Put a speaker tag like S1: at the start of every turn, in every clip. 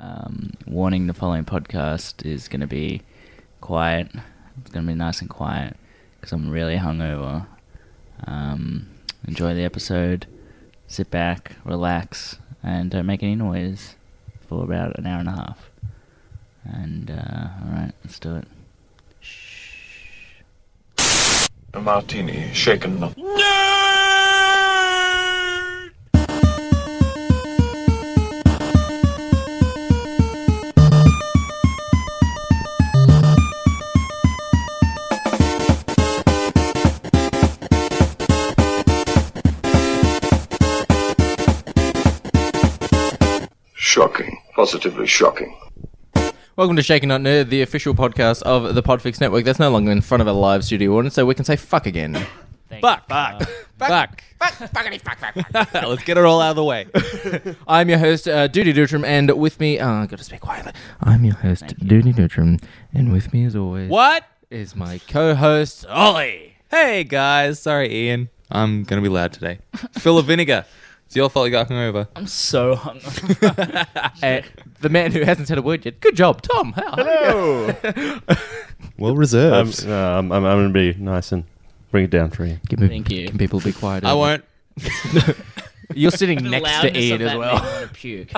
S1: Um, warning the following podcast is going to be quiet. It's going to be nice and quiet because I'm really hungover. Um, enjoy the episode. Sit back, relax, and don't make any noise for about an hour and a half. And, uh, alright, let's do it.
S2: A martini, shaken not. Shocking. Positively shocking.
S3: Welcome to Shaken Not Nerd, the official podcast of the Podfix Network. That's no longer in front of a live studio audience, so we can say fuck again. Fuck. Fuck. Fuck. Fuck. Let's get it all out of the way. I'm your host, uh, Duty Dutram, and with me, oh, I've got to speak quietly. I'm your host, Duty Dutram, and with me, as always,
S4: What?
S3: is my co host, Ollie.
S4: Hey guys, sorry Ian. I'm gonna be loud today. Full of vinegar. It's your fault you got hungover.
S1: I'm so hungover.
S3: And the man who hasn't said a word yet. Good job, Tom. Hello.
S5: Well reserved. I'm, no, I'm, I'm, I'm going to be nice and bring it down for you.
S1: Thank you.
S3: Can people be quiet?
S4: I won't.
S3: You're sitting
S1: The
S3: next to
S1: loudness
S3: Ian
S1: of
S3: as
S1: that
S3: well.
S1: made me wanna puke.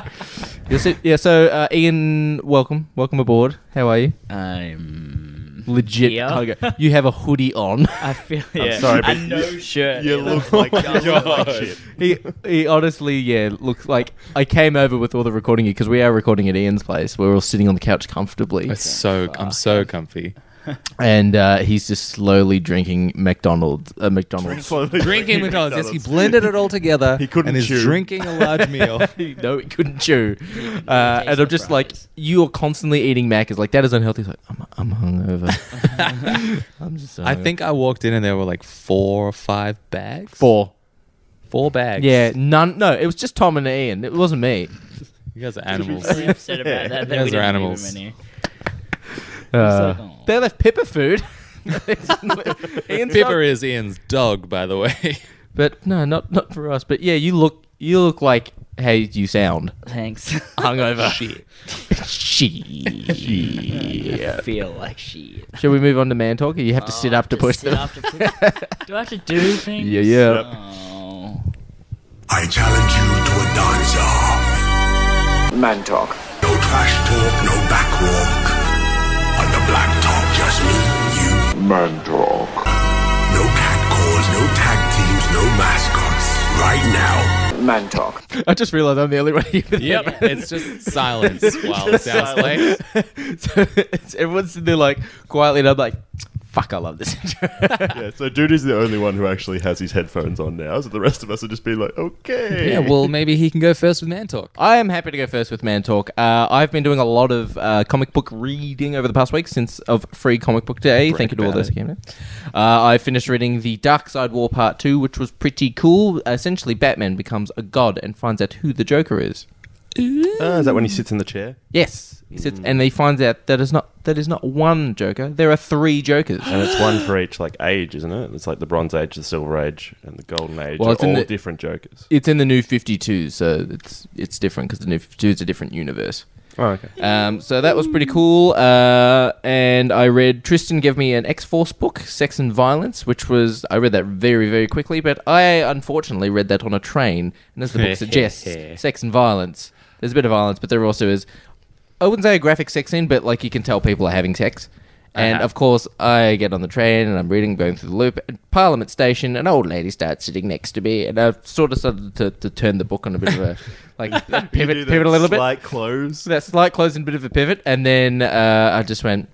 S3: You'll see- yeah, so uh, Ian, welcome, welcome aboard. How are you?
S1: I'm
S3: Legit,
S1: Yeah.
S3: hugger. you have a hoodie on.
S1: I feel yeah.
S5: sorry, but
S1: and no shirt.
S5: You look
S1: Oh
S5: like, shit.
S3: he, he honestly, yeah, looks like I came over with all the recording because we are recording at Ian's place. We're all sitting on the couch comfortably,
S4: It's so I'm so comfy.
S3: and uh, he's just slowly drinking McDonald's. Uh, McDonald's.
S4: Drinking McDonald's. Yes, he blended it all together.
S5: He couldn't
S4: and is
S5: chew.
S4: drinking a large meal.
S3: no, he couldn't chew. Uh,
S1: Taste
S3: and
S1: the
S3: I'm just like,
S1: fries.
S3: you're constantly eating Mac. It's like that is unhealthy. It's like I'm, I'm hungover. I'm just.
S4: I
S3: hungover.
S4: think I walked in and there were like four or five bags.
S3: four.
S4: Four bags.
S3: Yeah, none. No, it was just Tom and Ian. It wasn't me.
S4: You guys are animals.
S1: really upset about that. that
S4: Those
S1: we
S4: are
S1: didn't
S4: animals.
S1: leave him any.
S3: Uh,
S1: It's like, aw.
S3: they left Pippa food. Ian's
S4: Pipper
S3: not-
S4: is Ian's dog, by the way.
S3: but no, not not for us. But yeah, you look you look like how you sound
S1: Thanks.
S3: hungover. Shit. Shit.
S1: I feel like shit.
S3: Shall we move on to man talk? Or you have to sit
S1: Oh,
S3: up to
S1: just
S3: push
S1: sit
S3: them.
S1: up to push- do I have to do things?
S3: yeah, yeah.
S1: Oh.
S6: I challenge you to a dance off.
S2: Man talk.
S6: No trash talk, no backwalk. On the black top, just me and you.
S2: Man talk.
S6: No cat calls, no tag teams, no mascots. Right now,
S2: Man talk.
S3: I just realised I'm the only one here. with
S4: Yep. It's just silence while it sounds like.
S3: it. so it's, everyone's sitting there like quietly, and I'm like, "Fuck, I love this intro."
S5: Yeah, so dude is the only one who actually has his headphones on now, so the rest of us are just being like, okay.
S4: Yeah, well maybe he can go first with Man Talk.
S3: I am happy to go first with Man Talk. Uh, I've been doing a lot of uh, comic book reading over the past week since of Free Comic Book Day. Thank you to all
S4: about
S3: those who
S4: it.
S3: came in. Uh, I finished reading The Dark Side War Part 2, which was pretty cool. Essentially, Batman becomes a god and finds out who the Joker is.
S5: Ah, is that when he sits in the chair?
S3: Yes. He sits, And he finds out that is not that is not one Joker. There are three Jokers.
S5: And it's one for each like age, isn't it? It's like the Bronze Age, the Silver Age, and the Golden Age.
S3: Well,
S5: are
S3: it's in
S5: all
S3: the-
S5: different Jokers.
S3: It's in the new 52, so it's it's different because the new 52 is a different universe.
S5: Oh, okay.
S3: Um, so that was pretty cool. Uh, and I read Tristan gave me an X Force book, Sex and Violence, which was I read that very very quickly, but I unfortunately read that on a train, and as the book suggests, sex and violence. There's a bit of violence, but there also is. I wouldn't say a graphic sex scene, but like you can tell people are having sex. And
S4: Uh-huh.
S3: of course, I get on the train and I'm reading, going through the loop. At Parliament Station, an old lady starts sitting next to me, and I've sort of started to, to turn the book on a bit of a like pivot, pivot a little bit
S5: Like close.
S3: that slight close and bit of a pivot, and then uh, I just went,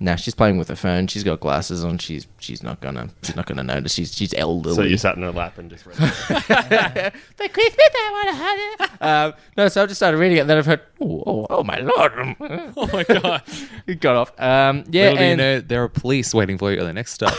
S3: "Nah, she's playing with her phone. She's got glasses on. She's she's not gonna she's not gonna notice. She's she's elderly."
S5: So you sat in her lap and just read it.
S3: the Christmas I want to have. Um, no, so I just started reading it, and then I've heard, "Oh, oh, oh my lord!"
S4: Oh my god.
S3: it got off. Um, yeah,
S4: Little do you
S3: and
S4: know there are police waiting for you at the next stop.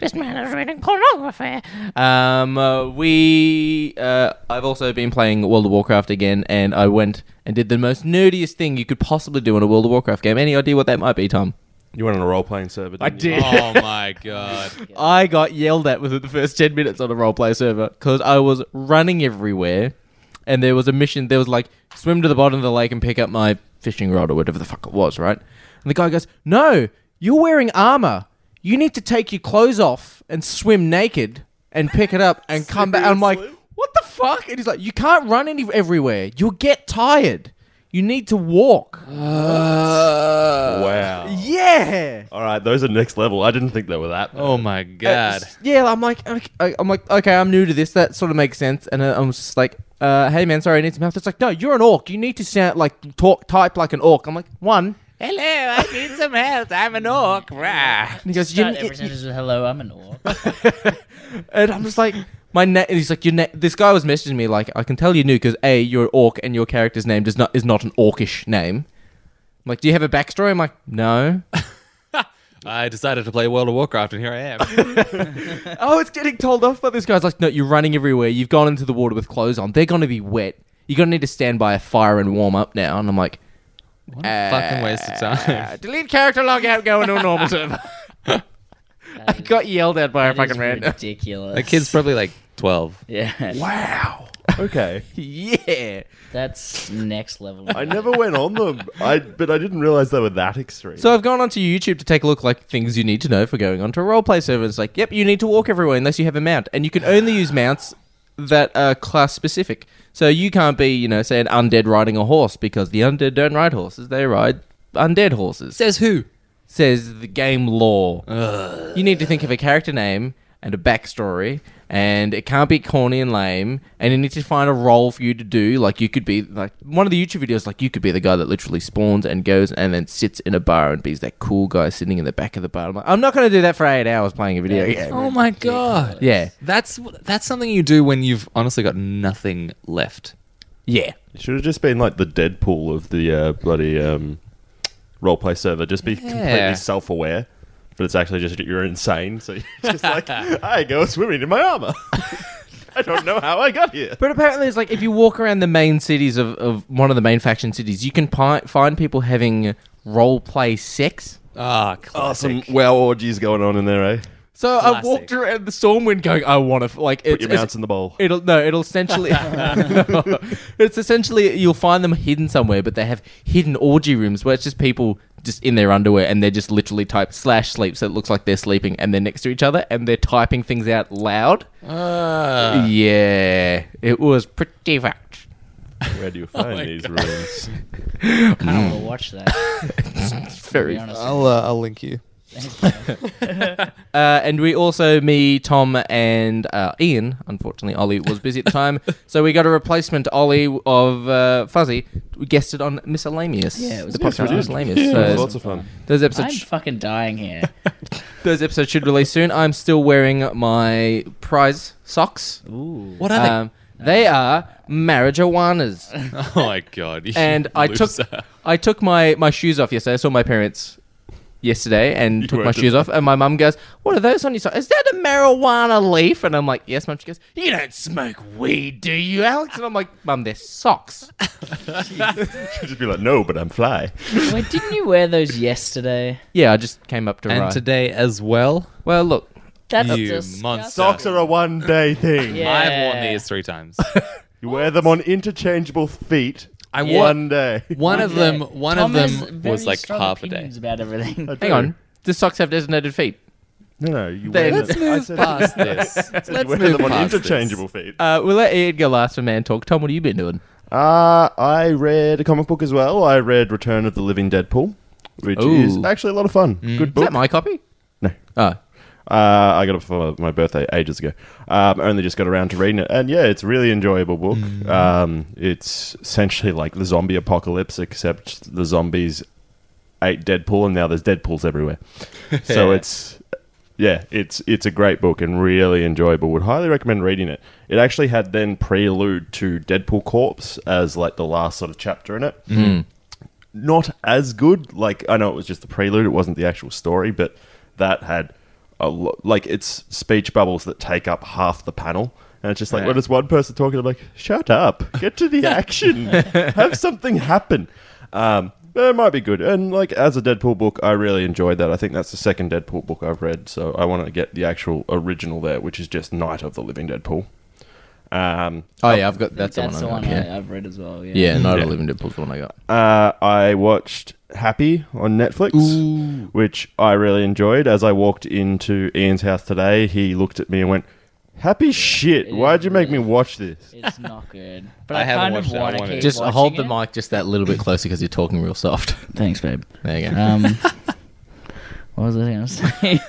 S3: this man is reading pornography. Um, uh, we, uh, I've also been playing World of Warcraft again, and I went and did the most nerdiest thing you could possibly do in a World of Warcraft game. Any idea what that might be, Tom?
S5: You went on a role playing server. Didn't I
S3: did.
S4: oh my god.
S3: I got yelled at within the first 10 minutes on a roleplay server because I was running everywhere and there was a mission. There was like swim to the bottom of the lake and pick up my fishing rod or whatever the fuck it was, right? And the guy goes, "No, you're wearing armor. You need to take your clothes off and swim naked and pick it up and come back." I'm like, "What the fuck?" And he's like, "You can't run any- everywhere. You'll get tired. You need to walk."
S5: Uh. Oh, wow.
S3: yeah.
S5: All right, those are next level. I didn't think they were that.
S4: Oh my god.
S3: Yeah, I'm like, okay, I- I'm like, okay, I'm new to this. That sort of makes sense. And uh, I'm just like, uh, hey man, sorry, I need some help. It's like, no, you're an orc. You need to sound like talk, type like an orc. I'm like, one.
S4: Hello, I need some help. I'm an orc. Rah.
S3: And he goes, you,
S1: Start every sentence with hello, I'm an orc.
S3: and I'm just like, my name. He's like, your na- This guy was messaging me like, I can tell you new because a, you're an orc, and your character's name does not is not an orcish name. I'm like, do you have a backstory? I'm like, no.
S4: I decided to play World of Warcraft, and here I am.
S3: oh, it's getting told off by this guy's like, no, you're running everywhere. You've gone into the water with clothes on. They're going to be wet. You're going to need to stand by a fire and warm up now. And I'm like,
S4: what a fucking waste of time.
S3: Uh, delete character logout, go into a normal server. I got yelled at by a
S1: That is
S3: fucking random.
S1: ridiculous.
S4: The kid's probably like 12.
S1: yeah.
S3: Wow.
S5: Okay.
S3: Yeah.
S1: That's next level.
S5: I never went on them. I but I didn't realize they were that extreme.
S3: So I've gone onto YouTube to take a look, like things you need to know for going onto a roleplay server. It's like, yep, you need to walk everywhere unless you have a mount, and you can only use mounts that are class specific. So you can't be, you know, say an undead riding a horse because the undead don't ride horses; they ride undead horses.
S4: Says who?
S3: says the game law. You need to think of a character name and a backstory, and it can't be corny and lame. And you need to find a role for you to do. Like you could be like one of the YouTube videos. Like you could be the guy that literally spawns and goes and then sits in a bar and be that cool guy sitting in the back of the bar. I'm like, I'm not going to do that for eight hours playing a video game.
S4: Oh my god.
S3: Yeah,
S4: That's that's something you do when you've honestly got nothing left.
S3: yeah.
S5: Should have just been like the Deadpool of the uh, bloody um, roleplay server. Just be
S4: Yeah.
S5: completely self-aware, but it's actually just you're insane. So you're just like, I go swimming in my armor. I don't know how I got here.
S3: But apparently, it's like if you walk around the main cities of, of one of the main faction cities, you can pi- find people having role play sex.
S4: Ah, classic.
S5: Awesome. Well, orgies going on in there, eh?
S3: So
S4: Classic.
S3: I walked around the Stormwind going, I want to, like,
S5: Put
S3: it's,
S5: your
S3: it's,
S5: mounts in the bowl.
S3: It'll no. It'll essentially. it's essentially you'll find them hidden somewhere, but they have hidden orgy rooms where it's just people just in their underwear and they're just literally type slash sleep, so it looks like they're sleeping and they're next to each other and they're typing things out loud.
S4: Ah.
S3: yeah, it was pretty fucked.
S5: Where do you find these rooms?
S1: I kind of watch that. To be
S3: Very.
S1: honest.
S4: I'll uh, I'll link you.
S3: Uh, and we also me, Tom, and uh, Ian. Unfortunately, Ollie was busy at the time, so we got a replacement Ollie of uh, Fuzzy. We guested on Miscellaneous.
S1: Yeah, it was
S3: the
S1: Yes, we
S3: podcast
S1: did.
S3: Miscellaneous.
S5: Yeah,
S3: so
S5: lots of fun.
S3: those
S1: I'm
S3: episodes.
S1: fucking dying here.
S3: Those episodes should release soon. I'm still wearing my prize socks.
S1: Ooh.
S4: What are they?
S3: Um, they are marijuanas,
S4: oh my god. you
S3: and I took
S4: loser.
S3: I took my my shoes off yesterday. I saw my parents yesterday and took my
S5: weren't
S3: shoes off, and my mum goes, "What are those on your socks? Is that a marijuana leaf?" And I'm like, "Yes, mum." She goes, "You don't smoke weed, do you, Alex?" And I'm like, "Mum, they're socks."
S5: You'd just be like, no, but I'm fly.
S1: Wait, didn't you wear those yesterday?
S3: yeah, I just came up to
S4: and
S3: ride.
S4: today as well.
S3: well, look,
S1: That's
S4: You
S1: disgusting.
S4: monster.
S5: Socks are a one day thing.
S1: Yeah.
S4: I've worn these three times.
S5: You wear them on interchangeable feet.
S4: I
S1: Yeah.
S4: wore
S5: One day.
S4: one of
S1: Yeah.
S4: them. One
S1: Tom has
S4: of them
S1: very
S4: was like
S1: strong
S4: half a day.
S1: opinions about everything.
S5: I
S3: hang
S5: do.
S3: on. Do socks have designated feet?
S5: No, no. You
S3: Then-
S5: wear
S3: Let's
S5: them. I said, I
S4: Past this.
S5: said you wear them on interchangeable feet.
S3: Uh, we'll let Ian go last for man talk. Tom, what have you been doing?
S5: Uh, I read a comic book as well. I read Return of the Living Deadpool, which
S3: Ooh. Mm.
S5: is actually a lot of fun. Good
S3: Is
S5: book.
S3: that my copy?
S5: no.
S3: Oh.
S5: Uh, I got it for my birthday ages ago. Um, only just got around to reading it, and yeah, it's a really enjoyable book. Um, it's essentially like the zombie apocalypse, except the zombies ate Deadpool, and now there's Deadpool's everywhere. so it's yeah, it's it's a great book and really enjoyable. Would highly recommend reading it. It actually had then prelude to Deadpool Corpse as like the last sort of chapter in it not as good. Like I know it was just the prelude; it wasn't the actual story, but that had a lot. Like it's speech bubbles that take up half the panel, and it's just like,
S4: Right.
S5: well, it's one person talking. I'm like, shut up, get to the action, have something happen. Um, but it might be good, and like as a Deadpool book, I really enjoyed that. I think that's the second Deadpool book I've read, so I want to get the actual original there, which is just Night of the Living Deadpool. Um,
S3: Oh yeah, I've got that's,
S1: That's the one
S3: I got.
S1: I, I've read as well. Yeah.
S3: Yeah, yeah Night of
S5: Yeah.
S3: the Living Deadpool's the one I got.
S5: uh, I watched Happy on Netflix, which I really enjoyed. As I walked into Ian's house today, he looked at me and went, "Happy shit! Why'd you make me watch this?"
S1: It's not good. But
S4: I
S1: I,
S4: haven't
S1: kind of
S4: watched it, I
S1: want to
S4: want
S1: keep
S4: it.
S3: Just hold the
S1: watching it.
S3: mic just that little bit closer because you're talking real soft.
S1: Thanks, babe.
S3: There you go.
S1: Um, what was I going to say?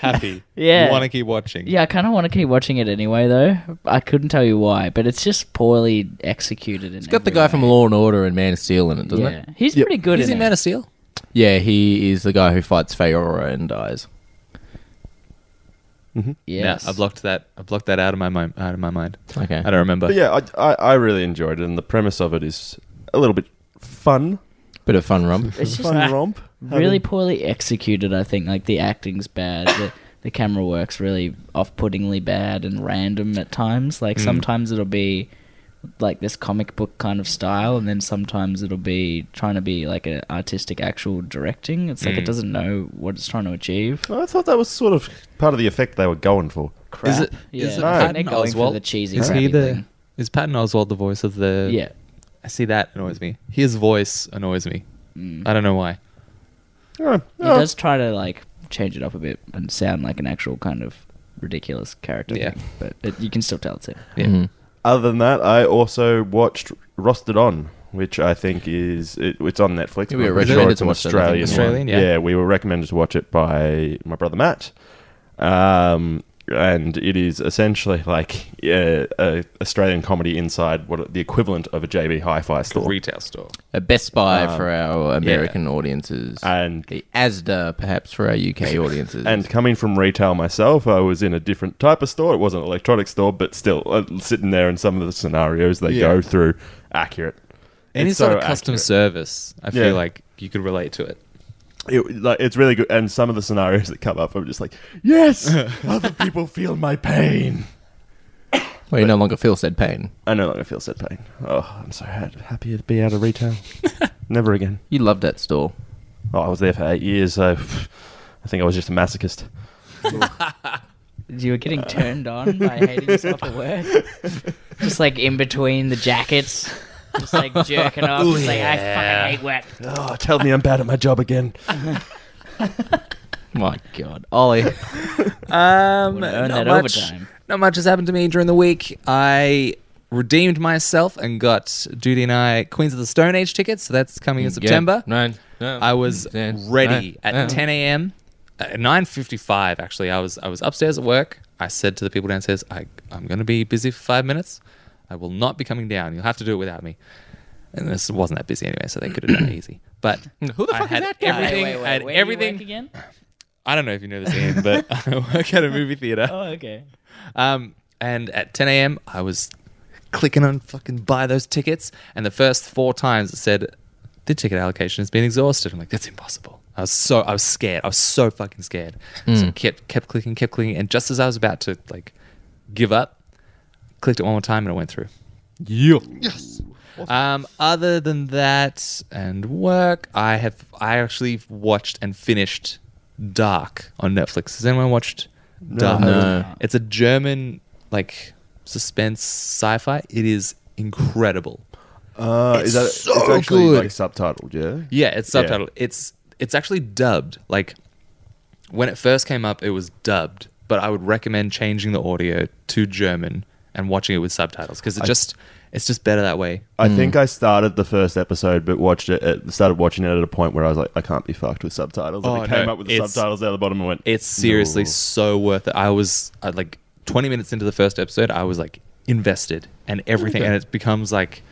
S4: Happy.
S1: Yeah.
S4: Want to keep watching.
S1: yeah, I kind of want to keep watching it anyway, though. I couldn't tell you why, but it's just poorly executed. It's
S3: It's got the guy from Law and Order and Man of Steel in it, doesn't
S1: yeah.
S3: it?
S1: He's
S5: Yep.
S1: pretty good
S4: Is he
S1: in
S4: Man
S1: it.
S4: of Steel?
S3: Yeah, he is the guy who fights Feora and dies.
S1: Yes.
S4: Yeah, I blocked that. I blocked that out of my mind. Out of my mind.
S3: Okay.
S4: I don't remember.
S5: But yeah, I, I, I really enjoyed it, and the premise of it is a little bit fun,
S3: Bit of fun romp.
S1: It's just
S5: fun romp.
S1: really poorly executed. I think like the acting's bad. The, the camera works really off-puttingly bad and random at times.
S4: Mm.
S1: Like sometimes it'll be like this comic book kind of style, and then sometimes it'll be trying to be like an artistic actual directing. It's like
S4: Mm.
S1: it doesn't know what it's trying to achieve.
S5: I thought that was sort of part of the effect they were going for.
S1: Crap.
S4: Is it?
S1: yeah.
S4: Is it
S5: No.
S1: They're
S4: Patton
S1: going
S4: Oswalt?
S1: for the cheesy
S4: Is
S1: crappy
S4: he the?
S1: thing.
S4: Is Patton Oswald the voice of the?
S1: Yeah.
S4: I see that annoys me. His voice annoys me. I don't know why.
S5: Oh,
S1: He
S5: oh.
S1: Mm. does try to like change it up a bit and sound like an actual kind of ridiculous character.
S4: Yeah.
S1: thing, but it, you can still tell it's him.
S4: Yeah.
S1: Mm-hmm.
S3: Mm-hmm.
S5: Other than that, I also watched Rusted On, which I think is it, it's on Netflix.
S3: Yeah, we
S5: I'm
S3: were
S5: pretty
S3: recommended
S5: it's
S3: to
S5: an
S3: watch that, I think.
S5: Australian,
S4: Australian,
S5: one.
S4: yeah.
S5: we were recommended to watch it by my brother Matt, um, and it is essentially like yeah, a Australian comedy inside what the equivalent of a JB Hi-Fi store.
S4: Retail store.
S3: A Best Buy for our American
S4: Um, yeah. Uh,
S3: audiences.
S5: And-
S3: the ASDA perhaps for our UK audiences.
S5: And coming from retail myself, I was in a different type of store. It wasn't an electronics store, but still uh, sitting there and some of the scenarios they
S4: Yeah.
S5: go through, accurate.
S4: Any
S5: It's
S4: sort of
S5: so
S4: custom
S5: accurate.
S4: service, I
S5: Yeah.
S4: feel like you could relate to it.
S5: It, like, it's really good, and some of the scenarios that come up, I'm just like, yes, other people feel my pain.
S3: well, you no longer feel said pain.
S5: I no longer feel said pain. Oh, I'm so ha- happy to be out of retail. Never again.
S3: You loved that store.
S5: Oh, I was there for eight years, so I think I was just a masochist.
S1: You were getting turned on by hating yourself at work. Just like in between the jackets. Just like jerking off. just like, I fucking hate work.
S5: Oh, tell me I'm bad at my job again.
S3: My God, Ollie.
S4: Um,
S1: Would've earned
S4: not
S1: that
S4: much.
S1: overtime.
S4: Not much has happened to me during the week. I redeemed myself and got Judy and I Queens of the Stone Age tickets. So that's coming in September.
S3: Mm, No, no.
S4: I was
S3: Yeah.
S4: ready
S3: Yeah.
S4: at
S3: Yeah.
S4: 10 a.m. At 9:55, Uh, actually, I was I was upstairs at work. I said to the people downstairs, I, "I'm going to be busy for five minutes. I will not be coming down. You'll have to do it without me." And this wasn't that busy anyway, so they could have done it easy. But
S3: Who the
S4: I
S3: fuck is
S4: had
S3: that guy?
S4: Everything,
S1: wait, wait,
S4: I
S1: wait. Where do
S4: had
S1: you work
S4: everything.
S1: again?
S4: I don't know if you know this, Ian, but I work at a movie theater.
S1: Oh, okay.
S4: Um, and at 10 a.m., I was clicking on fucking buy those tickets. And the first four times it said, the ticket allocation has been exhausted. I'm like, that's impossible. I was so, I was scared. I was so fucking scared. So I kept, kept clicking, kept clicking. And just as I was about to like give up, clicked it one more time and it went through. Um, other than that and work, I have I actually watched and finished Dark on Netflix. Has anyone watched Dark?
S3: No.
S4: It's a German like suspense sci-fi. It is incredible.
S5: Uh, is that it's actually
S4: good.
S5: like subtitled? Yeah.
S4: Yeah, it's
S5: Yeah.
S4: subtitled. It's it's actually dubbed. Like when it first came up, it was dubbed, but I would recommend changing the audio to German and watching it with subtitles because it just it's just better that way.
S5: I think I started the first episode, but watched it. At, started watching it at a point where I was like, I can't be fucked with subtitles. And
S4: Oh,
S5: I came
S4: no,
S5: up with the
S4: it's-
S5: subtitles out of the bottom and went.
S4: It's seriously
S5: "No."
S4: so worth it. I was I, like 20 minutes into the first episode, I was like invested and everything, and it becomes like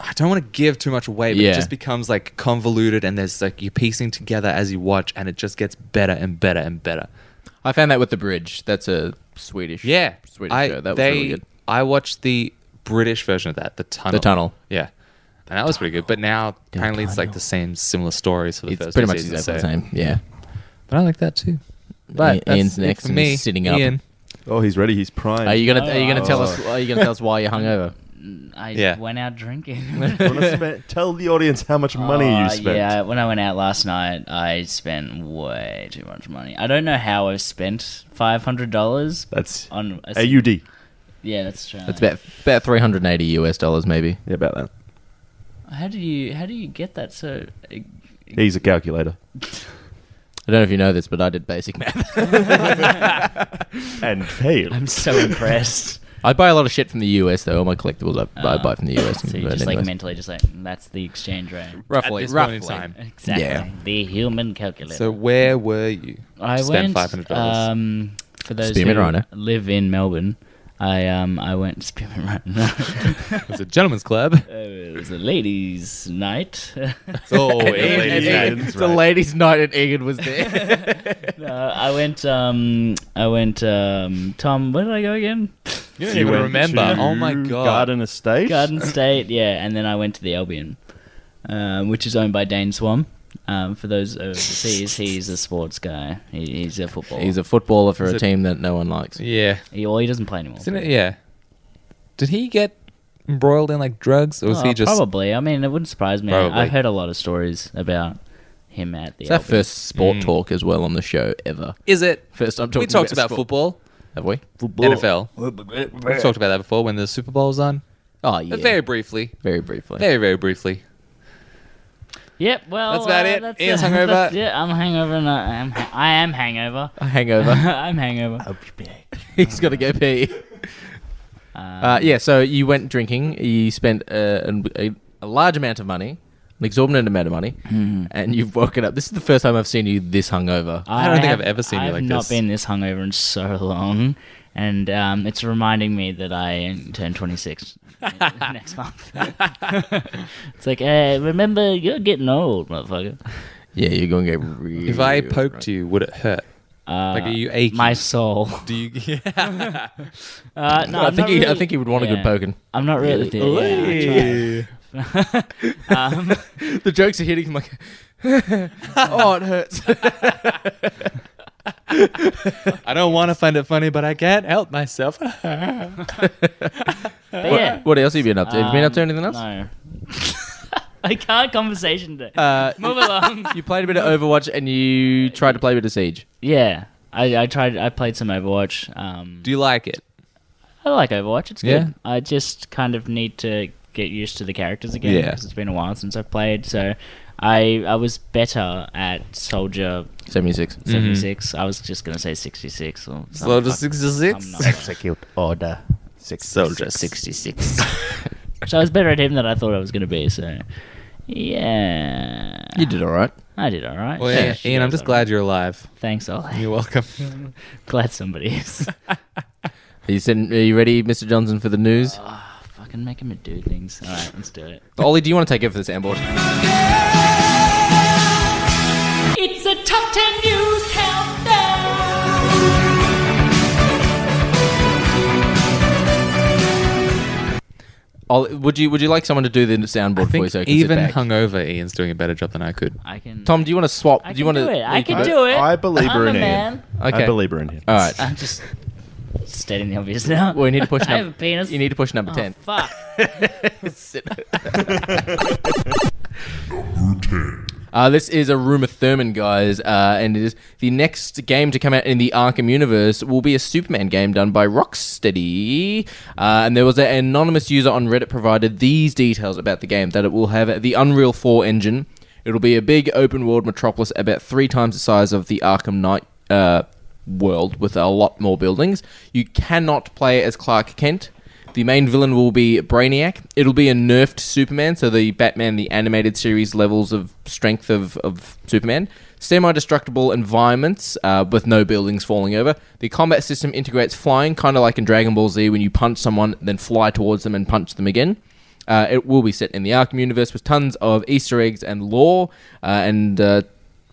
S4: I don't want to give too much away, but
S3: Yeah.
S4: it just becomes like convoluted, and there's like you're piecing together as you watch, and it just gets better and better and better.
S3: I found that with the bridge. That's a Swedish.
S4: Yeah,
S3: Swedish
S4: I,
S3: show. That
S4: they,
S3: was really good.
S4: I watched the British version of that, the tunnel.
S3: Tunnel.
S4: yeah. And that was pretty good, but now apparently it's like the same similar stories for the
S3: It's
S4: first
S3: pretty
S4: two
S3: much
S4: seasons,
S3: exactly the
S4: so-
S3: same. Yeah.
S4: But I like that too. But
S3: Ian-
S4: that's
S3: Ian's
S4: it
S3: next
S4: for
S3: and
S4: me.
S3: he's sitting up.
S4: Ian.
S5: Oh, he's ready. He's primed.
S3: Are you gonna Are you gonna tell us Are you gonna tell us why you're hungover?
S1: I
S4: Yeah.
S1: went out drinking.
S5: You wanna spe- tell the audience how much money
S1: Uh,
S5: you spent.
S1: Yeah, when I went out last night, I spent way too much money. I don't know how I spent $500
S5: That's
S1: on a
S5: AUD.
S1: Yeah, that's Australian.
S3: That's about about 380 US dollars, maybe.
S5: Yeah, about that.
S1: How do you how do you get that so? uh,
S5: He's a calculator.
S3: I don't know if you know this, but I did basic math.
S5: And hey,
S1: I'm so impressed.
S3: I buy a lot of shit from the US, though. All my collectibles I,
S4: Ah.
S3: I buy from the US.
S1: so you
S3: but
S1: just like
S3: anyways.
S1: mentally just like that's the exchange rate.
S3: roughly,
S4: At this
S3: roughly.
S4: point in time.
S1: Exactly.
S3: Yeah.
S1: The human calculator.
S4: So where were you?
S1: I
S4: to
S1: went
S4: spend five hundred dollars.
S1: um for those
S3: Spearmint
S1: who
S3: Rhino.
S1: live in Melbourne. I um I went spearmint rhino.
S4: it was a gentleman's club.
S1: Uh, it was a ladies' night.
S4: oh,
S5: Ian-
S4: ladies'
S5: and
S4: night.
S5: Ian-
S3: It's a ladies' night, and Egan was there.
S1: No, Uh, I went. Um, I went. Um, Tom, where did I go again?
S4: You don't even
S5: went
S4: remember.
S5: to
S4: Oh my god.
S5: Garden Estate.
S1: Garden State, yeah, and then I went to the Albion, um, which is owned by Dane Swan. Um, for those overseas, he's a sports guy. He, he's a footballer.
S3: He's a footballer for
S4: Is
S3: a
S4: it-
S3: team that no one likes.
S4: Yeah.
S1: he, well, he doesn't play anymore.
S4: Isn't it? Yeah. Did he get embroiled in like drugs, or was
S1: Oh,
S4: he just?
S1: probably? I mean, it wouldn't surprise me.
S4: Probably.
S1: I've heard a lot of stories about him at the.
S3: It's our
S1: Albion.
S3: first sport
S4: Mm.
S3: talk as well on the show ever.
S4: Is it?
S3: First time talking.
S4: We talked about
S3: sport.
S4: football,
S3: have we?
S4: NFL.
S7: Oh.
S4: We talked about that before when the Super Bowl was on.
S3: Oh yeah,
S4: But Very briefly.
S3: very briefly.
S4: Very very briefly.
S1: Yep. Well,
S4: That's about
S1: uh,
S4: it.
S1: That's,
S4: Ian's
S1: uh,
S4: hungover.
S1: that's- yeah, I'm hangover. And I am. I am hangover.
S3: A hangover.
S1: I'm hangover.
S3: He's got to go pee. Uh, yeah, so you went drinking. You spent uh, an- a, a large amount of money, an exorbitant amount of money,
S1: Hmm.
S3: and you've woken up. This is the first time I've seen you this hungover.
S1: Uh,
S4: I don't think I've ever seen you like
S1: I've not
S4: this.
S1: been this hungover in so long, and um, it's reminding me that I turn 26 next month. it's like, hey, remember, you're getting old, motherfucker.
S3: yeah, you're going to get really.
S4: If I poked you, would it hurt?
S1: Uh,
S4: Like, are you aching?
S1: My soul.
S4: Do you?
S1: Uh, no,
S3: I
S1: I'm not
S3: think he, I
S1: really-
S3: think he would want a
S1: yeah.
S3: good poking.
S1: I'm not really. Yeah, I try. um,
S3: The jokes are hitting him like, oh, it hurts.
S4: I don't want to find it funny, but I can't help myself.
S1: but yeah.
S3: What else have you been up to? Have you been up to
S1: Um,
S3: anything else?
S1: No. I can't conversation today.
S3: Uh,
S1: Move along.
S3: you played a bit of Overwatch and you tried to play a bit of Siege.
S1: Yeah, I, I tried. I played some Overwatch. Um,
S4: Do you like it?
S1: I like Overwatch. It's good.
S4: Yeah?
S1: I just kind of need to get used to the characters again
S4: Yeah.
S1: because it's been a while since I've played. So I I was better at Soldier
S3: 76.
S1: Mm. 76. I was just gonna say 66 or something.
S4: Mm-hmm. Soldier 66?
S1: Execute order
S4: Soldier
S1: 66. so I was better at him than I thought I was gonna be. So yeah,
S3: You did all right.
S1: I did all right.
S4: Well,
S1: Yeah,
S4: yeah,
S1: she
S4: Ian, I'm
S1: does
S4: just
S1: all right.
S4: glad you're alive.
S1: Thanks, Ollie.
S4: You're welcome.
S1: Glad somebody is.
S3: Are you, sitting, are you ready, Mr. Johnson, for the news?
S1: Uh, Fucking make him do things. All right, let's do it.
S3: Ollie, do you want to take over this soundboard?
S8: It's a top 10 news countdown.
S3: Ollie, would you would you like someone to do the soundboard for you? So I can sit
S4: even
S3: back?
S4: hungover, Ian's doing a better job than I could.
S1: I can.
S3: Tom, do you want to swap?
S1: I
S3: do you
S1: can
S3: want
S1: do
S3: to?
S1: it. I can
S5: I-
S1: do it.
S5: I believe
S1: I'm
S5: her
S1: a
S5: in
S1: man.
S3: Okay.
S5: I believe her in him.
S3: All right.
S1: I'm just stating the obvious now.
S3: Well, you need to push.
S1: I have
S3: num-
S1: a penis.
S3: You need to push number
S1: Oh,
S3: ten.
S1: Fuck.
S3: Uh, this is a rumor Thurman, guys, uh, and it is the next game to come out in the Arkham universe will be a Superman game done by Rocksteady. Uh, and there was an anonymous user on Reddit provided these details about the game that it will have the Unreal 4 engine. It'll be a big open world metropolis about three times the size of the Arkham Knight uh, world with a lot more buildings. You cannot play as Clark Kent. The main villain will be Brainiac. It'll be a nerfed Superman, so the Batman the animated series levels of strength of, of Superman. Semi-destructible environments uh, with no buildings falling over. The combat system integrates flying, kind of like in Dragon Ball Z when you punch someone, then fly towards them and punch them again. Uh, it will be set in the Arkham universe with tons of Easter eggs and lore, uh, and uh,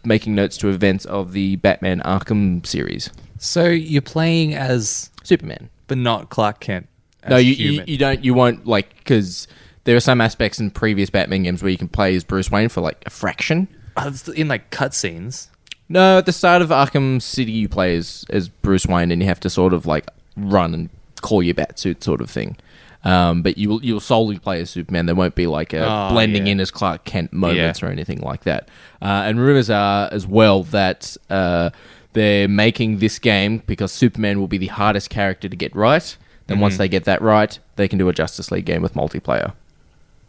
S3: making notes to events of the Batman Arkham series.
S4: So you're playing as,
S3: Superman.
S4: but not Clark Kent. As
S3: no, you, you
S4: human.
S3: you don't you won't like because there are some aspects in previous Batman games where you can play as Bruce Wayne for like a fraction.
S4: Oh, it's in like cutscenes.
S3: No, at the start of Arkham City, you play as as Bruce Wayne, and you have to sort of like run and call your Batsuit sort of thing. Um, but you will you'll solely play as Superman. There won't be like a
S4: Oh,
S3: blending
S4: yeah.
S3: in as Clark Kent moments
S4: Yeah.
S3: or anything like that. Uh, and rumors are as well that uh, they're making this game because Superman will be the hardest character to get right. Then once
S4: Mm-hmm.
S3: they get that right, they can do a Justice League game with multiplayer.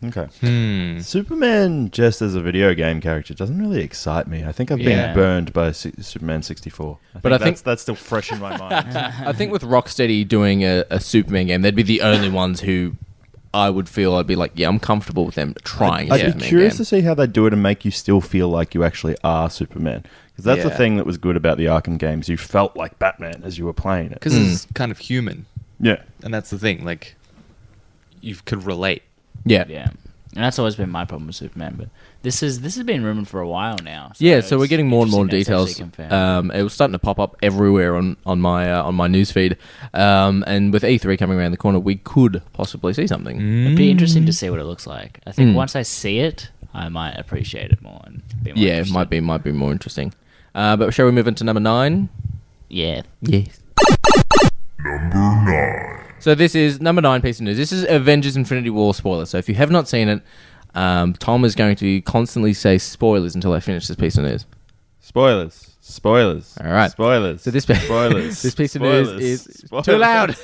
S5: Okay.
S4: Hmm.
S5: Superman, just as a video game character, doesn't really excite me. I think I've
S1: Yeah.
S5: been burned by Si- Superman 64.
S3: But I think-
S5: that's, that's still fresh in my mind.
S3: I think with Rocksteady doing a, a Superman game, they'd be the only ones who I would feel I'd be like, yeah, I'm comfortable with them trying. a
S5: I'd be
S3: Superman
S5: curious
S3: game.
S5: to see how they do it and make you still feel like you actually are Superman. Because that's the
S3: Yeah.
S5: thing that was good about the Arkham games. You felt like Batman as you were playing it.
S4: because it's kind of human,
S5: Yeah.
S4: and that's the thing. Like, you could relate.
S3: yeah. yeah.
S1: Yeah, and that's always been my problem with Superman. But this is this has been rumored for a while now.
S3: so we're
S1: it's
S3: getting more and more
S1: interesting that it's
S3: details.
S1: actually confirmed.
S3: Um, it was starting to pop up everywhere on on my uh, on my newsfeed, um, and with E3 coming around the corner, we could possibly see something.
S1: It'd be interesting to see what it looks like. I
S3: Hmm.
S1: think once I see it, I might appreciate it more and be more
S3: Yeah, it might
S1: interested.
S3: be might be more interesting. Uh, but shall we move into number nine?
S1: Yeah,
S3: Yes. Number nine. So this is number nine piece of news. This is Avengers: Infinity War spoiler. So if you have not seen it, um, Tom is going to constantly say spoilers until I finish this piece of news.
S5: Spoilers. Spoilers.
S3: All right.
S5: Spoilers.
S3: So this pi-
S5: Spoilers.
S3: this piece of news
S5: Spoilers.
S3: is
S5: Spoilers.
S3: too loud.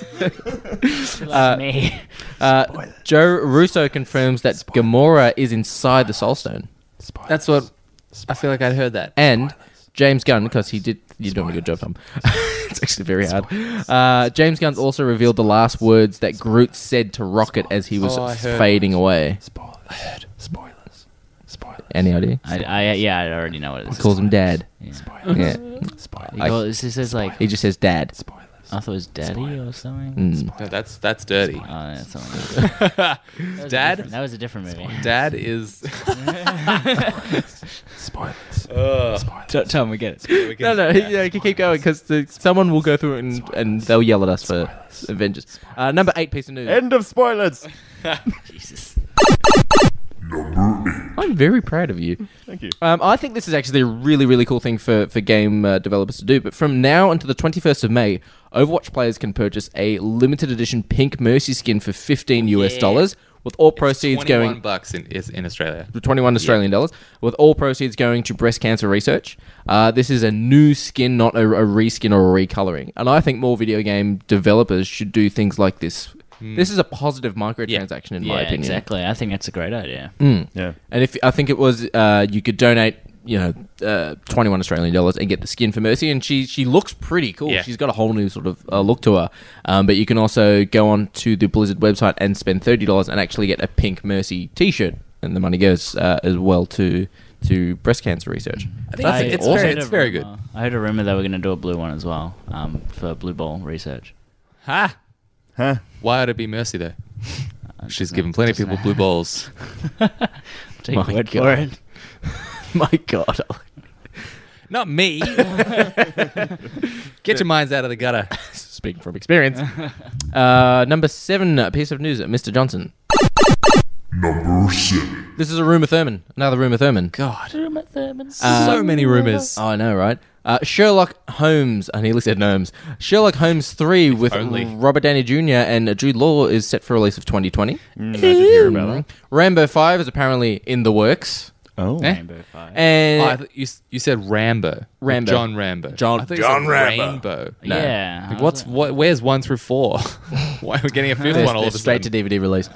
S1: Like me.
S3: Uh, Joe Russo confirms that Gamora is inside the Soul Stone,
S5: Spoilers.
S4: That's what I feel like I'd heard that.
S3: and James Gunn, because he did, you're doing a good job, Tom. it's actually very hard. Uh, James Gunn's also revealed the last words that Groot said to Rocket as he was
S4: Oh, I heard.
S3: fading away.
S5: Spoilers. Spoilers.
S3: Any idea?
S1: I, I yeah, I already know what it is.
S3: calls him dad.
S1: Yeah.
S3: Yeah.
S1: He
S3: I-
S1: calls, this is like
S3: He just Mm. says dad.
S1: I thought it was daddy or something.
S4: No, that's that's dirty.
S1: Oh, yeah, that's something else. That was a
S4: Dad?
S1: different- That was a different movie.
S4: Dad is.
S1: Tom, we get it.
S3: No, no, he- yeah, he can keep going because someone will go through it and, and they'll yell at us for Avengers. Uh, number eight piece of news.
S5: End of spoilers.
S1: Jesus.
S3: I'm very proud of you.
S5: Thank you.
S4: Uh,
S3: Um, I think this is actually a really, really cool thing for, for game uh, developers to do. But from now until the 21st of May, Overwatch players can purchase a limited edition pink Mercy skin for 15 US dollars, with all proceeds going
S4: bucks in is in Australia.
S3: for 21 Australian dollars, with all proceeds going to breast cancer research. Uh, this is a new skin, not a, a reskin or a recoloring. And I think more video game developers should do things like this. This is a positive microtransaction, in
S1: Hmm. Yeah,
S3: my opinion. Mm.
S1: exactly. I think that's a great idea.
S5: Yeah.
S3: And if I think it was, uh, you could donate, you know, uh, twenty one Australian dollars and get the skin for Mercy. And she she looks pretty cool.
S4: Yeah.
S3: She's got a whole new sort of uh, look to her. Um, but you can also go on to the Blizzard website and spend thirty dollars and actually get a pink Mercy T shirt, and the money goes uh, as well to to breast cancer research.
S4: I think it's,
S1: I
S4: it's
S1: also
S4: very
S1: heard
S4: it's
S1: a
S4: very good.
S1: rumor- I heard a rumor they were going to do a blue one as well um, for blue ball research.
S4: Ha!
S5: Huh?
S4: Why would it be Mercy though? She's given plenty of people
S1: Uh, doesn't-
S4: blue balls.
S1: Take
S3: My
S1: your word for
S3: God.
S1: it.
S3: My God,
S4: Not me. Get your minds out of the gutter.
S3: speaking from experience. uh, number seven uh, piece of news, uh, Mr. Johnson.
S6: Number seven.
S3: This is a rumor Thurman. Another rumor Thurman. Uh,
S4: God,
S1: Rumor Thurman's-
S4: so many rumors.
S3: I know, right? Uh, Sherlock Holmes. I nearly said gnomes. Sherlock Holmes three with
S4: only.
S3: Robert Downey Jr. and Jude Law is set for release of 2020.
S4: Mm,
S3: Rambo five is apparently in the works,
S5: Oh.
S4: Eh?
S1: Rainbow Fire.
S3: and
S4: Oh, I th- you, s- you said Rambo.
S3: Rambo.
S4: John Rambo.
S3: John-
S4: I thought
S6: John
S4: you said
S6: Rambo.
S4: Rainbow.
S1: Yeah.
S4: Like, what's what? Where's one through four? Why are we getting a fifth
S3: there's-
S4: one all
S3: there's
S4: of a
S3: straight
S4: sudden?
S3: to DVD release.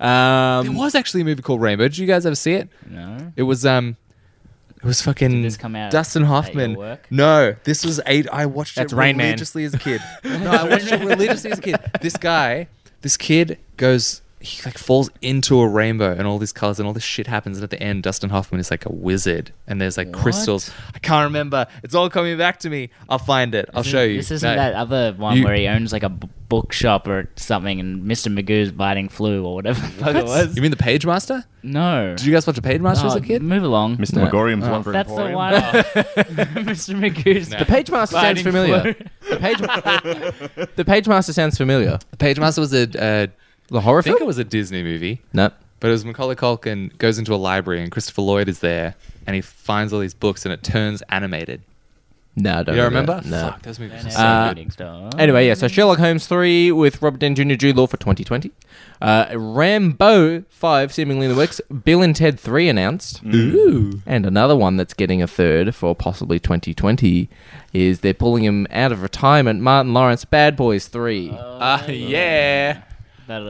S3: Um,
S4: There was actually a movie called Rainbow. Did you guys ever see it?
S1: No.
S4: It was um, it was fucking
S1: this come out
S4: Dustin
S1: at your
S4: Hoffman.
S1: work?
S4: No, this was eight. I watched
S3: That's
S4: it
S3: Rain Man.
S4: religiously as a kid. No, I watched it religiously as a kid. This guy, this kid goes. He like falls into a rainbow and all these colors and all this shit happens and at the end Dustin Hoffman is like a wizard and there's like crystals. I can't remember. It's all coming back to me. I'll find it. I'll show you.
S1: This isn't
S4: No.
S1: that other one
S4: You-
S1: where he owns like a b- bookshop or something, and Mr. Magoo's biting flu or whatever the fuck it was.
S4: You mean the Page Master?
S1: No. Oh,
S4: Did you guys watch a Page Master as a kid?
S1: Move along.
S5: Mr.
S3: No.
S5: Megorium's
S4: Uh-huh.
S5: one for
S1: That's the
S5: Emporium.
S1: one. Mr. Magoo's.
S4: No.
S3: the Page Master sounds
S1: Fighting
S3: familiar.
S1: flu.
S3: The Page, the Page Master sounds familiar.
S4: The Page Master was a. Uh,
S3: The horror
S4: I think
S3: film?
S4: it was a Disney movie.
S3: no.
S4: But it was Macaulay Culkin goes into a library and Christopher Lloyd is there and he finds all these books and it turns animated.
S3: No, I don't
S4: You don't remember?
S3: No.
S4: Fuck, those movies. are so
S1: Uh,
S3: Anyway, yeah, so Sherlock Holmes 3 with Robert Downey Jr. Jude Law for 2020. Uh, Rambo 5 seemingly in the works. Bill and Ted 3 announced. And another one that's getting a third for possibly 2020 is they're pulling him out of retirement. Martin Lawrence, Bad Boys 3.
S4: Ah, yeah.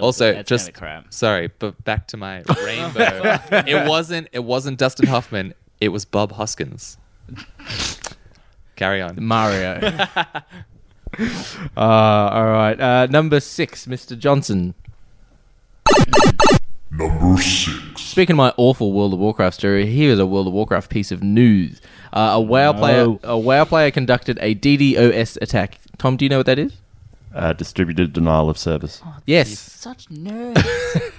S4: Also, just
S1: crap.
S4: sorry, but back to my rainbow. it wasn't. It wasn't Dustin Hoffman. It was Bob Hoskins. Carry on.
S3: Mario. uh, all right. Uh, number 6, Mr. Johnson.
S6: Number six.
S3: Speaking of my awful World of Warcraft story, here is a World of Warcraft piece of news. Uh, a WoW player, a WoW player conducted a DDoS attack. Tom, do you know what that is?
S5: Uh, distributed denial of service.
S4: Oh,
S3: Yes,
S1: Such nerds.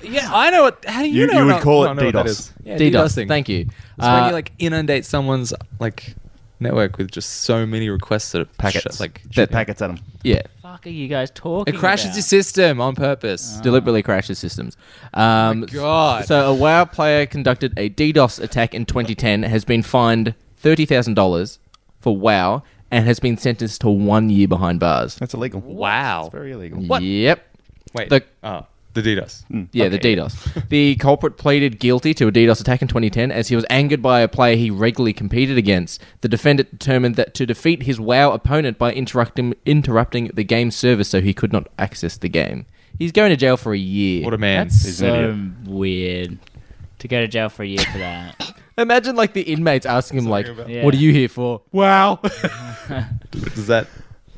S4: Yeah, I know it. How do
S5: You-
S4: know
S5: you would
S4: not-
S5: call
S4: not
S5: it
S4: know what that
S5: DDoS.
S4: is? Yeah,
S3: DDoS.
S4: DDoSing.
S3: Thank you.
S4: It's when
S3: Uh,
S4: you like inundate someone's like network with just so many requests that it
S5: Packets.
S4: shuts, like
S5: Shoot packets at them.
S3: yeah,
S1: fuck are you guys talking?
S4: it crashes
S1: about?
S4: your system on purpose.
S3: deliberately crashes systems. Um,
S4: Oh God.
S3: So a WoW player conducted a DDoS attack in 2010 has been fined thirty thousand dollars for WoW and has been sentenced to one year behind bars.
S5: That's illegal.
S4: Wow.
S5: It's very illegal.
S4: What?
S3: Yep.
S4: Wait.
S3: The-
S4: oh, the DDoS.
S3: Yeah,
S4: Okay.
S3: the DDoS. the culprit pleaded guilty to a DDoS attack in 2010 as he was angered by a player he regularly competed against. The defendant determined that to defeat his WoW opponent by interrupting interrupting the game's service so he could not access the game. He's going to jail for a year.
S4: What a man.
S1: That's
S5: an
S1: so weird to go to jail for a year for that.
S3: Imagine like the inmates asking him like,
S1: Yeah.
S3: "What are you here for?" Wow.
S4: Does that?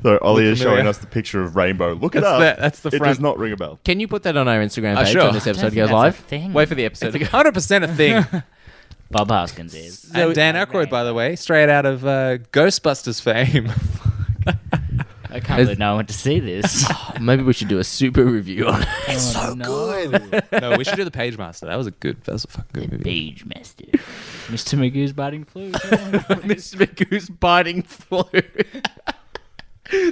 S5: So Ollie
S4: Look
S5: is showing
S4: familiar.
S5: us the picture of Rainbow. Look at
S4: That's
S5: that.
S4: the- that's the
S5: It
S4: front.
S5: does not ring a bell.
S3: Can you put that on our Instagram
S4: Uh,
S3: page
S4: sure.
S3: when this
S4: I
S1: don't
S3: episode
S1: think
S3: goes
S1: that's a
S3: live?
S1: thing.
S3: Wait for the episode. to go.
S4: Hundred percent a thing.
S1: Bob Hoskins is.
S4: and Dan Aykroyd, by the way, straight out of uh, Ghostbusters fame.
S1: I can't believe no one went to see this.
S3: Oh, Maybe we should do a super review on it.
S1: it's so good.
S4: no, we should do the Page Master. That was a good. That was a fucking good movie.
S1: Beige master. Mr. Magoo's biting flu.
S3: Mr. Magoo's biting flu.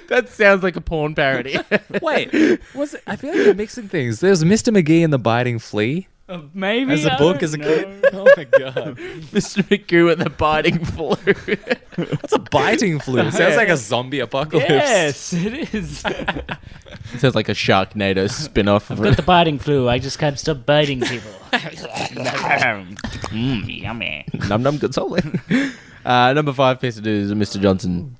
S3: that sounds like a porn parody.
S4: Wait, was it? I feel like you're mixing things. There was Mr. McGee and the Biting Flea
S1: Maybe
S4: as a
S1: I
S4: book
S1: don't
S4: as a
S1: know.
S4: kid. Oh my god,
S3: Mr. Magoo and the biting flu.
S4: what's a biting flu? Sounds like a zombie apocalypse.
S1: Yes, it is. I've
S3: sounds like a Sharknado spin-off. Of
S1: got the biting flu. I just can't stop biting people. mm, yummy.
S3: num num consoling. Uh, number five piece of news is Mr. Johnson.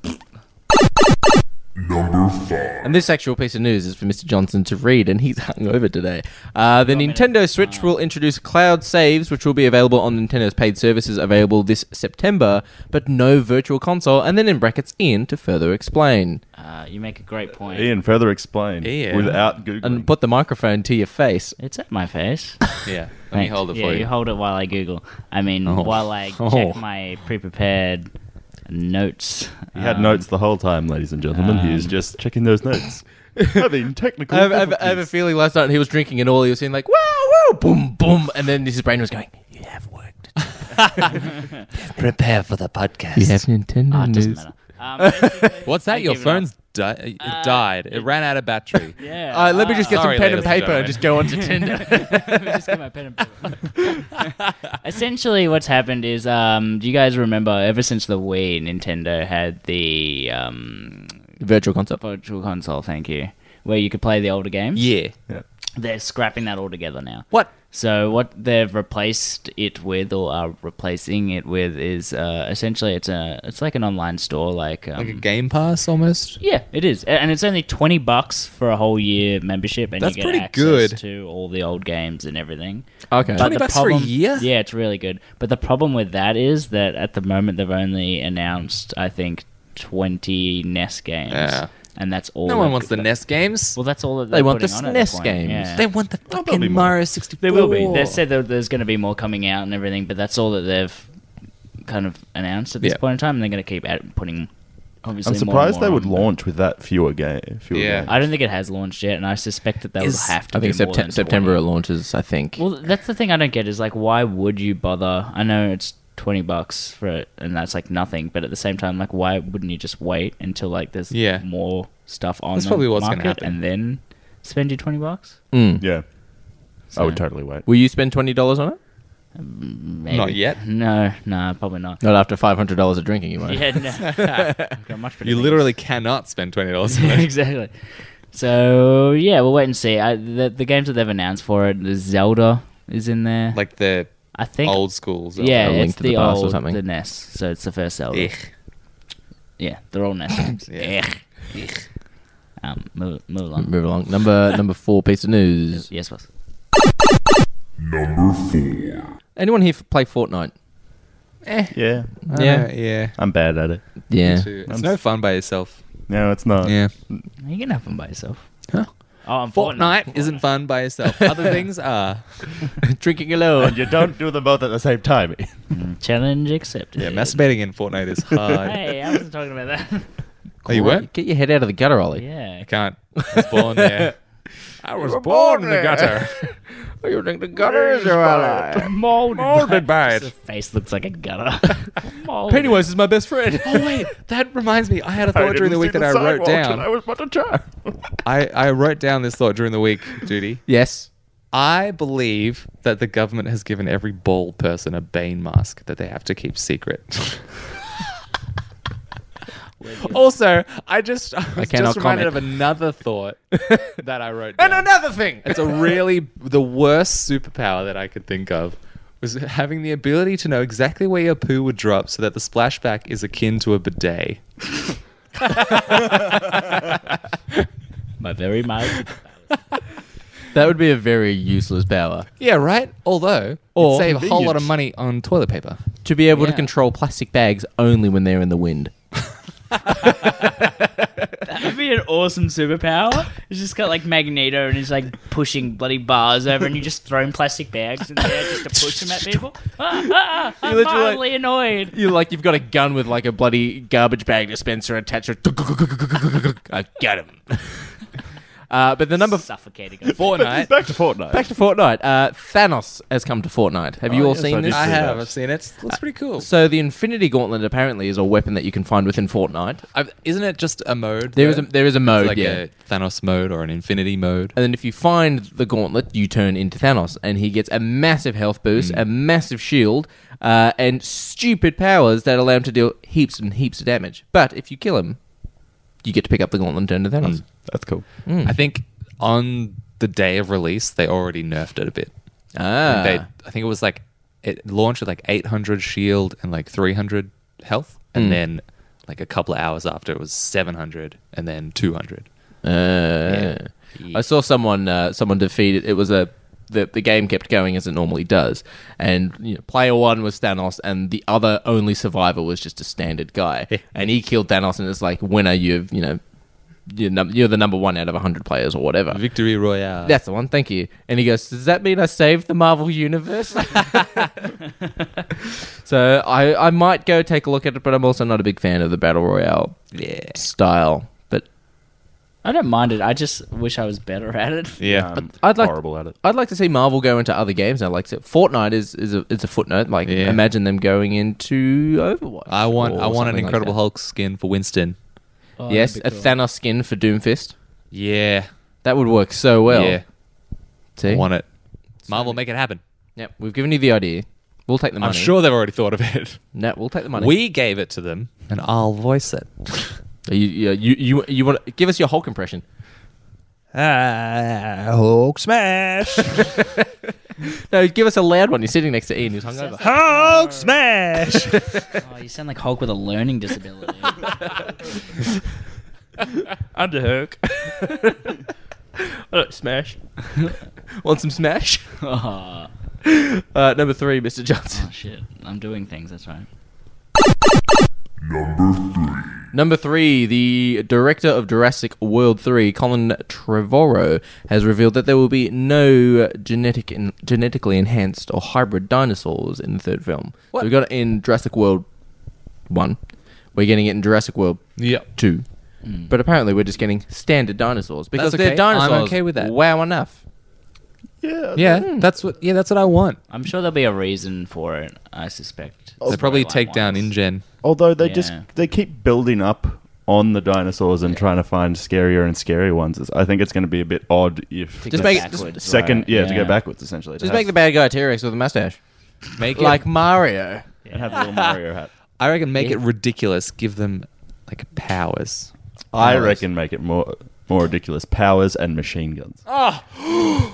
S6: Number five.
S3: And this actual piece of news is for Mr. Johnson to read, and he's hungover today. Uh, the Nintendo Switch will introduce cloud saves, which will be available on Nintendo's paid services available this September, but no virtual console, and then in brackets, Ian to further explain.
S1: Uh, you make a great point.
S5: Ian, further explain
S4: Ian.
S5: without Googling.
S3: And put the microphone to your face.
S1: It's at my face.
S4: Yeah. Let me
S1: Thanks.
S4: hold it
S1: yeah,
S4: for you.
S1: hold it while I Google. I mean, while I
S4: Oh.
S1: check my pre-prepared notes.
S5: he had notes the whole time, ladies and gentlemen. he was just checking those notes. Having technical
S3: I have, I, have, I have a
S5: difficulties.
S3: feeling last night he was drinking and all he was saying like wow wow boom boom and then his brain was going you have worked
S7: Prepare for the podcast.
S3: you have Nintendo
S1: Oh, it doesn't matter. Um, basically,
S4: What's that?
S1: I
S4: Your
S1: give it up.
S4: phone's di- it died. It ran out of battery.
S1: Yeah.
S3: All right, let me just get
S4: Sorry,
S3: some pen and
S4: ladies and
S3: paper and
S4: gentlemen.
S3: just go on to Tinder.
S1: Let me just get my pen and paper. Essentially, what's happened is, um, do you guys remember? Ever since the Wii, Nintendo had the um,
S3: Virtual console.
S1: virtual console. Thank you, where you could play the older games.
S4: Yeah.
S1: They're scrapping that altogether now.
S4: What?
S1: So what they've replaced it with, or are replacing it with, is uh, essentially it's a it's like an online store, like, um,
S4: Like a Game Pass almost?
S1: yeah, it is, A- and it's only twenty bucks for a whole year membership, and
S4: That's
S1: you get
S4: pretty
S1: access
S4: good.
S1: to all the old games and everything.
S3: Okay.
S1: But
S4: 20
S1: the
S4: bucks for a
S1: problem-
S4: year?
S1: Yeah, it's really good. But the problem with that is that at the moment they've only announced, I think, twenty NES games,
S4: Yeah.
S1: and that's all.
S4: No one
S1: that-
S4: wants the E NES games.
S1: Well, that's all that
S3: They
S1: they're
S3: want the
S1: putting on at
S4: E
S3: SNES
S1: point.
S3: games.
S1: Yeah.
S4: They want the
S5: be
S4: fucking
S5: more.
S4: Mario 64.
S1: There will be. They said that there's going to be more coming out and everything, but that's all that they've kind of announced at this
S4: Yeah.
S1: point in time. And they're going to keep ad- putting. Obviously,
S5: I'm
S1: more and
S5: surprised
S1: more
S5: they would
S1: on.
S5: launch with that fewer game. Fewer
S4: Yeah.
S5: games.
S1: I don't think it has launched yet, and I suspect that they will
S4: Is-
S1: have to.
S3: I think
S1: do more than
S3: Sept- September it
S1: 20.
S3: launches. I think.
S1: Well, that's the thing I don't get is like, why would you bother? I know it's twenty bucks for it, and that's like nothing. But at the same time, like, why wouldn't you just wait until like there's
S4: Yeah.
S1: more stuff on
S4: That's
S1: the
S4: probably what's gonna
S1: market
S4: happen.
S1: and then spend your twenty bucks?
S3: Hmm.
S5: yeah. I would totally wait.
S3: Will you spend twenty dollars on it?
S1: Maybe.
S4: Not yet?
S1: No, no, probably not.
S3: Not after five hundred dollars of drinking, you might.
S1: Yeah, no. I've got much better
S4: You
S1: things.
S4: literally cannot spend twenty dollars.
S1: exactly. So yeah, we'll wait and see. I, the the games that they've announced for it, the Zelda is in there.
S4: like the
S1: I think
S4: old schools. are-
S1: Yeah,
S3: A Link
S1: it's
S3: to
S1: the,
S3: the Past or
S1: old
S3: something.
S1: the NES. So it's the first Zelda.
S4: Ech.
S1: Yeah, they're all NES games.
S4: Yeah.
S1: Ech. Ech. Um, move, move along.
S3: Move along. Number number four piece of news.
S1: Yes, boss.
S3: Anyone here f- play Fortnite?
S5: Yeah,
S4: yeah, yeah.
S5: I'm bad at it.
S3: Yeah.
S4: Too. It's no fun by yourself.
S5: No, it's not.
S4: Yeah.
S1: You can have them by yourself.
S4: Huh?
S1: Oh, I'm
S4: Fortnite isn't fun by yourself. Other things are.
S3: Drinking alone.
S5: And you don't do them both at the same time.
S1: Challenge accepted.
S4: Yeah, masturbating in Fortnite is hard.
S1: Hey, I wasn't talking about that.
S4: Oh, you weren't?
S3: Get your head out of the gutter, Ollie.
S1: yeah.
S4: Can't. I was born there. I was born, in the gutter.
S3: You think the gutter is your ally?
S1: Molded,
S4: Molded by
S1: His
S4: it.
S1: face looks like a gutter. Molded.
S3: Pennywise is my best friend.
S4: Oh wait, that reminds me. I had a thought during the week that I wrote
S5: I
S4: down.
S5: was about to try.
S4: I, I wrote down this thought during the week, Judy.
S3: yes.
S4: I believe that the government has given every bald person a Bane mask that they have to keep secret. also, I just I, was
S3: cannot
S4: just reminded
S3: comment.
S4: of another thought that I wrote down.
S3: And another thing.
S4: It's a really the worst superpower that I could think of was having the ability to know exactly where your poo would drop so that the splashback is akin to a bidet.
S1: My very mild.
S3: That would be a very useless power.
S4: Yeah, right? Although,
S3: Or-
S4: or save a whole lot of money on toilet paper.
S3: To be able to
S4: Yeah.
S3: control plastic bags only when they're in the wind.
S1: That'd be an awesome superpower. He's just got like Magneto and he's like pushing bloody bars over and you just throwing plastic bags in there just to push them at people. Ah, ah, ah,
S3: You
S1: I'm
S3: literally, like-
S1: mildly annoyed.
S3: You're like you've got a gun with like a bloody garbage bag dispenser attached. To I got him. Uh, but the number
S1: Suffocating.
S4: Fortnite.
S5: Back to Fortnite.
S3: back to Fortnite. Uh, Thanos has come to Fortnite. Have you
S5: Oh,
S3: all
S5: yes,
S3: seen
S5: I
S3: this?
S5: did see
S4: I have.
S5: that.
S4: I've seen it. It looks pretty cool.
S3: So the Infinity Gauntlet apparently is a weapon that you can find within Fortnite.
S4: I've, isn't it just a mode?
S3: There
S4: though?
S3: is a, there is a
S4: It's
S3: mode,
S4: like
S3: yeah.
S4: a Thanos mode or an Infinity mode.
S3: and then if you find the gauntlet, you turn into Thanos, and he gets a massive health boost, a massive shield, uh, and stupid powers that allow him to deal heaps and heaps of damage. But if you kill him, you get to pick up the gauntlet and turn to Thanos.
S5: That's cool.
S3: Hmm.
S4: I think on the day of release, they already nerfed it a bit.
S3: Ah,
S4: they, I think it was like it launched with like 800 shield and like 300 health,
S3: Hmm.
S4: and then like a couple of hours after it was 700 and then 200.
S3: Uh, Ah.
S4: Mm.
S3: I saw someone uh, someone defeated. It was a the, the game kept going as it normally does, and you know, player one was Thanos, and the other only survivor was just a standard guy, and he killed Thanos, and it's like winner, you've you know you're, num- you're the number one out of hundred players or whatever.
S4: Victory Royale.
S3: That's the one. Thank you. And he goes, "Does that mean I saved the Marvel universe?" so I I might go take a look at it, but I'm also not a big fan of the battle royale
S4: Yeah.
S3: style. But
S1: I don't mind it. I just wish I was better at it.
S4: Yeah.
S5: I'm
S3: I'd like-
S5: horrible at it.
S3: I'd like to see Marvel go into other games. I like to. Fortnite is is a, it's a footnote. Like
S4: Yeah.
S3: imagine them going into Overwatch.
S4: I want
S3: or
S4: I want an
S3: something like
S4: Incredible
S3: that.
S4: Hulk skin for Winston.
S1: Oh,
S3: yes,
S1: that'd
S3: a
S1: be cool.
S3: Thanos skin for Doomfist.
S4: Yeah.
S3: That would work so well.
S4: yeah.
S3: See,
S4: I want it. eh? Marvel, make it happen.
S3: yep. We've given you the idea. We'll take the money.
S4: I'm sure they've already thought of it.
S3: No, we'll take the money.
S4: We gave it to them, and I'll voice it.
S3: you, you, you, you, you want give us your Hulk impression?
S4: Ah, Hulk smash!
S3: No, give us a loud one. You're sitting next to Ian, who's hungover.
S1: Sounds like-
S4: smash!
S1: Oh, you sound like Hulk with a learning disability.
S3: Underhook. smash. want some smash?
S1: oh,
S3: Uh, number three, Mr. Johnson.
S1: shit. I'm doing things. That's right.
S3: Number three, the director of Jurassic World 3, Colin Trevorrow, has revealed that there will be no genetic en- genetically enhanced or hybrid dinosaurs in the third film. So we got it in Jurassic World 1. We're getting it in Jurassic World
S4: Yep.
S3: 2. But apparently we're just getting standard dinosaurs because
S4: okay.
S3: they're dinosaurs.
S4: I'm okay with that.
S3: Wow enough.
S5: Yeah.
S4: Yeah, that's what. Yeah, that's what I want.
S1: I'm sure there'll be a reason for it, I suspect.
S3: Oh,
S4: They probably take down
S1: Storyline-wise.
S4: InGen.
S5: Although they just
S1: Yeah.
S5: they keep building up on the dinosaurs and trying to find scarier and scarier ones. It's- I think it's going to be a bit odd if
S3: Just
S5: the
S3: make it-
S5: s-
S1: backwards,
S5: second.
S1: right,
S5: Yeah, to
S1: yeah.
S5: go backwards essentially. It
S3: Just
S5: has-
S3: make the bad guy T-Rex with a mustache.
S4: Make it
S3: like Mario.
S5: and have a little Mario hat.
S4: I reckon make it ridiculous. Give them like powers.
S5: I reckon make it more more ridiculous. Powers and machine guns.
S4: Oh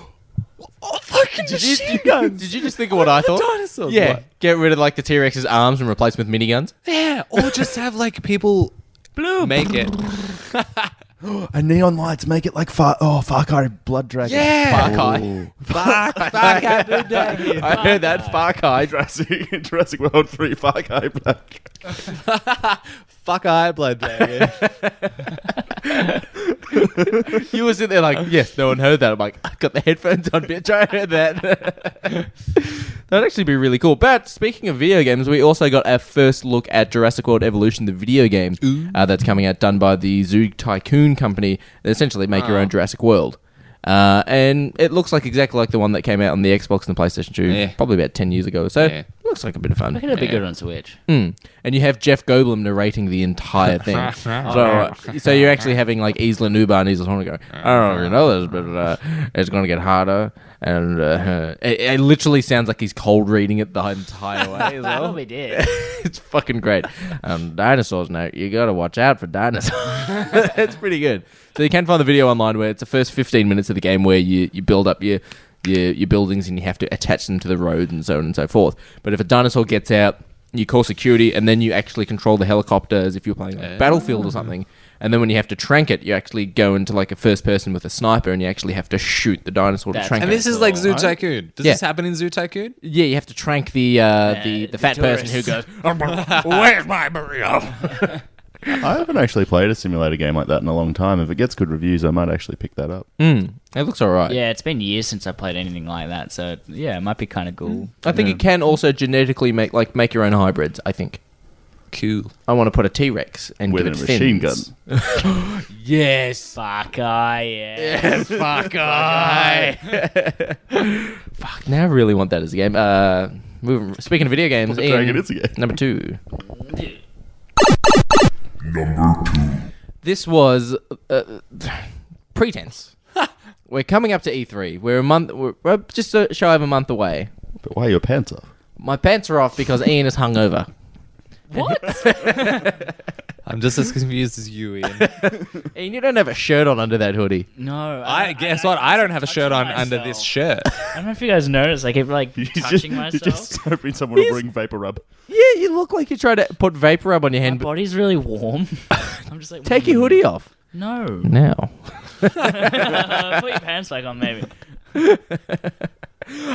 S4: fucking
S3: Did you, did you just think of what I thought?
S4: dinosaurs,
S3: Yeah,
S4: what?
S3: get rid of like the T Rex's arms and replace them with miniguns.
S4: Yeah, or just have like people make it.
S5: And neon lights make it like far oh Far Cry Blood Dragon.
S4: Yeah.
S3: Far Cry. I heard that Far Cry.
S5: Jurassic, Jurassic World 3 Far Cry Blood
S4: Fuck eye blood dragon.
S3: You were sitting there like, yes, no one heard that. I'm like, I got the headphones on, bitch. I heard that. That'd actually be really cool. But speaking of video games, we also got our first look at Jurassic World Evolution, the video game uh, that's coming out, done by the Zoo Tycoon company. They essentially make
S4: Ah.
S3: your own Jurassic World. Uh, and it looks like exactly like the one that came out on the Xbox and the PlayStation 2
S4: Yeah.
S3: probably about 10 years ago or so.
S4: Yeah.
S3: Looks like a bit of fun.
S1: I think it'd be good on Switch.
S3: Mm. And you have Jeff Goldblum narrating the entire thing. so, uh, so you're actually having like Isla Nuba and Isla Torna go, I don't really know this, but uh, it's going to get harder. And uh, it, it literally sounds like he's cold reading it the entire way as
S1: I
S3: well.
S1: probably did.
S3: it's fucking great. Um, dinosaurs now, you got to watch out for dinosaurs. it's pretty good. So you can find the video online where it's the first 15 minutes of the game where you, you build up your, your your buildings and you have to attach them to the road and so on and so forth. But if a dinosaur gets out, you call security and then you actually control the helicopter as if you're playing like Battlefield or something. And then when you have to trank it, you actually go into like a first person with a sniper and you actually have to shoot the dinosaur
S1: That's
S3: to trank
S4: and
S3: it.
S4: this is like Zoo
S1: Alright.
S4: Tycoon. Does
S3: Yeah.
S4: this happen in Zoo Tycoon?
S3: yeah, you have to trank the uh, the, the
S1: the
S3: fat person who goes,
S1: tourists.
S3: "Where's my burrito?"
S5: I haven't actually played a simulator game like that in a long time. If it gets good reviews, I might actually pick that up.
S3: "Oh, It looks all right.
S1: Yeah, it's been years since I played anything like that, so yeah, it might be kind of
S4: Mm.
S1: cool.
S3: I think you can also genetically make like make your own hybrids. I think
S4: Cool.
S3: I want to put a T Rex and
S5: With a
S3: give it
S5: machine gun.
S3: fins. Yes,
S1: Fuck, I yeah.
S3: fuck I. fuck. Now I really want that as a game. Uh, moving. Speaking of video games,
S5: Blood
S3: Ian,
S5: Dragon is a game.
S3: number two. Number two. This was uh, pretense. we're coming up to E3. We're a month. We're, we're just a shy of a month away.
S5: But why are your pants off?
S3: My pants are off because Ian is hungover.
S4: I'm just as confused as you, Ian.
S3: Ian, you don't have a shirt on under that hoodie.
S1: No,
S4: I guess what? I don't have a shirt on under this
S1: myself.
S4: shirt.
S1: I don't know if you guys noticed. I keep like touching myself.
S5: hoping someone will bring vapor rub.
S3: Yeah, you look like you try to put vapor rub on your
S1: My
S3: hand. But
S1: body's really warm. I'm just like "Mm,
S3: take your hoodie off
S1: No,
S3: now.
S1: put your pants back on, maybe.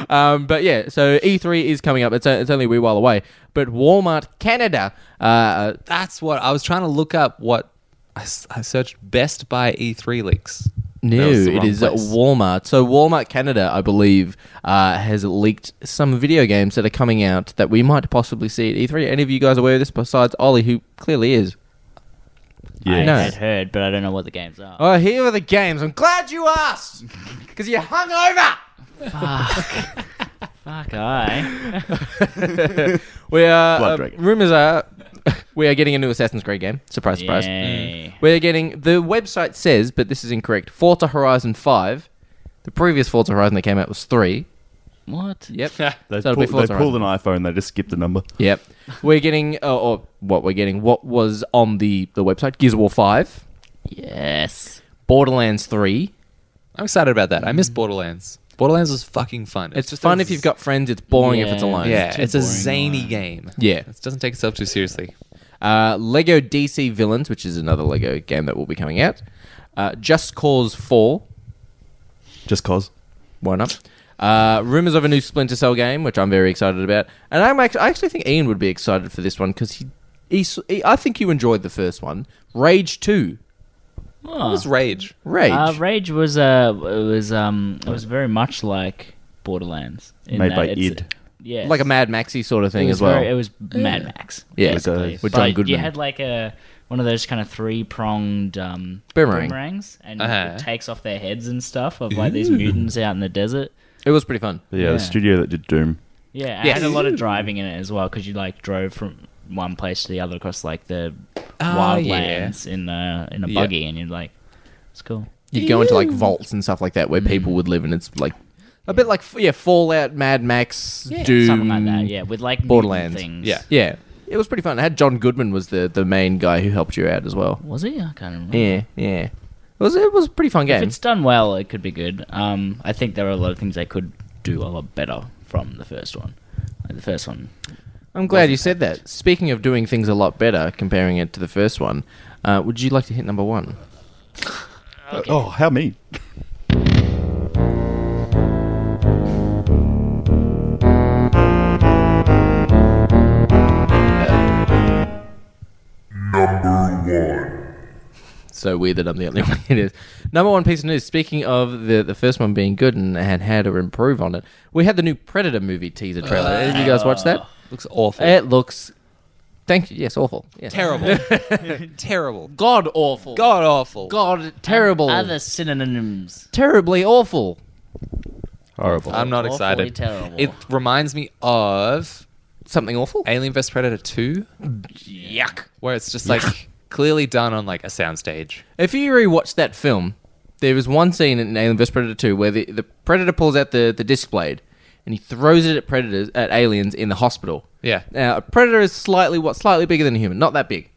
S3: Um, but yeah, so E3 is coming up. It's, it's only a wee while away. But Walmart Canada, uh,
S4: That's what I was trying to look up. What I, s- I searched Best Buy E3 leaks.
S3: no,
S4: was the
S3: it
S4: wrong
S3: is at
S4: place.
S3: Walmart. So Walmart Canada, I believe, uh, has leaked some video games that are coming out that we might possibly see at E3. Any of you guys aware of this besides Ollie, who clearly is?
S1: I
S3: No.
S1: had heard, but I don't know what the games are.
S3: Oh, here are the games. I'm glad you asked because you're hungover.
S1: Fuck, I.
S3: We are.
S5: Blood
S3: uh,
S5: Dragon.
S3: rumors are we are getting a new Assassin's Creed game. Surprise, surprise.
S4: Mm.
S1: Yay.
S3: We're getting the website says, but this is incorrect. Forza Horizon Five. The previous Forza Horizon that came out was three.
S1: What?
S3: Yep.
S5: They,
S3: So it'll be
S5: pull, they
S3: Forza
S5: pulled an iPhone. They just skipped the number.
S3: yep. We're getting, uh, or what we're getting, what was on the the website: Gears of War Five,
S1: Yes.
S3: Borderlands Three.
S4: I'm excited about that. I miss Borderlands. Borderlands was fucking fun.
S3: It's
S4: just
S3: fun
S4: a
S3: if you've got friends. It's boring if it's
S1: Yeah.
S3: alone.
S4: Yeah,
S1: It's too
S4: it's a
S1: boring,
S4: zany game.
S3: Yeah.
S4: It doesn't take itself too seriously.
S3: Uh, Lego DC Villains, which is another Lego game that will be coming out. Uh, Just Cause Four.
S5: Just cause.
S3: Why not? Uh, rumors of a new Splinter Cell game, which I'm very excited about, and I'm actually, I actually think Ian would be excited for this one because he, he, s- he- I think you enjoyed the first one, Rage Two,
S4: It was Rage.
S3: Rage.
S1: Uh, Rage was uh, it was um, it was very much like Borderlands, in
S5: Made
S1: that
S5: by
S1: it's-
S5: id.
S1: Yeah,
S3: like a Mad Maxy sort of thing
S1: it was
S3: as well.
S1: very- it was Mad Max.
S3: Yeah. Like,
S1: basically.
S5: uh,
S3: with
S1: But
S3: John
S1: You
S3: Goodman.
S1: had like a one of those kind of three pronged um,
S3: Boomerang.
S1: boomerangs, and
S4: Uh-huh.
S1: it takes off their heads and stuff of like these mutants out in the desert.
S3: It was pretty fun.
S5: Yeah,
S1: Yeah.
S5: the studio that did Doom.
S1: Yeah, and
S3: Yes.
S1: it had a lot of driving in it as well because you like drove from one place to the other across like the
S3: Oh,
S4: Ah, yeah.
S1: wildlands in a in a
S4: Yeah.
S1: buggy, and you're like, it's cool.
S3: You'd go into like vaults and stuff like that where people would live, and it's like A bit like f- yeah, Fallout, Mad Max,
S1: Yeah,
S3: Doom,
S1: something like that. Yeah, with like mutant
S3: Borderlands.
S1: things.
S4: Yeah.
S3: yeah. It was pretty fun. It had John Goodman was the, the main guy who helped you out as well.
S1: Was he? I can't remember.
S3: Yeah, yeah. It was it was a pretty fun
S1: If
S3: game.
S1: it's done well, it could be good. Um, I think there are a lot of things they could do a lot better from the first one. Like the first one.
S3: I'm glad you said that. Speaking of doing things a lot better, comparing it to the first one, uh, would you like to hit number one?
S5: Oh, how mean.
S3: So weird that I'm the only one it is. Number one piece of news. Speaking of the the first one being good and, and how to improve on it, we had the new Predator movie teaser trailer. Did you guys watch that?
S4: Looks awful.
S3: It looks. Thank you. Yes, awful. Yes.
S4: terrible. terrible.
S3: God awful.
S4: God awful.
S3: God terrible.
S1: Other synonyms.
S3: Terribly awful.
S5: Horrible.
S4: I'm not
S1: Awfully
S4: excited.
S1: terrible.
S4: It reminds me of
S3: Something awful.
S4: Alien vs Predator 2,
S3: Yuck.
S4: where it's just like clearly done on like a soundstage.
S3: If you rewatch that film, there was one scene in Alien vs Predator 2 where the, the predator pulls out the, the disc blade and he throws it at predators at aliens in the hospital.
S4: Yeah.
S3: Now a predator is slightly what slightly bigger than a human, not that big.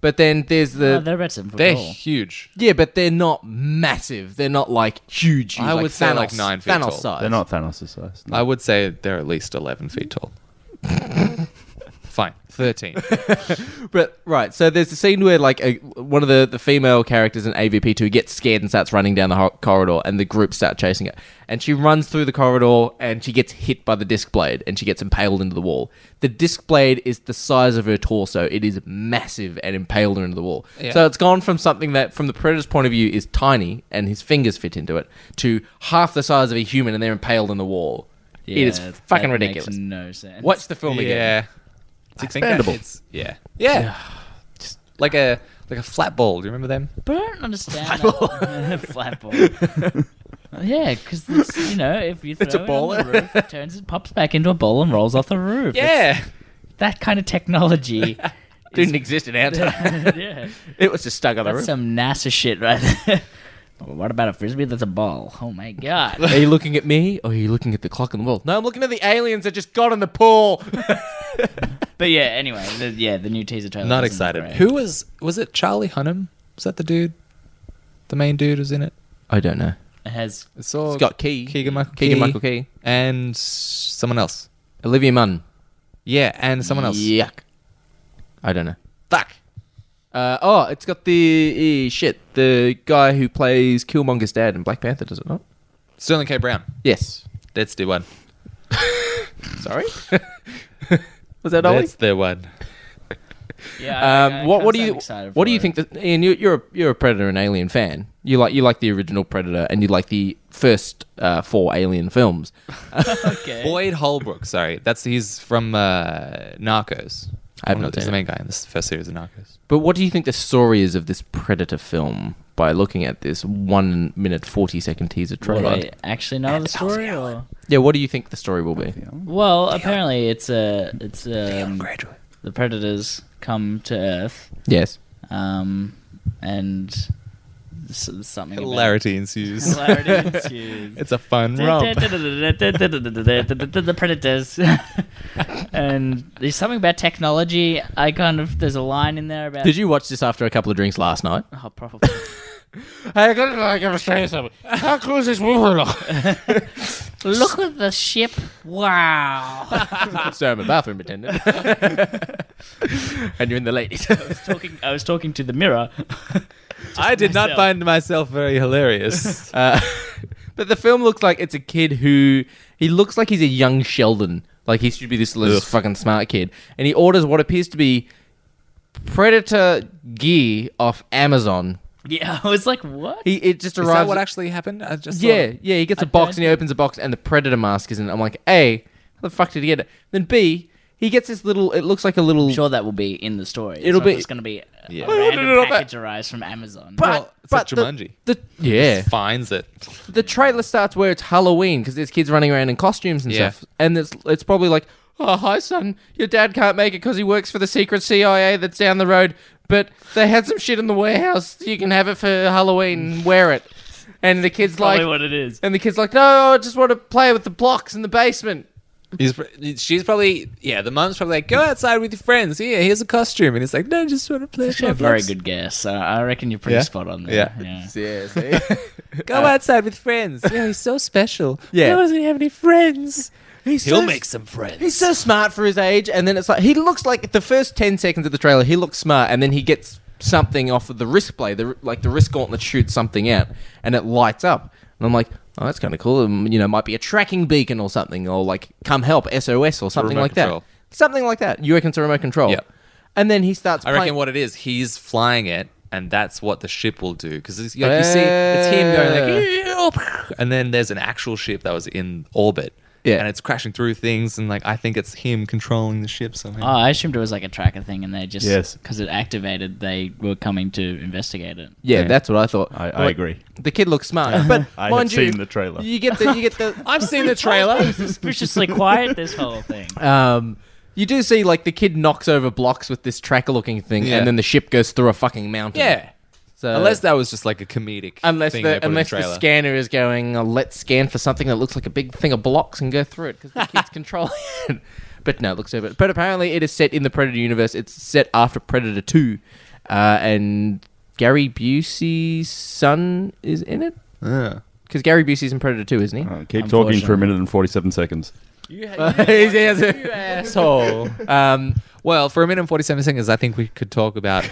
S3: But then there's the
S1: Oh, they're about to
S4: They're
S1: cool.
S4: huge.
S3: yeah, but they're not massive. They're not like huge. huge
S4: I
S3: like
S4: would
S3: Thanos,
S4: say like nine feet
S3: Thanos
S4: tall.
S3: size.
S5: They're not Thanos' size. No.
S4: I would say they're at least 11 feet tall. Fine. 13.
S3: But right, so there's a scene where like a, one of the, the female characters in AVP two gets scared and starts running down the ho- corridor, and the group start chasing her. And she runs through the corridor, and she gets hit by the disc blade, and she gets impaled into the wall. The disc blade is the size of her torso; it is massive and impaled her into the wall.
S4: Yeah.
S3: So it's gone from something that, from the predator's point of view, is tiny and his fingers fit into it, to half the size of a human, and they're impaled in the wall. it is
S1: Yeah,
S3: fucking
S1: that makes
S3: ridiculous.
S1: no sense.
S3: Watch the film again.
S4: yeah. It's
S5: expandable.
S4: Yeah. Yeah. Just like a like a flat ball. Do you remember them?
S1: But I don't understand that. Flatball. yeah, because you know, if you throw
S3: It's a
S1: it
S3: ball.
S1: on the roof, it turns, it pops back into a ball and rolls off the roof. It's- that kind of technology.
S3: Didn't exist in our time.
S1: yeah,
S3: it was just stuck on the
S1: that's
S3: roof.
S1: some NASA shit right there. Well, What about a frisbee that's a ball? Oh my god!
S3: Are you looking at me or are you looking at the clock in the wall? No, I'm looking at the aliens that just got in the pool.
S1: But yeah, anyway, the, yeah, the new teaser trailer.
S4: Not
S1: doesn't look
S4: excited.
S1: great.
S4: Who was was it Charlie Hunnam? Was that the dude? The main dude was in it.
S3: I don't know.
S1: It has?
S4: It's all
S3: Scott Key.
S4: Keegan Michael
S3: Keegan Michael Key.
S4: and someone else.
S3: Olivia Munn.
S4: Yeah, and someone else.
S3: Yuck. I don't know.
S4: Fuck.
S3: Uh, oh, it's got the eh, shit. The guy who plays Killmonger's dad in Black Panther, does it not?
S4: Sterling K. Brown.
S3: Yes.
S4: That's the one.
S3: Sorry. Was that Ollie?
S4: That's the one.
S1: Yeah. I- I- I
S3: Um, what
S1: can't
S3: what do
S1: say I'm
S3: you
S1: excited
S3: what
S1: for
S3: do you
S1: it.
S3: think that Ian you, you're a, you're a predator and alien fan you like you like the original predator and you like the first uh, four alien films
S1: Okay.
S4: Boyd Holbrook. Sorry, that's he's from uh, Narcos.
S3: I have
S4: One
S3: not
S4: of the- he's
S3: seen
S4: the
S3: it.
S4: main guy in this first series of Narcos.
S3: But what do you think the story is of this Predator film by looking at this one minute forty second teaser
S1: Will
S3: trailer?
S1: they actually know the story? Or?
S3: Yeah, what do you think the story will be?
S1: Well, apparently it's a it's um, the predators come to Earth,
S3: Yes.
S1: um, and s- something about-
S4: Hilarity ensues.
S1: hilarity ensues.
S4: it's a fun romp.
S1: the predators and there's something about technology i kind of there's a line in there about
S3: Did you watch this after a couple of drinks last night?
S1: oh probably
S3: I gotta like I'm saying something. How cool is this
S1: look at the ship wow
S3: so I'm a bathroom attendant. and you're in the ladies.
S1: talking i was talking to the mirror
S4: I did not
S1: myself.
S4: find myself very hilarious.
S3: Uh, but the film looks like it's a kid who he looks like he's a young Sheldon. Like he should be this, this fucking smart kid, and he orders what appears to be predator gear off Amazon.
S1: yeah i was like what
S3: He it just
S4: Is
S3: arrives.
S4: that what actually happened? I just
S3: yeah,
S4: thought-
S3: yeah. He gets a
S1: I
S3: box
S1: don't-
S3: and he opens the box, and the predator mask is in. it. I'm like, a, how the fuck did he get it? Then b, he gets this little. It looks like a little.
S1: I'm sure that will be in the story. It's
S3: It'll
S1: not
S3: be-
S1: just going to be a
S4: Yeah.
S1: random
S3: No, no, no, but-
S1: package arrives from Amazon.
S3: but
S4: Well, it's
S3: but
S4: like
S3: the-
S4: Jumanji.
S3: The, yeah,
S4: finds it.
S3: the trailer starts where it's Halloween because there's kids running around in costumes and
S4: Yeah.
S3: stuff, and it's it's probably like, oh hi son, your dad can't make it because he works for the secret CIA that's down the road, but they had some shit in the warehouse. You can have it for Halloween, and wear it. And the kid's
S1: Probably
S3: like,
S1: what it is.
S3: and the kid's like, no, I just want to play with the blocks in the basement.
S4: He's, pr- she's probably yeah. The mom's probably like, go outside with your friends. Yeah, here's a costume, and it's like, no, just want to play.
S1: Actually, a
S4: with my
S1: very
S4: blocks.
S1: good guess. Uh, I reckon you're pretty
S4: Yeah?
S1: spot on there.
S4: Yeah.
S3: Yeah,
S4: Go outside with friends. Uh, Yeah, he's so special.
S3: Yeah.
S4: he doesn't have any friends.
S3: he's
S4: He'll
S3: so-
S4: make some friends.
S3: He's so smart for his age, and then it's like he looks like the first ten seconds of the trailer, he looks smart, and then he gets something off of the wrist blade, the, like the wrist gauntlet shoots something out, and it lights up, and I'm like, oh, that's kind of cool. Um, you know, might be a tracking beacon or something, or like come help SOS or something
S4: remote
S3: like
S4: control.
S3: that, something like that. You reckon it's a remote control?
S4: Yeah.
S3: And then he starts.
S4: I reckon
S3: playing-
S4: what it is, he's flying it, and that's what the ship will do. Because like you see, it's him going like, "Ew," and then there's an actual ship that was in orbit,
S3: Yeah.
S4: and it's crashing through things, and like I think it's him controlling the ship somehow.
S1: Oh, I assumed it was like a tracker thing, and they just
S5: Yes.
S1: because it activated, they were coming to investigate it.
S3: Yeah,
S4: Yeah.
S3: that's what I thought.
S5: I, I
S3: Like,
S5: agree.
S3: The kid looks smart, but
S5: I
S3: mind
S5: have
S3: you,
S5: seen the trailer.
S3: you get the you get the.
S4: I've seen the trailer.
S1: Suspiciously quiet this whole thing.
S3: Um, you do see like the kid knocks over blocks with this tracker-looking thing,
S4: Yeah.
S3: and then the ship goes through a fucking mountain.
S4: yeah,
S3: so,
S4: unless that was just like a comedic.
S3: unless
S4: thing they put
S3: the
S4: in
S3: unless
S4: trailer.
S3: the scanner is going, uh, let's scan for something that looks like a big thing of blocks and go through it because the kid's controlling it. But no, it looks over. But apparently, it is set in the Predator universe. It's set after Predator Two, uh, and Gary Busey's son is in it
S4: Yeah.
S3: because Gary Busey's in Predator Two, isn't he?
S5: Uh, keep talking for a minute and 47 seconds.
S3: He's- he's a- asshole. Um,
S4: Well, for a minute and forty-seven seconds, I think we could talk about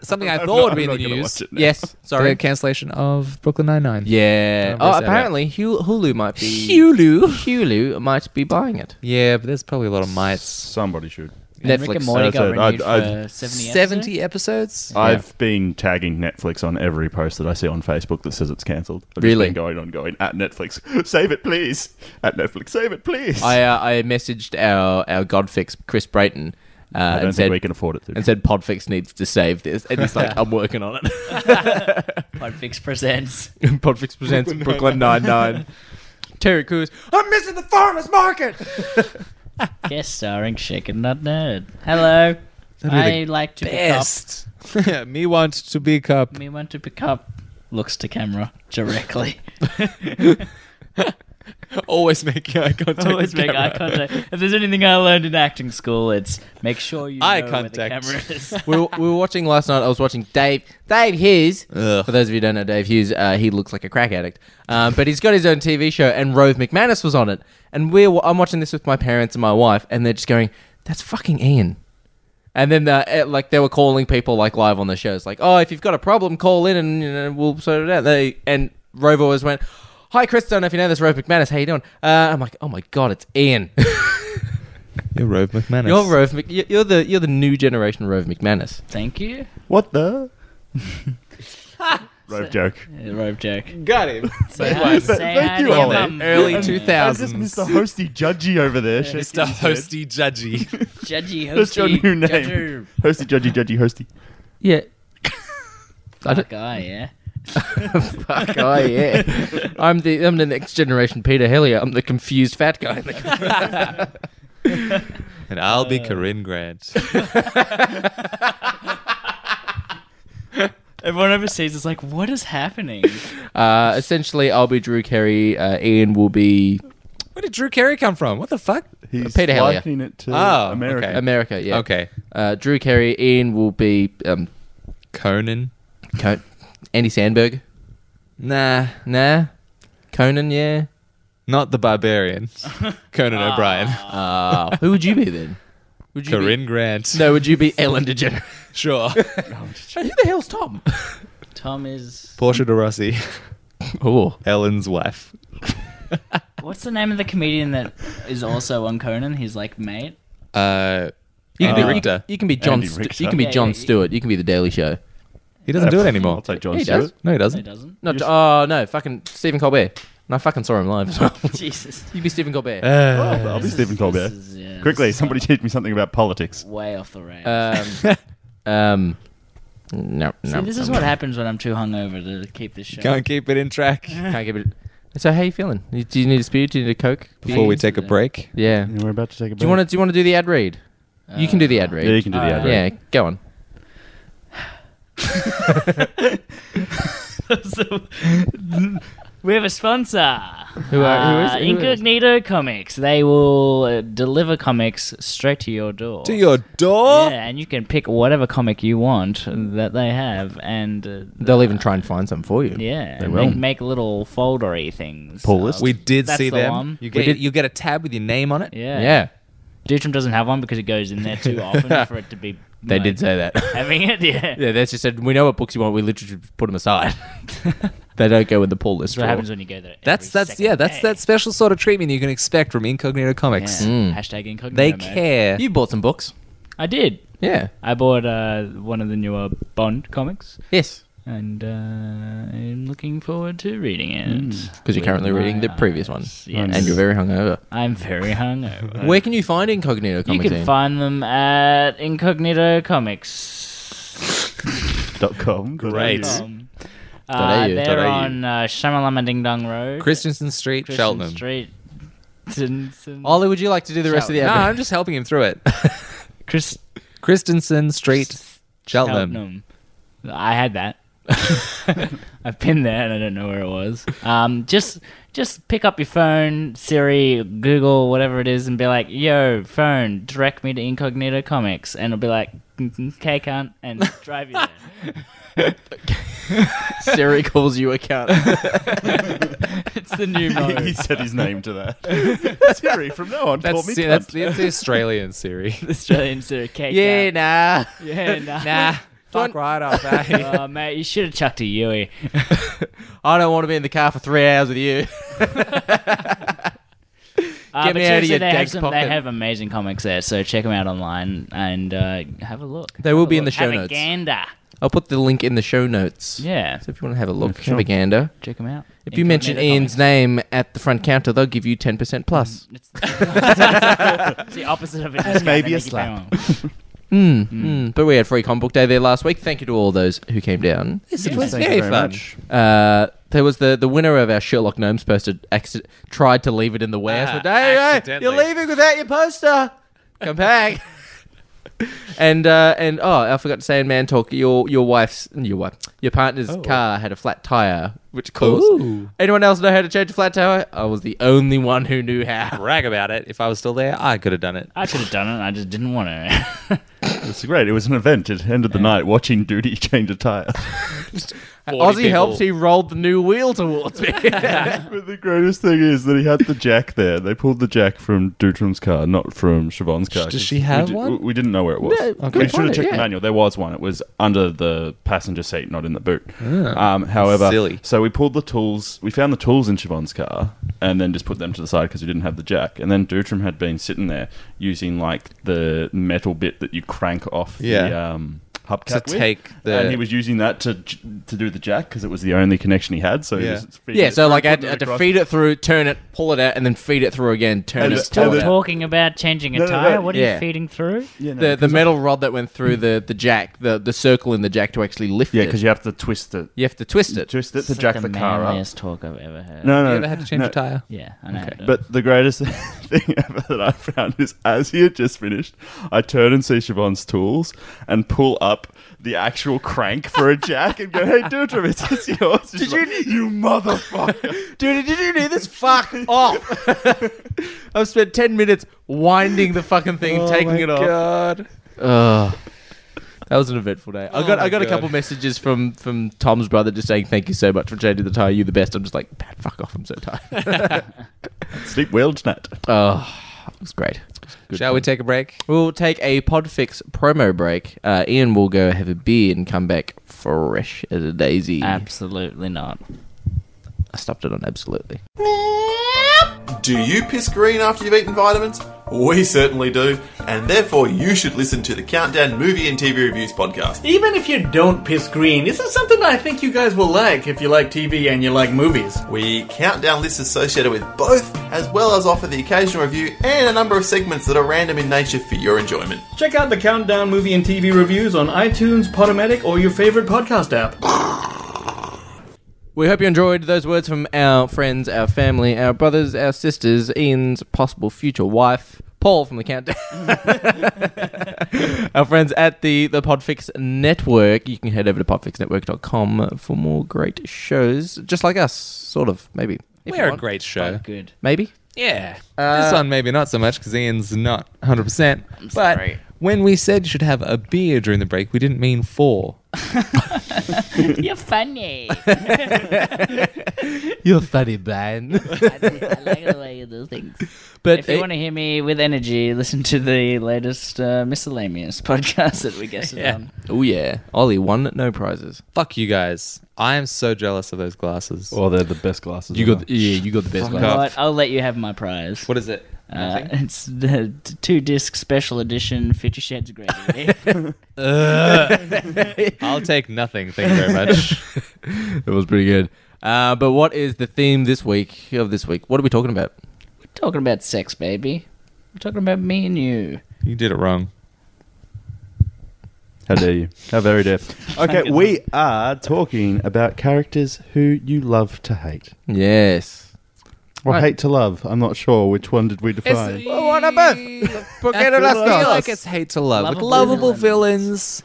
S4: something I thought would be in the
S5: not gonna
S4: news.
S5: watch it now.
S3: yes.
S4: Sorry,
S3: The-
S4: cancellation of Brooklyn Nine Nine.
S3: Yeah.
S4: Can't
S3: Oh,
S4: miss that
S3: apparently Hulu, Hulu might be Hulu. Hulu might be buying it.
S4: yeah, but there's probably a lot of mites.
S5: Somebody should.
S1: And
S3: Netflix.
S1: Rick and Morty got
S5: So I said,
S1: renewed
S5: I'd-
S1: for
S5: I'd-
S1: 70 episodes?
S4: Seventy episodes.
S5: I've been tagging Netflix on every post that I see on Facebook that says it's cancelled. I've just
S3: Really?
S5: been going on, going at Netflix, save it, please. At Netflix, save it, please.
S3: I uh, I messaged our our Godfix Chris Brayton uh,
S5: I don't
S3: and
S5: think
S3: said
S5: we can afford it. To.
S3: and said Podfix needs to save this, and he's like, I'm working on it.
S1: Podfix presents.
S3: Podfix presents Brooklyn Nine Nine. Terry Crews, I'm missing the farmers market.
S1: Guest starring Chicken Nut Nerd. Hello. I like to
S4: best. Me want to be cup.
S1: pick up. Me want to pick up. Looks to camera directly.
S4: Always make eye contact.
S1: Always
S4: with
S1: make eye
S4: Oh, camera.
S1: contact. If there's anything I learned in acting school, it's make sure you
S4: Eye
S1: know
S4: contact.
S1: where the camera is.
S3: we, were, we were watching last night. I was watching Dave Dave Hughes. For those of you who don't know Dave Hughes, uh, he looks like a crack addict, um, but he's got his own TV show, and Rove McManus was on it. And we're I'm watching this with my parents and my wife, and they're just going, "That's fucking Ian." And then uh, eh, like they were calling people like live on the shows, like, "Oh, if you've got a problem, call in, and you know, we'll sort it out." They and Rove always went. Hi, Chris. Don't know if you know this. Rove McManus. How you doing? Uh, I'm like, oh my god, it's Ian.
S4: You're Rove McManus.
S3: you're Rove. Mc- you- you're the you're the new generation Rove McManus.
S1: Thank you.
S5: what the? Rope joke.
S1: Uh, Rope joke.
S4: Got him.
S1: Say hi,
S5: But
S1: say
S5: thank
S1: hi
S5: you,
S1: to your
S5: Ollie.
S1: mum.
S4: Early
S1: Yeah.
S4: two
S5: I just
S4: thousands.
S5: Mr. Hosty Judgy over there.
S4: Mr. Hosty Judgy.
S1: Judgy hosty.
S5: That's your new name.
S1: judger.
S5: Hosty Judgy Judgy Hosty.
S3: Yeah. I
S1: That
S3: don't-
S1: guy, oh, yeah.
S3: Fuck, oh yeah. I'm the I'm the next generation Peter Hellier. I'm the confused fat guy.
S4: and I'll be
S3: Uh.
S4: Corinne Grant.
S1: Everyone overseas is like, what is happening?
S3: Uh, essentially, I'll be Drew Carey. Uh, Ian will be
S4: Where did Drew Carey come from? What the fuck?
S5: He's
S3: Peter Hellier.
S5: likening it to
S4: Oh,
S5: America.
S4: okay.
S3: America. Yeah.
S4: Okay.
S3: Uh, Drew Carey. Ian will be um,
S4: Conan.
S3: Co- Andy Sandberg.
S4: Nah.
S3: Nah. Conan. Yeah.
S4: Not the barbarian. Conan O'Brien.
S3: Uh, who would you be then? Ah. Would you be-
S4: Corinne Grant.
S3: no, would you be Ellen DeGeneres?
S4: Sure.
S3: Who the hell's Tom?
S1: Tom is.
S4: Portia de Rossi.
S3: Oh,
S4: Ellen's wife.
S1: What's the name of the comedian that is also on Conan? He's like mate.
S4: Uh,
S3: you can,
S4: Andy
S3: be,
S4: Richter.
S3: You, you can be John.
S5: Andy
S3: St-
S5: Richter.
S3: you can be
S1: Yeah,
S3: John
S1: yeah, you-
S3: Stewart. You can be The Daily Show.
S4: He doesn't do it
S5: I'll
S4: anymore.
S5: take John
S3: He
S5: Stewart.
S3: does.
S4: No, he doesn't.
S1: He doesn't.
S3: Not oh no, fucking Stephen Colbert. And I fucking saw him live as well.
S1: Jesus.
S3: You'd be Stephen Colbert.
S5: I'll, I'll be Stephen Colbert.
S1: This is, yeah,
S5: Quickly,
S1: this is
S5: somebody teach me something about politics.
S1: Way off the rails.
S3: Um, um, no,
S1: See,
S3: no.
S1: this is
S3: no.
S1: what happens when I'm too hungover to keep this show.
S4: Can't keep it in track.
S3: Can't give it. So how you feeling? You- Do you need a speed? Do you need a coke?
S4: Before we take a break,
S3: Yeah. Do
S5: we're about to take a break.
S3: you want to? Do you want to do the ad read? you can do the ad read.
S5: Yeah, you
S4: Uh,
S5: can do the
S1: Uh,
S5: ad read.
S3: Yeah, go on.
S1: we have a sponsor.
S3: Who are- who is-
S1: Uh,
S3: who is-
S1: Incognito Comics. They will uh, deliver comics straight to your door.
S4: to your door.
S1: yeah, and you can pick whatever comic you want that they have, and uh,
S3: They'll even try and find some for you.
S1: yeah,
S5: They
S1: they
S5: will.
S1: make, make little foldery things.
S5: Pull list?
S4: We did
S1: That's
S4: see
S1: the
S4: them.
S1: one.
S4: You
S1: We
S4: get you get a tab with your name on it.
S1: Yeah,
S3: Yeah.
S1: Dutram doesn't have one because it goes in there too often for it to be.
S3: They
S1: like,
S3: did say that.
S1: having it. Yeah,
S3: yeah, they just said, we know what books you want. We literally just put them aside. they don't go in the pull list.
S1: that's what
S3: drawer.
S1: happens when you go there.
S4: That's
S1: every
S4: that's
S1: second
S4: yeah, that's
S1: day.
S4: that special sort of treatment you can expect from Incognito
S1: Yeah.
S4: Comics.
S1: Hashtag incognito.
S4: They
S1: mate.
S4: care.
S3: You bought some books.
S1: I did.
S3: Yeah.
S1: I bought uh, one of the newer Bond comics,
S3: Yes.
S1: and uh, I'm looking forward to reading it.
S3: Because you're
S1: with
S3: currently
S1: my
S3: reading the previous one.
S1: eyes. Yes.
S3: And you're very hungover.
S1: I'm very hungover.
S3: Where can you find Incognito
S1: you
S3: Comics?
S1: can
S3: Ian?
S1: find them at Incognito Comics.
S5: Dot com.
S4: Great.
S1: Um,
S3: Dot
S1: uh,
S3: AU.
S1: they're
S4: Dot AU.
S1: on uh, Shamalama Ding Dong Road,
S4: Christensen Street,
S1: Christian
S4: Cheltenham.
S1: Street, Tinson,
S3: Ollie, would you like to do the rest of the
S4: No,
S3: episode?
S4: I'm just helping him through it.
S1: Chris,
S4: Christensen Street, Cheltenham.
S1: Cheltenham. I had that. I've been there and I don't know where it was. Um, just just pick up your phone, Siri, Google, whatever it is, and be like, "Yo, phone, direct me to Incognito Comics," and it'll be like, "Okay, cunt," and drive you there.
S3: Siri calls you a cunt.
S1: it's the new
S5: he
S1: mode.
S5: said his name to that. Siri, from now on, call
S4: That's,
S5: me
S4: the, that's, the, that's the Australian Siri.
S1: Australian Siri, K
S3: yeah,
S1: cunt.
S3: nah.
S1: yeah, nah.
S4: Fuck right off, eh?
S1: Oh, mate, you should have chucked a Yui.
S3: I don't want to be in the car for three hours with you.
S1: Uh,
S3: Get
S1: but
S3: me out of
S1: seriously,
S3: your
S1: they have
S3: dad's
S1: some, They
S3: pocket.
S1: have amazing comics there, so check them out online and uh, have a look.
S3: They will
S1: Have a
S3: be in the
S1: look.
S3: show
S1: have
S3: notes.
S1: A gander.
S3: I'll put the link in the show notes.
S1: Yeah,
S3: So if you want to have a look,
S5: sure.
S3: have a gander.
S1: check them out.
S3: If you mention Ian's name at the front counter, they'll give you 10% plus.
S1: It's, it's the opposite of a discount.
S5: Maybe
S1: They
S5: a
S1: make you pay
S5: slap.
S1: more.
S3: Mm. Mm. But we had free comic book day there last week. Thank you to all those who came down.
S4: It was very fun.
S3: Uh, there was the, the winner of our Sherlock Gnomes poster acci- tried to leave it in the warehouse.
S4: Ah,
S3: but, "Hey, hey,
S4: accidentally.
S3: you're leaving without your poster. Come back. and uh, and oh, I forgot to say in man talk, your your wife's your wife, your partner's car had a flat tire, which caused
S4: Oh. Ooh.
S3: anyone else know how to change a flat tire? I was the only one who knew how.
S4: Brag about it. If I was still there, I could have done it.
S1: I could have done it. I just didn't want to.
S5: It's great. It was an event at the end of the night watching Duty change a tire
S3: Ozzy
S4: 40 people.
S3: helped. He rolled the new wheel towards me.
S5: but the greatest thing is that he had the jack there. They pulled the jack from Dutram's car, not from Siobhan's car.
S4: Does she have
S5: we
S4: one?
S5: we didn't know where it was.
S3: Yeah,
S5: We
S3: good
S5: should have
S3: point,
S5: checked
S3: yeah.
S5: the manual. There was one. It was under the passenger seat, not in the boot. Um, however,
S4: Ah, Silly.
S5: so we pulled the tools. We found the tools in Siobhan's car and then just put them to the side because we didn't have the jack. And then Dutram had been sitting there using like the metal bit that you crank off the
S4: Yeah.
S5: um, hubcap
S4: To
S5: with.
S4: take the-
S5: and he was using that to j- to do the jack because it was the only connection he had. So he
S4: Yeah.
S5: was feeding
S3: yeah,
S5: it
S3: so
S5: through,
S3: like I had, I
S5: putting it
S3: had to
S5: across.
S3: feed it through, turn it, pull it out, and then feed it through again, turn
S5: And
S3: it,
S5: the-
S3: pull
S5: and
S3: it
S5: the-
S3: out.
S1: Talking about changing a
S5: No, no, no.
S1: tire, what are
S3: Yeah.
S1: you feeding through?
S5: Yeah, no,
S3: the the metal rod that went through the, the jack, the, the circle in the jack to actually lift
S5: Yeah,
S3: it.
S5: because you have to twist it.
S3: You have to twist it.
S5: Twist it to
S1: It's
S5: jack
S1: like
S5: the, car up.
S1: manliest talk I've ever heard.
S5: No, no.
S4: You ever had to change
S5: no.
S4: a tire?
S1: Yeah, I know.
S5: But the greatest thing ever that I found is as he had just finished, I turn and see Siobhan's tools and pull up the actual crank for a jack and go, hey, Dutram, it's it's yours. Did you, you motherfucker.
S3: Dude, did you do this? Fuck off! I've spent ten minutes winding the fucking thing,
S5: Oh
S3: and taking it off.
S4: God.
S3: Ugh. That was an eventful day. I got
S4: Oh my
S3: I got a
S4: God.
S3: couple messages from from Tom's brother just saying thank you so much for changing the tire. You the best. I'm just like Pat, fuck off. I'm so tired.
S5: Sleep well tonight.
S3: oh, it was great.
S4: Shall we take a break?
S3: We'll take a Podfix promo break. Uh, Ian will go have a beer and come back fresh as a daisy.
S1: Absolutely not.
S3: I stopped it on absolutely.
S7: Do you piss green after you've eaten vitamins? We certainly do, and therefore you should listen to the Countdown Movie and TV Reviews podcast.
S9: Even if you don't piss green, this is something I think you guys will like if you like TV and you like movies.
S7: We count down lists associated with both, as well as offer the occasional review and a number of segments that are random in nature for your enjoyment.
S9: Check out the Countdown movie and TV reviews on iTunes, Podomatic, or your favorite podcast app.
S3: We hope you enjoyed those words from our friends, our family, our brothers, our sisters, Ian's possible future wife, Paul from the Countdown. our friends at the, the Podfix Network. You can head over to podfixnetwork.com for more great shows, just like us, sort of, maybe. if you
S4: We're a
S3: want.
S4: great show.
S1: Good.
S3: Maybe.
S4: Yeah. this one maybe not so much because Ian's not 100%. but
S1: sorry.
S4: when we said you should have a beer during the break, we didn't mean four.
S1: You're funny.
S3: You're funny, man.
S1: I like the way you do things.
S3: but
S1: If you want to hear me with energy, listen to the latest uh, miscellaneous podcast that we guested
S4: Yeah.
S1: on.
S3: oh yeah, Ollie won no prizes.
S4: Fuck you guys. I am so jealous of those glasses.
S5: Well, they're the best glasses.
S3: You
S5: ever.
S3: got the, yeah, you got the best
S1: You know
S3: one.
S4: off.
S1: what? I'll let you have my prize.
S4: what is it?
S1: Uh, it's the t- two disc special edition Fifty Shades of Grey. DVD.
S4: I'll take nothing. Thank you very much.
S3: It was pretty good. Uh, but what is the theme this week of this week? What are we talking about?
S1: We're talking about sex, baby. We're talking about me and you.
S4: you did it wrong.
S5: How dare you? How very dare. Okay, we are talking about characters who you love to hate.
S3: Yes.
S5: Or
S3: Right.
S5: hate to love. I'm not sure which one did we define.
S3: One of
S4: I feel like it's hate to love.
S1: Lovable
S4: like lovable
S1: villains.
S4: villains,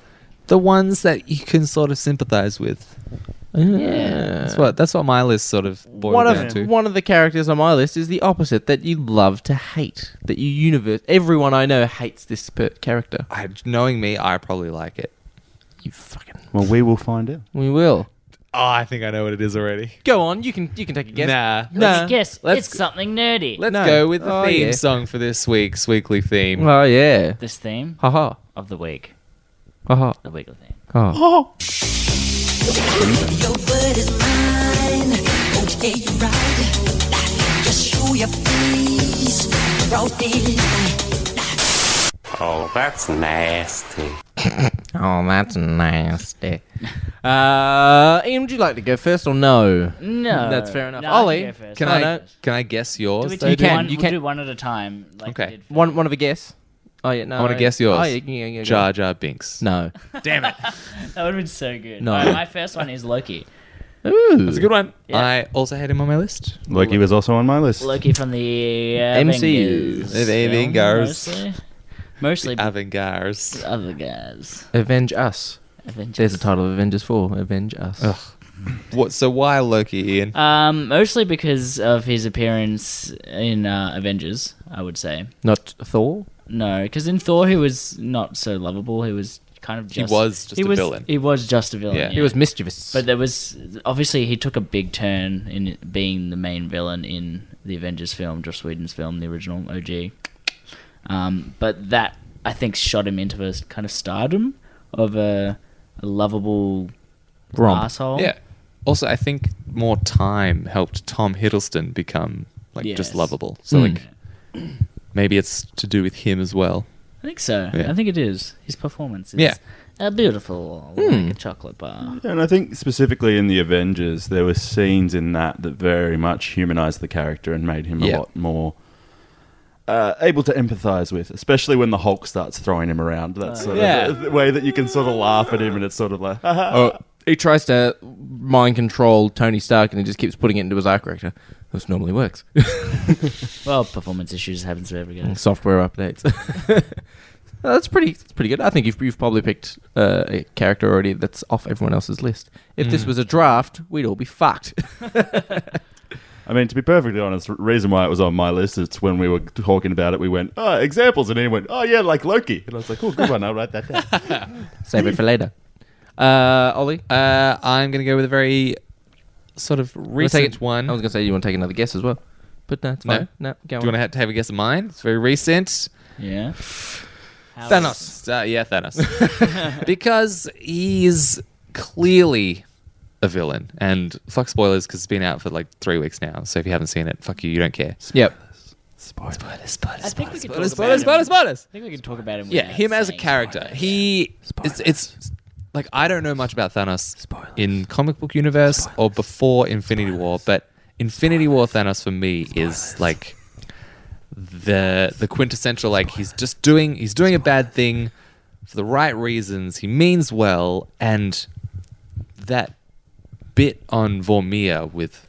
S4: the ones that you can sort of sympathize with. That's what that's what my list sort of boiled
S3: one
S4: down
S3: of
S4: to.
S3: one of the characters on my list is the opposite that you love to hate. That you universe everyone I know hates this per- character.
S4: I, knowing me, I probably like it.
S3: You fucking.
S5: well, we will find out.
S3: We will
S4: Oh, I think I know what it is already.
S3: go on. You can you can take a guess.
S4: Nah.
S3: Nah.
S1: Yes,
S4: Let's
S1: it's something nerdy.
S4: Let's
S3: No.
S4: go with the
S3: Oh,
S4: theme
S3: yeah.
S4: song for this week's weekly theme.
S3: Oh yeah.
S1: this theme
S3: Ha ha.
S1: of the week,
S3: Ha ha.
S1: the weekly theme.
S3: ha.
S10: Your word is mine. Oh, yeah, you're right. Just show your face. Broad daylight.
S3: Oh, that's nasty. uh, Ian, would you like to go first or no?
S1: No,
S3: That's fair enough.
S1: No, I
S3: Ollie,
S1: go first.
S4: Can
S3: No,
S4: I
S3: no.
S4: can I guess yours?
S1: Do we
S4: though,
S1: take
S4: dude?
S3: can,
S1: one,
S3: you
S1: we'll
S3: can.
S1: do one at a time. Like
S4: Okay.
S1: We did for
S3: One one of a guess. Oh yeah. No.
S4: I want to guess yours.
S3: Oh yeah. yeah, yeah, yeah.
S4: Jar Jar Binks.
S3: No.
S4: Damn it.
S1: That would have been so good.
S3: No.
S1: Alright, my first one is Loki.
S3: Ooh.
S4: It's a good one.
S1: Yeah.
S4: I also had him on my list.
S5: Loki was also on my list.
S1: Loki from the uh,
S3: MCU.
S1: Avengers.
S4: The
S1: film,
S4: Avengars.
S1: Mostly, mostly
S4: Uh,
S1: but
S4: Avengars.
S1: other guys.
S3: Avenge us.
S1: Avengers.
S3: There's the title of Avengers Four. Avenge us.
S4: What? So why Loki, Ian?
S1: Um, mostly because of his appearance in uh, Avengers, I would say.
S3: Not Thor.
S1: No, because in Thor he was not so lovable. He was kind of just
S4: was just
S1: he
S4: a villain.
S1: He was just a villain.
S4: Yeah.
S1: Yeah.
S4: He
S3: He was mischievous.
S1: But there was obviously he took a big turn in being the main villain in the Avengers film, Joss Whedon's film, the original OG. Um, but that I think shot him into a s- kind of stardom of a, a lovable
S3: Romp.
S1: asshole.
S4: Yeah. Also, I think more time helped Tom Hiddleston become like
S1: Yes.
S4: just lovable. So
S3: Mm.
S4: like maybe it's to do with him as well.
S1: Mm. I think so.
S4: Yeah.
S1: I think it is his performance. Is
S4: Yeah.
S1: uh, beautiful
S4: Hmm.
S1: like a chocolate bar.
S5: Yeah, and I think specifically in the Avengers, there were scenes in that that very much humanized the character and made him
S4: Yeah.
S5: a lot more uh, able to empathize with, especially when the Hulk starts throwing him around. That's sort
S4: Yeah.
S5: of the, the way that you can sort of laugh at him, and it's sort of like, haha.
S3: Oh, he tries to mind control Tony Stark, and he just keeps putting it into his eye corrector. This normally works.
S1: Well, performance issues happens to every
S4: Mm.
S1: guy.
S3: Mm, Software updates. No, that's pretty. That's pretty good. I think you've, you've probably picked uh, a character already that's off everyone else's list. If
S4: Mm.
S3: this was a draft, we'd all be fucked.
S5: I mean, to be perfectly honest, the reason why it was on my list is when we were talking about it, we went, oh, examples, and he went, oh, yeah, like Loki. And I was like, oh, good one, I'll write that down.
S3: Save it for later. Uh, Ollie,
S4: Uh, I'm gonna go with a very sort of
S3: wanna
S4: recent
S3: take it-
S4: one.
S3: I was gonna say you want to take another guess as well, but no, it's
S4: No.
S3: fine. No, go
S4: do you
S3: on.
S4: want to have, have a guess at mine? It's very recent.
S1: Yeah. How
S3: Thanos.
S4: Uh, yeah, Thanos. because he's clearly a villain. And fuck spoilers because it's been out for like three weeks now. So if you haven't seen it, fuck you, you don't care.
S3: Yep.
S4: Spoilers, spoilers,
S1: I think we could
S4: spoilers,
S1: talk about
S4: spoilers,
S1: him.
S4: spoilers, spoilers.
S1: I think we can talk about him.
S4: Yeah,
S1: without
S4: him as a
S1: saying
S4: character.
S1: spoilers.
S4: He it's, it's like I don't know much about Thanos in comic book universe or before Infinity War, but Infinity War Thanos for me is like the the quintessential like he's just doing he's doing a bad thing for the right reasons. He means well and that bit on Vormir with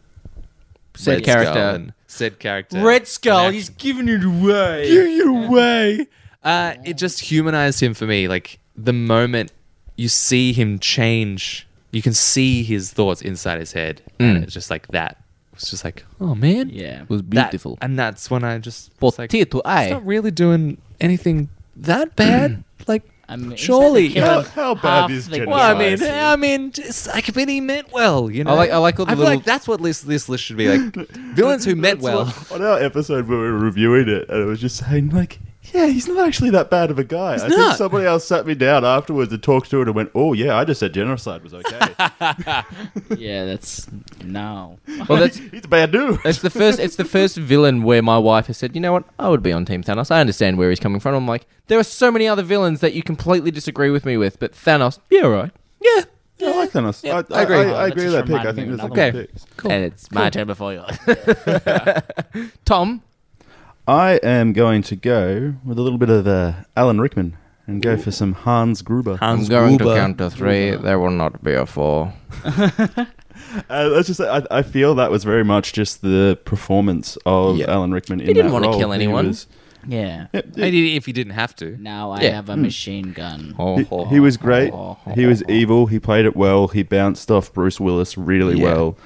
S3: Said
S4: Skull
S3: character.
S4: and said character
S3: Red Skull,
S4: and
S3: he's giving it away.
S4: Give it away. Uh, it just humanized him for me. Like the moment you see him change, you can see his thoughts inside his head.
S3: Mm.
S4: And it's just like that. It's just like, oh man,
S1: Yeah.
S3: was
S4: That-
S3: beautiful.
S4: and that's when I just was like,
S3: Potato
S4: it's
S3: eye.
S4: not really doing anything that
S3: Mm.
S4: bad. like,
S1: I mean, he's had to
S4: surely.
S1: kill
S5: How-
S1: off
S5: how bad
S1: half
S5: is
S1: the
S5: Gen
S4: Well, I mean,
S5: Guys.
S4: I mean, just, like, but he meant well, you know.
S3: like- I like all the
S4: I feel
S3: little-
S4: like that's what this this list should be like. Villains who meant well.
S5: on our episode where we were reviewing it, and it was just saying like, yeah, he's not actually that bad of a guy. I think
S4: not.
S5: somebody else sat me down afterwards and talked to it and went, oh yeah, I just said genocide was okay.
S1: Yeah, that's no.
S3: Well, that's
S5: he's a bad dude.
S3: It's the first. It's the first villain where my wife has said, "You know what? I would be on Team Thanos. I understand where he's coming from." I'm like, there are so many other villains that you completely disagree with me with, but Thanos, yeah, all right, yeah,
S5: Yeah, I like Thanos.
S3: Yeah,
S5: I, I,
S3: I agree.
S5: I,
S1: Oh,
S5: I
S1: that
S5: agree with
S1: just
S5: that pick. I
S1: reminded
S5: think
S1: me of
S5: there's a
S1: another
S5: good
S3: one.
S5: pick.
S3: cool. And it's my turn before yours. Tom,
S5: I am going to go with a little bit of uh, Alan Rickman and go for some Hans Gruber.
S3: I'm going to count to three. There will not be a four.
S5: Uh, let's just say I, I feel that was very much just the performance of
S3: Yeah.
S5: Alan Rickman in
S3: He didn't
S5: that
S3: wanna
S5: role.
S3: kill
S5: He
S3: anyone.
S5: was-
S1: Yeah.
S4: Maybe if he didn't have to.
S1: Now I
S3: Yeah.
S1: have
S4: Hmm.
S1: a machine gun.
S3: Oh,
S5: He, he was great. He was evil. He played it well. He bounced off Bruce Willis really
S3: Yeah.
S5: well.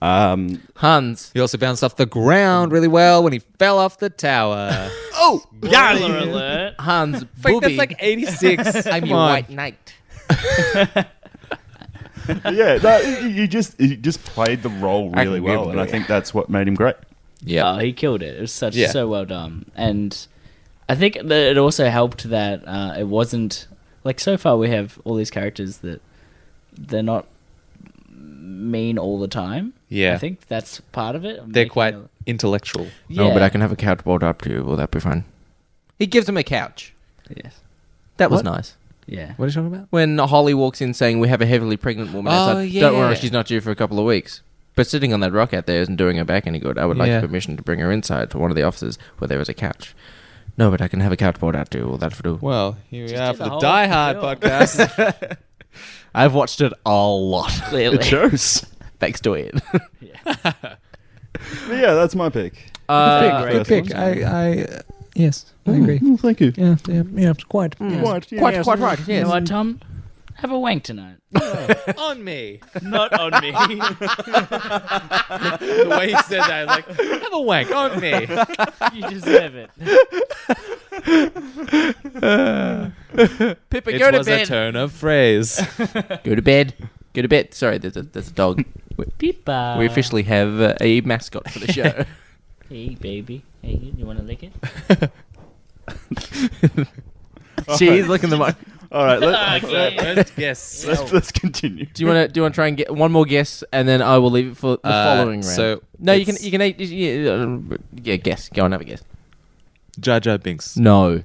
S5: Um,
S3: Hans.
S4: He also bounced off the ground really well when he fell off the tower.
S1: Spoiler alert.
S3: Hans.
S4: like,
S3: Booby.
S4: that's like 86.
S3: I'm
S4: Come
S3: your
S4: on.
S3: white knight.
S5: yeah, no, he he just he just played the role
S3: I can
S5: really
S3: give
S5: well,
S3: it
S5: and I
S3: away.
S5: think that's what made him great.
S3: Yeah.
S1: Oh, he killed it. It was such
S4: Yeah.
S1: so well done, and I think that it also helped that uh, it wasn't like so far we have all these characters that they're not mean all the time.
S4: Yeah.
S1: I think that's part of it. I'm
S4: They're
S1: making
S4: quite
S1: a-
S4: intellectual.
S3: No, but
S1: Yeah.
S3: I can have a couch brought up to you. Will that be fun? He gives him a couch.
S1: yes,
S3: That was nice.
S1: yeah.
S4: What are you talking about?
S3: when Holly walks in saying we have a heavily pregnant woman
S4: Oh,
S3: outside. Don't
S4: yeah.
S3: worry, she's not due for a couple of weeks. But sitting on that rock out there isn't doing her back any good. I would like
S4: Yeah.
S3: permission to bring her inside to one of the offices where there is a couch. No, but I can have a couch brought out to you. Will that do?
S4: Well, here we are
S1: did
S4: for
S1: the
S4: the
S1: whole
S4: Die Hard
S1: film.
S4: podcast.
S3: I've watched it a lot.
S1: Clearly.
S5: Shows.
S3: Thanks to it.
S5: yeah, that's my pick.
S3: Uh,
S5: Good pick. Good
S4: I, I, uh, yes, I agree.
S5: Mm, thank you.
S4: Yeah, yeah, yeah, it's quite.
S5: Quite, yeah,
S3: quite,
S5: yeah.
S3: quite right.
S1: You know
S3: Yes.
S1: what, Tom? Have a wank tonight.
S4: On me.
S1: Not on me.
S4: The way he said that, like, have a wank on me.
S1: you deserve it.
S3: Pippa,
S4: It
S3: go to
S4: was a
S3: bed.
S4: turn of phrase.
S3: Go to bed. Go to bed. Sorry, there's a there's a dog.
S1: Pippa.
S3: we officially have uh, a mascot for the show.
S1: Hey, baby. Hey, you, you want to lick it?
S3: She's looking the mic.
S5: All right, let,
S4: yes.
S5: let's, let's continue.
S3: Do you want to do you want to try and get one more guess, and then I will leave it for the
S4: Uh,
S3: following round.
S4: so
S3: no, you can
S4: it's-
S3: you can eat, yeah, uh, yeah guess. Go on, have a guess.
S4: Jar Jar Binks.
S3: No,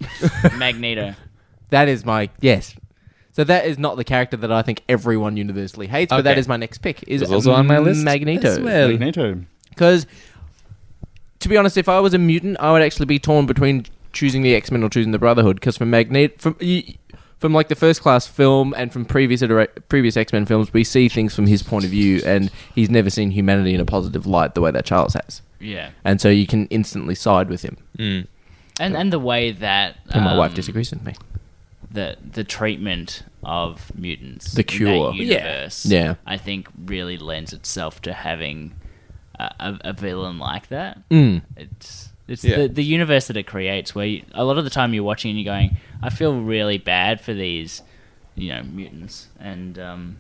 S1: Magneto.
S3: that is my yes. So that is not the character that I think everyone universally hates, but that
S4: Okay.
S3: is my next pick. Is
S4: It's also on my list. as
S3: Magneto.
S4: well.
S5: Magneto.
S3: Because to be honest, if I was a mutant, I would actually be torn between choosing the X Men or choosing the Brotherhood. Because from Magneto, from y- from like the first class film and from previous itera- previous X Men films, we see things from his point of view, and he's never seen humanity in a positive light the way that Charles has.
S1: Yeah.
S3: And so you can instantly side with him.
S1: And and the way that
S3: And my wife
S1: um,
S3: disagrees with me.
S1: the the treatment of mutants,
S3: The
S1: in
S3: cure.
S1: that
S3: Yeah.
S1: universe,
S3: Yeah.
S1: I think really lends itself to having a, a, a villain like that.
S3: Mm.
S1: It's it's
S4: Yeah.
S1: the, the universe that it creates, where you, a lot of the time you're watching and you're going, I feel really bad for these, you know, mutants, and um,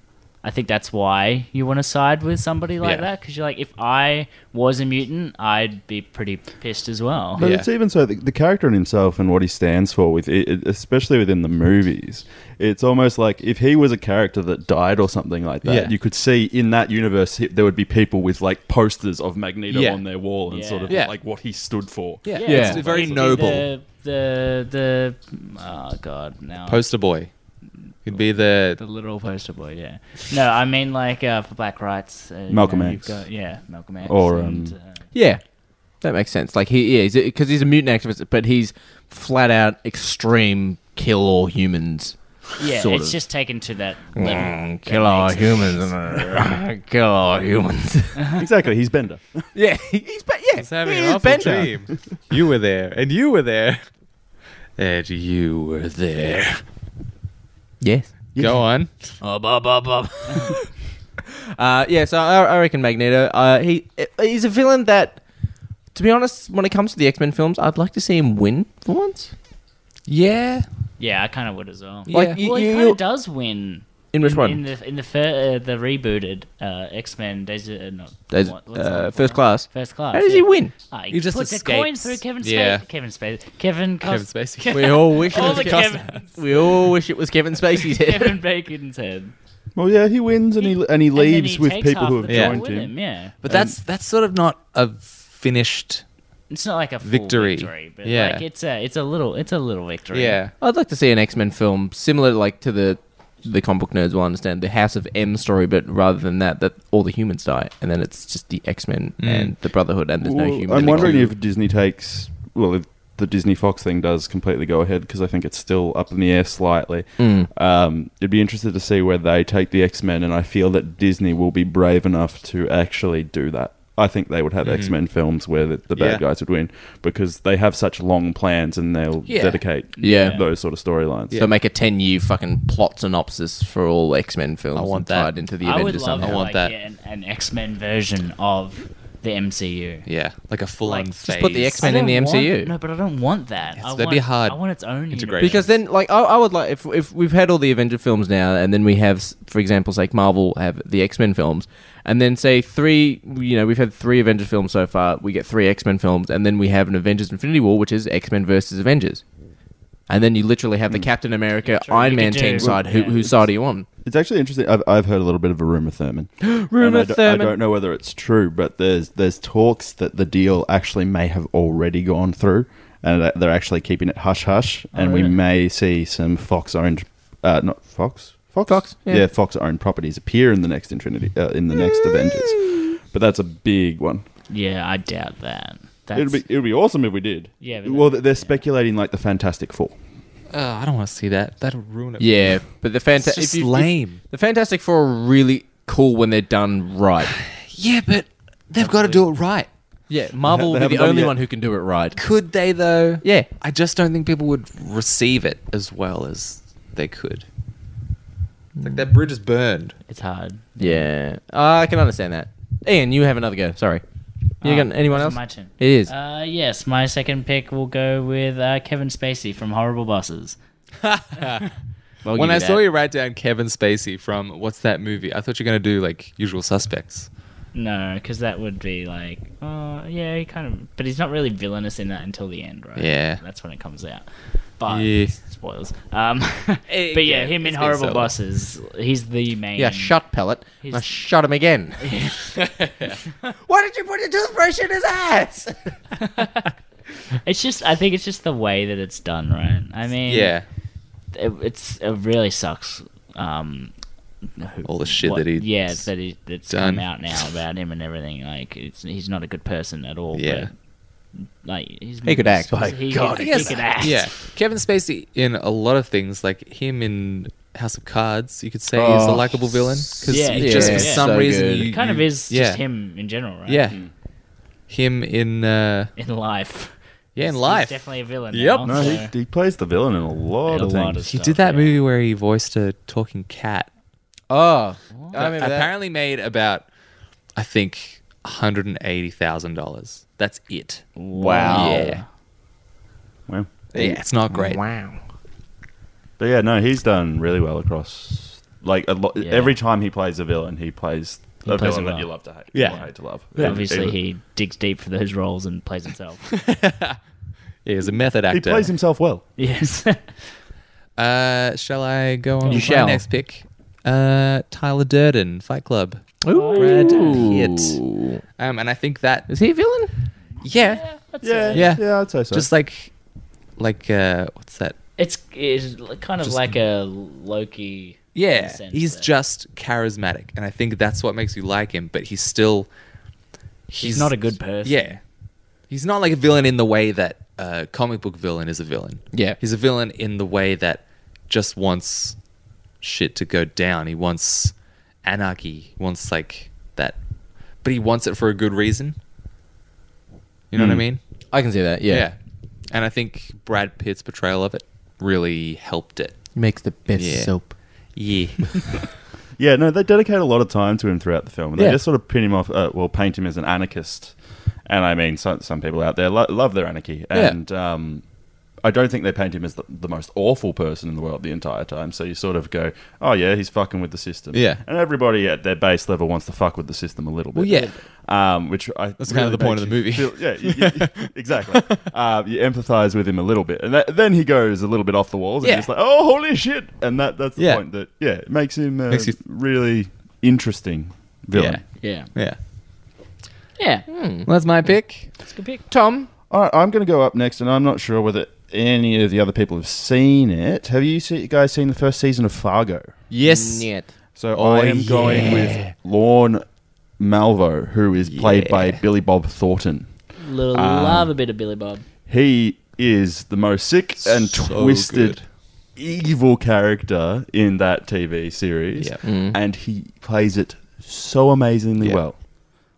S1: I think that's why you want to side with somebody like
S4: Yeah.
S1: that because you're like, if I was a mutant, I'd be pretty pissed as well.
S5: But
S4: Yeah.
S5: it's even so the, the character in himself and what he stands for with it, it- especially within the movies. It's almost like if he was a character that died or something like that,
S4: Yeah.
S5: you could see in that universe he- there would be people with like posters of Magneto
S4: Yeah.
S5: on their wall and
S1: Yeah.
S5: sort of
S4: Yeah.
S5: like what he stood for.
S4: Yeah,
S1: Yeah.
S4: it's
S3: Yeah.
S4: very
S1: He'd be
S4: noble.
S1: The, the the oh god now
S4: Poster boy. He'd be the
S1: the literal poster boy. Yeah. No, I mean like uh, for black rights. Uh, you
S5: Malcolm
S1: know, you've
S5: X.
S1: got- yeah, Malcolm X.
S5: Or,
S1: and,
S5: um,
S1: uh,
S3: Yeah, that makes sense. Like he is because he's a mutant activist, but he's flat out extreme kill all humans.
S1: yeah,
S3: sort
S1: it's
S3: of.
S1: just taken to that.
S3: Mm,
S1: level.
S3: kill all humans. kill all humans.
S5: exactly, he's Bender.
S3: yeah, he's ba- yeah,
S4: He's having
S3: he
S4: an
S3: is
S4: awful
S3: Bender.
S4: dream. You were there, and you were there, that you were there.
S3: Yes.
S4: Go on.
S3: Uh, yeah, so I, I reckon Magneto. Uh, he he's a villain that, to be honest, when it comes to the X Men films, I'd like to see him win for once.
S4: Yeah.
S1: Yeah, I kind of would as well.
S4: Yeah. Like,
S3: you-
S1: well, he
S3: you-
S1: kind
S3: you-
S1: of does win.
S3: In which
S1: in,
S3: one?
S1: In the in the fir- uh, the rebooted uh, X Men Days of, uh, not,
S3: Days-
S1: what- what's it
S3: uh,
S1: called?
S3: First Class.
S1: First Class.
S3: How does he
S1: yeah.
S3: win?
S1: Ah, he,
S4: He just
S1: just puts a coin
S4: escapes.
S1: through Kevin Spacey.
S4: Yeah.
S1: Kevin Spacey. Kevin.
S4: Kevin
S1: Cost-
S4: Spacey.
S3: We all wish it
S1: All
S3: was
S1: the
S3: Kevin.
S1: Kevins.
S3: We all wish it was Kevin Spacey's head.
S1: Kevin Bacon's head.
S5: Well, yeah, he wins and he and he
S1: And then
S5: leaves
S1: he
S5: with
S1: takes
S5: people
S1: half
S5: who
S1: the
S5: have
S1: people
S5: joined
S1: with
S5: him.
S1: him. Yeah,
S4: But that's that's sort of not a finished.
S1: it's not like a full
S4: Victory.
S1: victory. but
S4: Yeah.
S1: like it's a it's a little it's a little victory.
S4: Yeah.
S3: I'd like to see an X Men film similar, like to the the comic book nerds will understand the House of M story, but rather than that, that all the humans die, and then it's just the X Men and the Brotherhood, and there's
S5: Well,
S3: no humans.
S5: I'm wondering if Disney takes well, if the Disney Fox thing does completely go ahead because I think it's still up in the air slightly.
S3: Mm.
S5: Um, it'd be interested to see where they take the X Men, and I feel that Disney will be brave enough to actually do that. I think they would have
S3: Mm-hmm.
S5: X Men films where the, the bad
S4: Yeah.
S5: guys would win because they have such long plans and they'll
S4: Yeah.
S5: dedicate
S3: Yeah.
S5: those sort of storylines.
S3: So make a ten year fucking plot synopsis for all X Men films.
S4: I want
S3: and
S4: that.
S3: tied into the
S1: I would
S3: Avengers
S1: love
S3: somehow.
S1: like,
S4: I want that.
S1: yeah, an, an X Men version of the MCU.
S4: Yeah. Like a full on
S1: Like,
S4: phase.
S1: just
S3: put the X-Men- And
S1: I
S3: in the
S1: don't want-
S3: MCU.
S1: no, but I don't want that. I
S4: that'd
S1: want,
S4: be hard
S1: I want its own
S4: integration.
S3: Because then, like, I, I would like if if we've had all the Avenger films now, and then we have, s- for example, say Marvel have the X Men films, and then say three, you know, we've had three Avenger films so far. We get three X Men films, and then we have an Avengers Infinity War, which is X Men versus Avengers, and then you literally have the Captain America,
S1: Hmm. true.
S3: Iron
S1: You
S3: Man
S1: could
S3: team
S1: do-
S3: side. Who
S1: yeah.
S3: whose side are you on?
S5: It's actually interesting. I've, I've heard a little bit of a rumor, Thurman. And I
S3: Rumor
S5: don't- I
S3: Thurman.
S5: don't know whether it's true, but there's there's talks that the deal actually may have already gone through, and that they're actually keeping it hush hush, and we
S1: really?
S5: may see some Fox owned, uh, not Fox, Fox,
S3: Fox, yeah.
S5: Fox owned properties appear in the next Infinity, uh, in the next Avengers. But that's a big one.
S1: Yeah, I doubt that. That's,
S5: It'd be it'd be awesome if we did.
S1: Yeah, but
S5: Well,
S1: that-
S5: they're speculating like the Fantastic Four.
S4: Oh, I don't want to see that. That'll ruin it.
S3: Yeah, but the
S4: It's
S3: fantastic
S4: just lame.
S3: the Fantastic Four are really cool when they're done right.
S4: Yeah, but they've got to do it right.
S3: Yeah, Marvel
S5: They
S3: will be the
S5: haven't done it
S3: only
S5: yet.
S3: one who can do it right.
S4: Could they though?
S3: Yeah.
S4: I just don't think people would receive it as well as they could. It's Like that bridge is burned.
S1: it's hard.
S3: Yeah, Uh, I can understand that. Ian, you have another go. Sorry, you
S1: Oh,
S3: got anyone
S1: it's
S3: else?
S1: my turn.
S3: It is.
S1: Uh, yes, my second pick will go with uh, Kevin Spacey from Horrible Bosses.
S3: I'll
S4: when
S3: give
S4: I
S3: that.
S4: saw you write down Kevin Spacey from what's that movie? I thought you were gonna do like Usual Suspects.
S1: No, because that would be like, oh yeah, he kind of, but he's not really villainous in that until the end, right?
S4: Yeah.
S1: that's when it comes out. But
S4: Yeah.
S1: spoilers. Um,
S4: Eh,
S1: but yeah,
S4: yeah,
S1: him in
S4: it's been
S1: Horrible
S4: so long.
S1: Bosses, he's the main.
S3: yeah, shut pellet.
S1: He's-
S3: I shut him again. Why did you put your toothbrush in his ass?
S1: It's just, I think it's just the way that it's done, right? I mean,
S4: Yeah.
S1: it, it's it really sucks. Um, who-
S4: All the shit that he-
S1: yeah that he that's come
S4: done.
S1: out now about him and everything. Like it's he's not a good person at all.
S4: Yeah.
S1: but, like he's
S3: He could act. By
S1: he,
S3: God,
S1: he,
S3: he
S1: could act.
S4: Yeah. Kevin Spacey in a lot of things, like him in House of Cards, you could say is a
S5: Oh.
S4: likable villain because
S1: Yeah,
S4: just
S1: yeah,
S4: for
S1: yeah.
S4: some
S3: so
S4: reason
S3: good.
S4: you,
S1: It kind of
S4: you-
S1: is
S4: yeah,
S1: just him in general, right? Hmm.
S4: Yeah, him in uh,
S1: in life.
S4: yeah in
S1: He's
S4: life.
S1: definitely a villain.
S4: Yep.
S1: now,
S5: No,
S1: so-
S5: he, he plays the villain in a lot
S1: In a
S5: of
S1: lot
S5: things.
S1: of
S4: He
S1: stuff,
S4: did that
S1: yeah.
S4: movie where he voiced a talking cat.
S3: Oh, I remember that.
S4: apparently made about I think hundred and eighty thousand dollars. That's it.
S3: Wow.
S4: Yeah.
S5: Well,
S4: Yeah, it's not great.
S3: Wow.
S5: But yeah, no, he's done really well across. Like a lo-
S1: Yeah.
S5: every time he plays a villain, he plays a
S1: plays
S5: villain
S1: a
S5: that
S1: villain.
S5: you love to hate.
S4: Yeah.
S5: or hate to love.
S1: Obviously, he digs deep for those roles and plays himself.
S4: Yeah, he's a method actor.
S5: he plays himself well.
S1: yes.
S4: Uh, shall I go on
S3: You
S4: with
S3: shall.
S4: my next pick? Uh, Tyler Durden, Fight Club.
S3: Ooh.
S4: Brad Pitt. Um, and I think that
S3: Is he a villain?
S4: yeah,
S5: Yeah,
S4: Yeah.
S5: yeah, I'd say so.
S4: just like like uh, what's that?
S1: It's, it's kind of like a Loki. in a
S4: Yeah,
S1: sense
S4: he's
S1: that-
S4: just charismatic, and I think that's what makes you like him. But he's still
S1: He's not a good person.
S4: Yeah. He's not like a villain in the way that a comic book villain is a villain.
S3: Yeah.
S4: He's a villain in the way that just wants shit to go down. He wants anarchy. He wants like that.
S5: Hmm.
S4: But he wants it for a good reason. You know what I mean?
S3: I can see that. Yeah.
S4: And I think Brad Pitt's portrayal of it really helped it.
S3: Makes the best
S4: Yeah.
S3: soap.
S4: Yeah.
S5: Yeah, no, they dedicate a lot of time to him throughout the film, and they
S3: Yeah.
S5: just sort of pin him off. Uh, well, paint him as an anarchist, and I mean, some, some people out there lo- love their anarchy,
S3: Yeah.
S5: and um, I don't think they paint him as the, the most awful person in the world the entire time. So you sort of go, "Oh yeah, he's fucking with the system."
S4: Yeah.
S5: and everybody at their base level wants to fuck with the system a little bit.
S4: Well, yeah.
S5: um, which I that's
S4: kind of the point of the movie.
S5: yeah, you- you- exactly. Uh, you empathize with him a little bit, and that, then he goes a little bit off the walls,
S4: Yeah.
S5: and it's like, "Oh, holy shit!" And that that's the
S4: Yeah.
S5: point that yeah, it makes him uh,
S4: Makes you-
S5: really interesting villain.
S4: Yeah.
S1: Yeah.
S4: Yeah.
S1: Yeah.
S4: Well, that's my pick.
S1: It's a good pick.
S3: Tom,
S5: All right, I'm going to go up next, and I'm not sure whether any of the other people have seen it. Have you se- guys seen the first season of Fargo?
S4: Yes.
S3: Niet.
S5: So
S4: Oh,
S5: I am going with Lorne Malvo, who is played by Billy Bob Thornton.
S1: Little
S4: Um,
S1: love a bit of Billy Bob.
S5: He is the most sick and
S4: So
S5: twisted
S4: good.
S5: evil character in that TV series,
S4: Yep.
S5: and he plays it so amazingly
S4: Yep.
S5: well.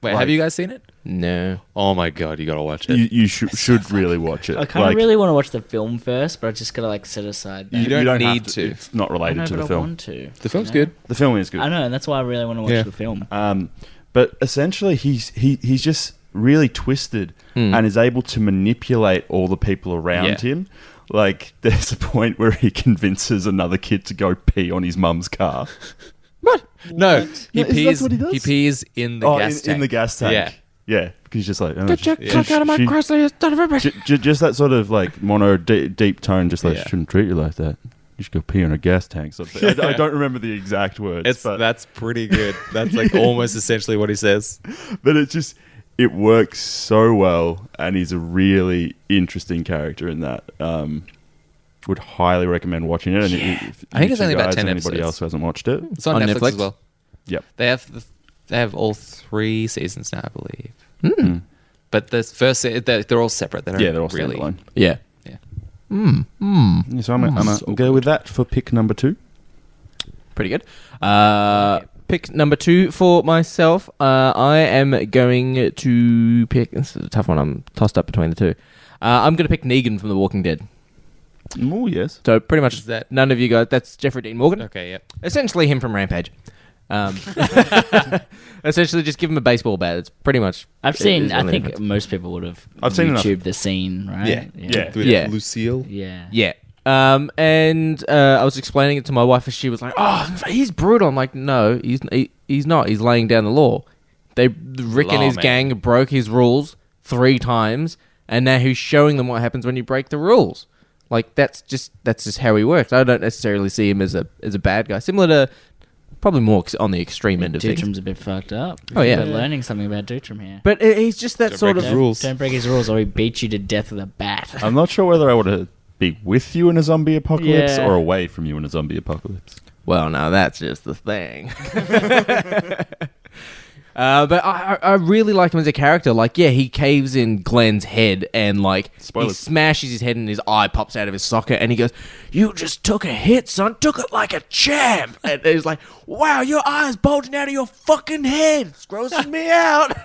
S4: Wait,
S5: Like-
S4: have you guys seen it?
S3: No.
S4: Oh my god, you gotta watch it.
S5: You, you should should really watch it.
S1: I kind of
S5: Like,
S1: really want to watch the film first, but I just gotta like set aside. That.
S4: You don't
S5: have
S4: need to.
S5: It's not
S1: I
S5: related
S1: know,
S5: to
S1: but
S5: the
S1: I
S5: film.
S1: want to.
S4: the film's
S1: you know?
S4: good.
S5: The film is good.
S1: I know, and that's why I really want to watch
S4: Yeah.
S1: the film.
S5: Um, but essentially, he's he he's just really twisted and is able to manipulate all the people around
S4: Hmm. Yeah.
S5: him. Like, there's a point where he convinces another kid to go pee on his mum's car.
S4: No, he
S5: No, is that
S4: pees.
S5: what he
S4: he,
S5: does?
S4: pees in the
S5: oh,
S4: gas
S5: in,
S4: tank.
S5: in the gas tank.
S4: Yeah.
S5: Yeah, because he's just like, oh,
S3: Get your
S5: she-
S3: cock out of my
S5: she-
S3: Chrysler, you son of a bitch.
S5: j- j- just that sort of like mono de- deep tone, just like
S4: Yeah.
S5: she shouldn't treat you like that. You should go pee on a gas tank. Sort of thing. I, I don't remember the exact words,
S4: It's
S5: but
S4: that's pretty good. That's like almost essentially what he says.
S5: but it just it works so well, and he's a really interesting character in that. Um, would highly recommend watching it. And if, if
S4: I think
S5: you
S4: it's
S5: two
S4: only about
S5: guys
S4: 10
S5: and Anybody
S4: episodes.
S5: else who hasn't watched it?
S4: It's on,
S3: On
S4: Netflix,
S3: Netflix?
S4: as well.
S5: Yep.
S4: They have the, they have all three seasons now, I believe. Hmm.
S3: Hmm.
S4: But the first se- they're, they're all separate. They don't
S5: Yeah, they're all
S4: really.
S5: standalone.
S3: Yeah.
S4: Yeah.
S5: Yeah, so I'm, a, I'm a, go with that for pick number two.
S3: Pretty good. Uh, pick number two for myself. Uh, I am going to pick. This is a tough one. I'm tossed up between the two. Uh, I'm going to pick Negan from The Walking Dead.
S5: Oh yes,
S3: So pretty much
S4: Is that-
S3: none of you guys. That's Jeffrey Dean Morgan.
S4: Okay. Yep.
S3: Essentially, him from Rampage. Um, essentially, just give him a baseball bat. It's pretty much.
S1: I've
S3: it
S1: seen.
S3: is
S1: I
S3: only
S1: think
S3: difference.
S1: most people would have.
S5: I've seen enough.
S1: YouTube the scene, right?
S5: Yeah.
S4: With
S3: Yeah.
S4: Lucille.
S1: Yeah.
S3: Yeah. Um, and uh, I was explaining it to my wife, and she was like, "Oh, he's brutal." I'm like, "No, he's he, he's not. He's laying down the law." They Rick and
S4: Law,
S3: his
S4: man.
S3: gang broke his rules three times, and now he's showing them what happens when you break the rules. Like that's just that's just how he works. I don't necessarily see him as a as a bad guy. Similar to probably more ex- on the extreme end of things.
S1: Dutram's a bit fucked up.
S3: Oh, yeah.
S1: We're learning something about Dutram here.
S3: But he- he's just that sort of
S4: break
S1: don't,
S4: his rules.
S1: Don't break his rules, or he beats you to death with a bat.
S5: I'm not sure whether I want to be with you in a zombie apocalypse
S1: Yeah.
S5: or away from you in a zombie apocalypse.
S3: Well, now that's just the thing. uh, but I, I I really liked him as a character. Like, yeah, he caves in Glenn's head and like he
S5: Spoilers.
S3: smashes his head and his eye pops out of his socket and he goes, "You just took a hit, son. Took it like a champ." And he's like, "Wow, your eye's bulging out of your fucking head. It's grossing me out."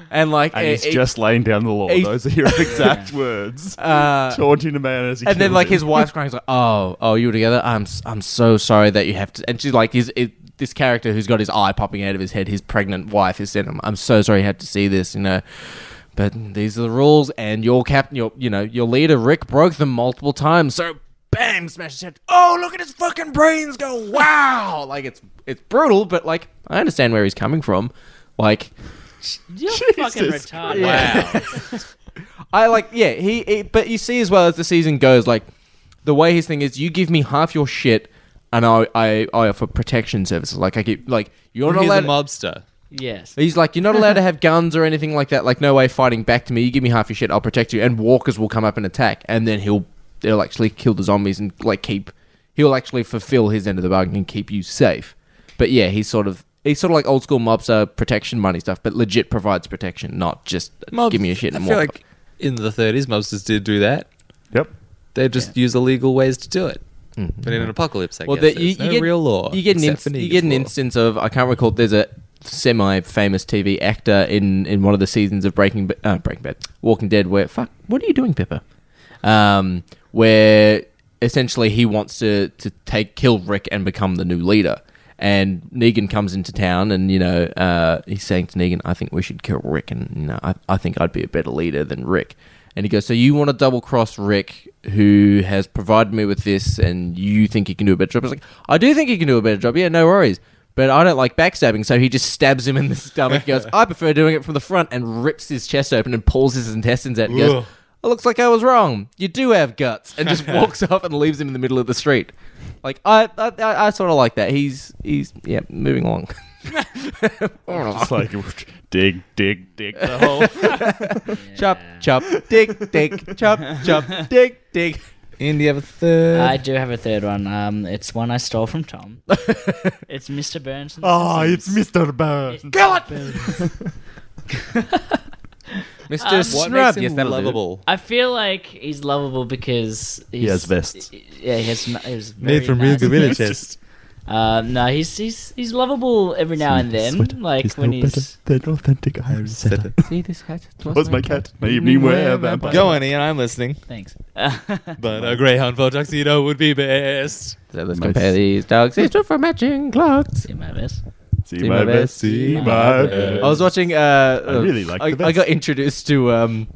S3: and like,
S5: And he's
S3: it- it-
S5: just laying down the law.
S3: he-
S5: Those are your exact words. Taunting a man as he
S3: and then
S5: kills
S3: like
S5: him.
S3: his wife's crying. He's like, "Oh, oh, you were together. I'm, s- I'm so sorry that you have to." And she's like, "Is it, this character who's got his eye popping out of his head? His pregnant wife is saying, I'm, I'm so sorry you had to see this, you know." But these are the rules, and your captain, your you know, your leader Rick broke them multiple times. So bam, smashes head. Oh, look at his fucking brains go! Wow, like it's it's brutal, but like I understand where he's coming from. Like
S1: You're fucking retarded.
S3: I like, yeah, he, he. But you see, as well as the season goes, like the way his thing is, you give me half your shit, and I, I, I offer protection services. Like I keep, like you're not
S4: He's a
S3: allowed.
S4: mobster.
S1: Yes.
S3: He's like, you're not allowed to have guns or anything like that. Like, no way fighting back to me. You give me half your shit, I'll protect you. And walkers will come up and attack, and then he'll, he'll actually kill the zombies and like keep, he'll actually fulfill his end of the bargain and keep you safe. But yeah, he's sort of. He's sort of like old school mobster protection money stuff, but legit provides protection, not just
S4: Mobs-
S3: give me a shit and
S4: I
S3: walk.
S4: feel like in the 30s, mobsters did do that.
S5: Yep.
S4: They just use illegal ways to do it. But in an apocalypse, I
S3: Well,
S4: guess
S3: that you,
S4: there's
S3: you
S4: no
S3: get
S4: real law.
S3: You get an
S4: except for
S3: inst- you get an
S4: Negan's law.
S3: instance of I can't recall. There's a semi-famous TV actor in in one of the seasons of Breaking Ba- uh, Breaking Bad, Walking Dead, where fuck, what are you doing, Pepper? um, where essentially he wants to to take kill Rick and become the new leader. And Negan comes into town, and you know uh, he's saying to Negan, "I think we should kill Rick, and you know I, I think I'd be a better leader than Rick." And he goes, "So you want to double cross Rick, who has provided me with this, and you think he can do a better job?" I was like, "I do think he can do a better job. Yeah, no worries." But I don't like backstabbing, so he just stabs him in the stomach. He goes, "I prefer doing it from the front," and rips his chest open and pulls his intestines out. And goes,
S4: Ugh.
S3: it looks like I was wrong. You do have guts, and just walks off and leaves him in the middle of the street. Like I, I, I, I sort of like that. He's, he's, yeah, moving along.
S5: It's like dig, dig, dig the hole.
S3: Chop, chop, dig, dig, chop, chop, dig, dig.
S4: Andy, have a third.
S1: I do have a third one. Um, it's one I stole from Tom. it's Mr. Burns. from The Simpsons.
S5: Mr. Oh, Burns.
S3: Mister
S4: What makes
S3: Snrub,
S4: him
S3: yes, that'll do.
S4: lovable?
S1: I feel like he's lovable because he's,
S5: has vests.
S1: Yeah, he has. n- he has very
S4: Made from real
S1: nice
S4: gorilla
S1: vests.
S4: chest.
S1: Um, no, he's he's he's lovable every now and then. like when he's
S5: than authentic Irish setter.
S3: See this cat? Twas
S5: Was my cat my evening wear vampire?
S4: Go on, Ian. I'm listening.
S1: thanks.
S4: But a greyhound for tuxedo would be best.
S3: So let's compare these dogs. They stood for matching clocks.
S1: See my best.
S5: See my vest. See
S1: my
S5: my
S1: vest.
S5: vest.
S3: I was watching. Uh,
S5: I really like
S3: I,
S5: the
S3: I got
S5: vest.
S3: introduced to. Um,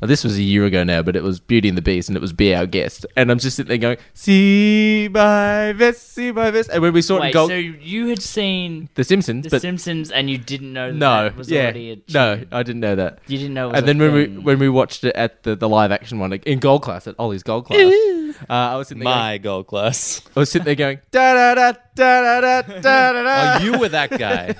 S3: oh, this was a year ago now, but it was Beauty and the Beast, and it was Be Our Guest, and I'm just sitting there going, "See my vest, see my vest," and when we saw it in
S1: Wait,
S3: Gold,
S1: so you had seen
S3: The Simpsons,
S1: The
S3: but
S1: Simpsons and you didn't know that,
S3: no,
S1: that was
S3: yeah,
S1: already a
S3: no,
S1: tune.
S3: I didn't know that.
S1: You didn't know. It was
S3: And then
S1: a
S3: when we
S1: thing.
S3: when we watched it at the, the live action one like, in Gold Class at Ollie's Gold Class, uh, I was sitting there going,
S4: My gold class.
S3: I was sitting there going da da da da da da da da.
S4: Oh, you were that guy.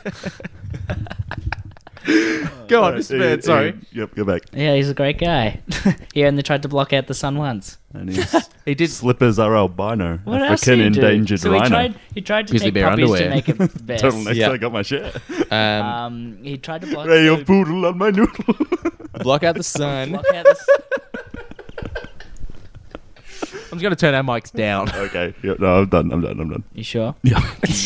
S3: go on, Mr. Bird. Sorry,
S5: Uh, Yep, go back.
S1: yeah, he's a great guy. he only tried to block out the sun once.
S5: And his
S3: he did.
S5: slippers are albino.
S1: What else
S5: African
S1: did he do?
S5: endangered
S1: so
S5: rhino.
S1: he tried. He tried to
S3: Grizzly
S1: take
S3: bear
S1: puppies
S3: underwear.
S1: to make a vest.
S5: Total next
S4: Yeah.
S5: I got my share.
S4: Um,
S1: Um, he tried to block.
S5: Ray of
S1: the-
S5: poodle on my noodle.
S4: block out the sun.
S1: block out the s-
S3: I'm just gonna turn our mics down.
S5: okay, yeah, no, I'm done. I'm done. I'm done.
S1: You sure?
S5: Yeah,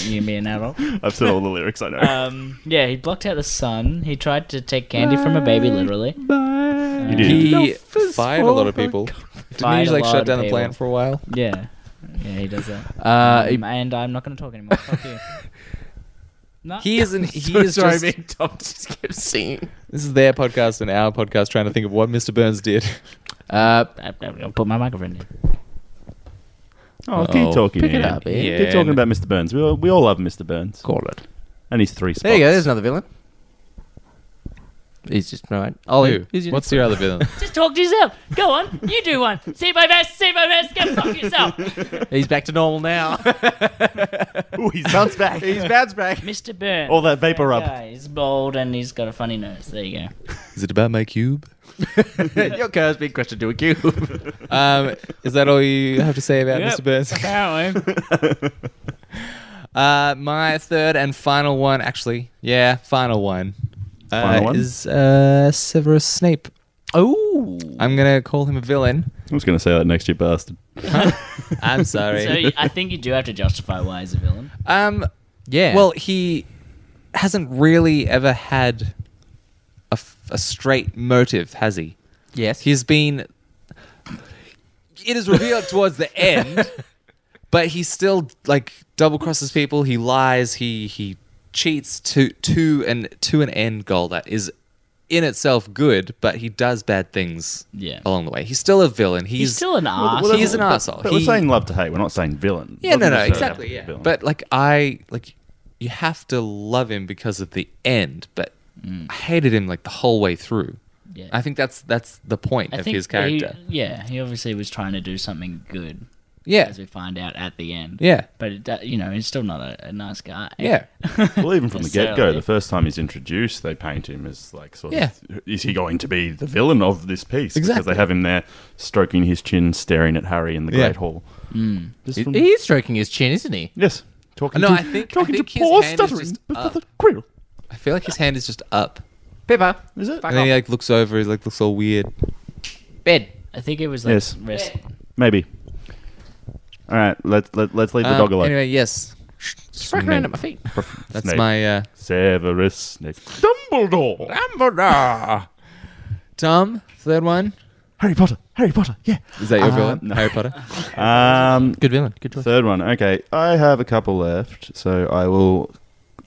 S1: you mean an adult?
S5: I've said all the lyrics. I know.
S1: Um, yeah, he blocked out the sun. He tried to take candy from a baby, literally. Uh,
S5: you did.
S4: He fired a lot of people. Didn't he
S1: Fired a
S4: just, like
S1: lot of
S4: shut down the
S1: people.
S4: plant for a while?
S1: Yeah, yeah, he does that.
S3: Uh,
S1: Um, and I'm not going to talk anymore. Fuck you. No.
S4: He isn't. He is just.
S3: me and Tom just kept singing.
S4: This is their podcast and our podcast. Trying to think of what Mr. Burns did.
S3: Uh,
S1: I, will put my microphone in.
S5: Oh, keep
S4: Oh,
S5: talking.
S3: pick it
S5: Ian.
S3: up, Ian.
S5: Keep
S4: Yeah,
S5: talking
S4: no.
S5: about Mr. Burns. We all, we all love Mr. Burns,
S3: call it.
S5: and he's three spots.
S3: There you go. There's another villain. He's just right. Ollie,
S4: Who?
S3: who's your
S4: What's your other villain?
S8: Just talk to yourself. Go on. You do one. See my best. See my best. Go fuck yourself.
S3: He's back to normal now.
S5: Ooh, he's bounced back.
S3: He's bounced back.
S1: Mr. Burns.
S5: all that vapor up.
S1: Yeah, he's bald and he's got a funny nose. There you go.
S4: is it about my cube?
S3: your car's been crushed into a cube.
S4: Um, is that all you have to say about Mr. Burns?
S1: Apparently.
S4: Uh, my third and final one, actually. Yeah, final one. Uh,
S5: Final one?
S4: is uh, Severus Snape.
S3: oh,
S4: I'm gonna call him a villain.
S5: I was going to say that next, you bastard.
S4: I'm
S1: so
S4: sorry.
S1: you- I think you do have to justify why he's a villain.
S4: um,
S3: yeah.
S4: Well, he hasn't really ever had a, f- a straight motive, has he?
S3: yes,
S4: He's been. It is revealed towards the end, but he still like double crosses people. He lies. He he cheats to to an to an end goal that is in itself good, but he does bad things
S1: Yeah.
S4: along the way. He's still a villain. He's,
S1: He's, still an arse.
S4: well, He's an asshole.
S5: But we're
S4: He-
S5: saying love to hate. We're not saying villain.
S4: yeah, no,
S5: Doesn't
S4: no,
S5: necessarily
S4: exactly.
S5: have
S4: Yeah.
S5: to be a villain.
S4: But like I like you have to love him because of the end, but I hated him like the whole way through.
S1: Mm. Yeah.
S4: I think that's that's the point
S1: I
S4: of
S1: think
S4: his character.
S1: He, yeah, he obviously was trying to do something good,
S4: yeah.
S1: as we find out at the end.
S4: Yeah.
S1: But, it, do- you know, he's still not a, a nice guy.
S4: Yeah.
S5: well, even from the get go,
S1: Necessarily.
S5: the first time he's introduced, they paint him as like sort
S4: Yeah.
S5: of is he going to be the villain of this piece? Because
S4: Exactly.
S5: they have him there stroking his chin, staring at Harry in the
S4: Yeah.
S5: Great Hall.
S4: Mm.
S5: Just
S4: Hmm.
S5: from-
S3: he is stroking his chin, isn't he?
S5: yes, talking.
S4: No,
S5: to,
S4: I think- I
S5: talking
S4: think
S5: to
S4: his
S5: poor
S4: hand is
S5: stuttering
S4: just
S5: but
S4: up.
S5: the Quirrell.
S4: I feel like his hand is just up.
S3: Pippa,
S5: Is it?
S3: Fuck
S4: And then
S3: off.
S4: he like looks over, he like looks all weird.
S3: bed.
S1: I think it was like
S5: Yes.
S1: rest.
S5: Maybe. All right, let's let, let's leave the
S4: Um,
S5: dog alone.
S4: Anyway, yes. Just
S3: Fucking
S4: remember-
S3: around at my feet.
S4: That's
S5: Snape.
S4: my uh
S5: Severus Snape, Dumbledore.
S4: Tom, third one.
S5: Harry Potter, Harry Potter, yeah.
S4: Is that your
S3: Uh-huh.
S4: villain?
S5: Uh, no.
S4: Harry Potter.
S5: Um,
S4: Good villain. Good choice.
S5: Third one. Okay, I have a couple left, so I will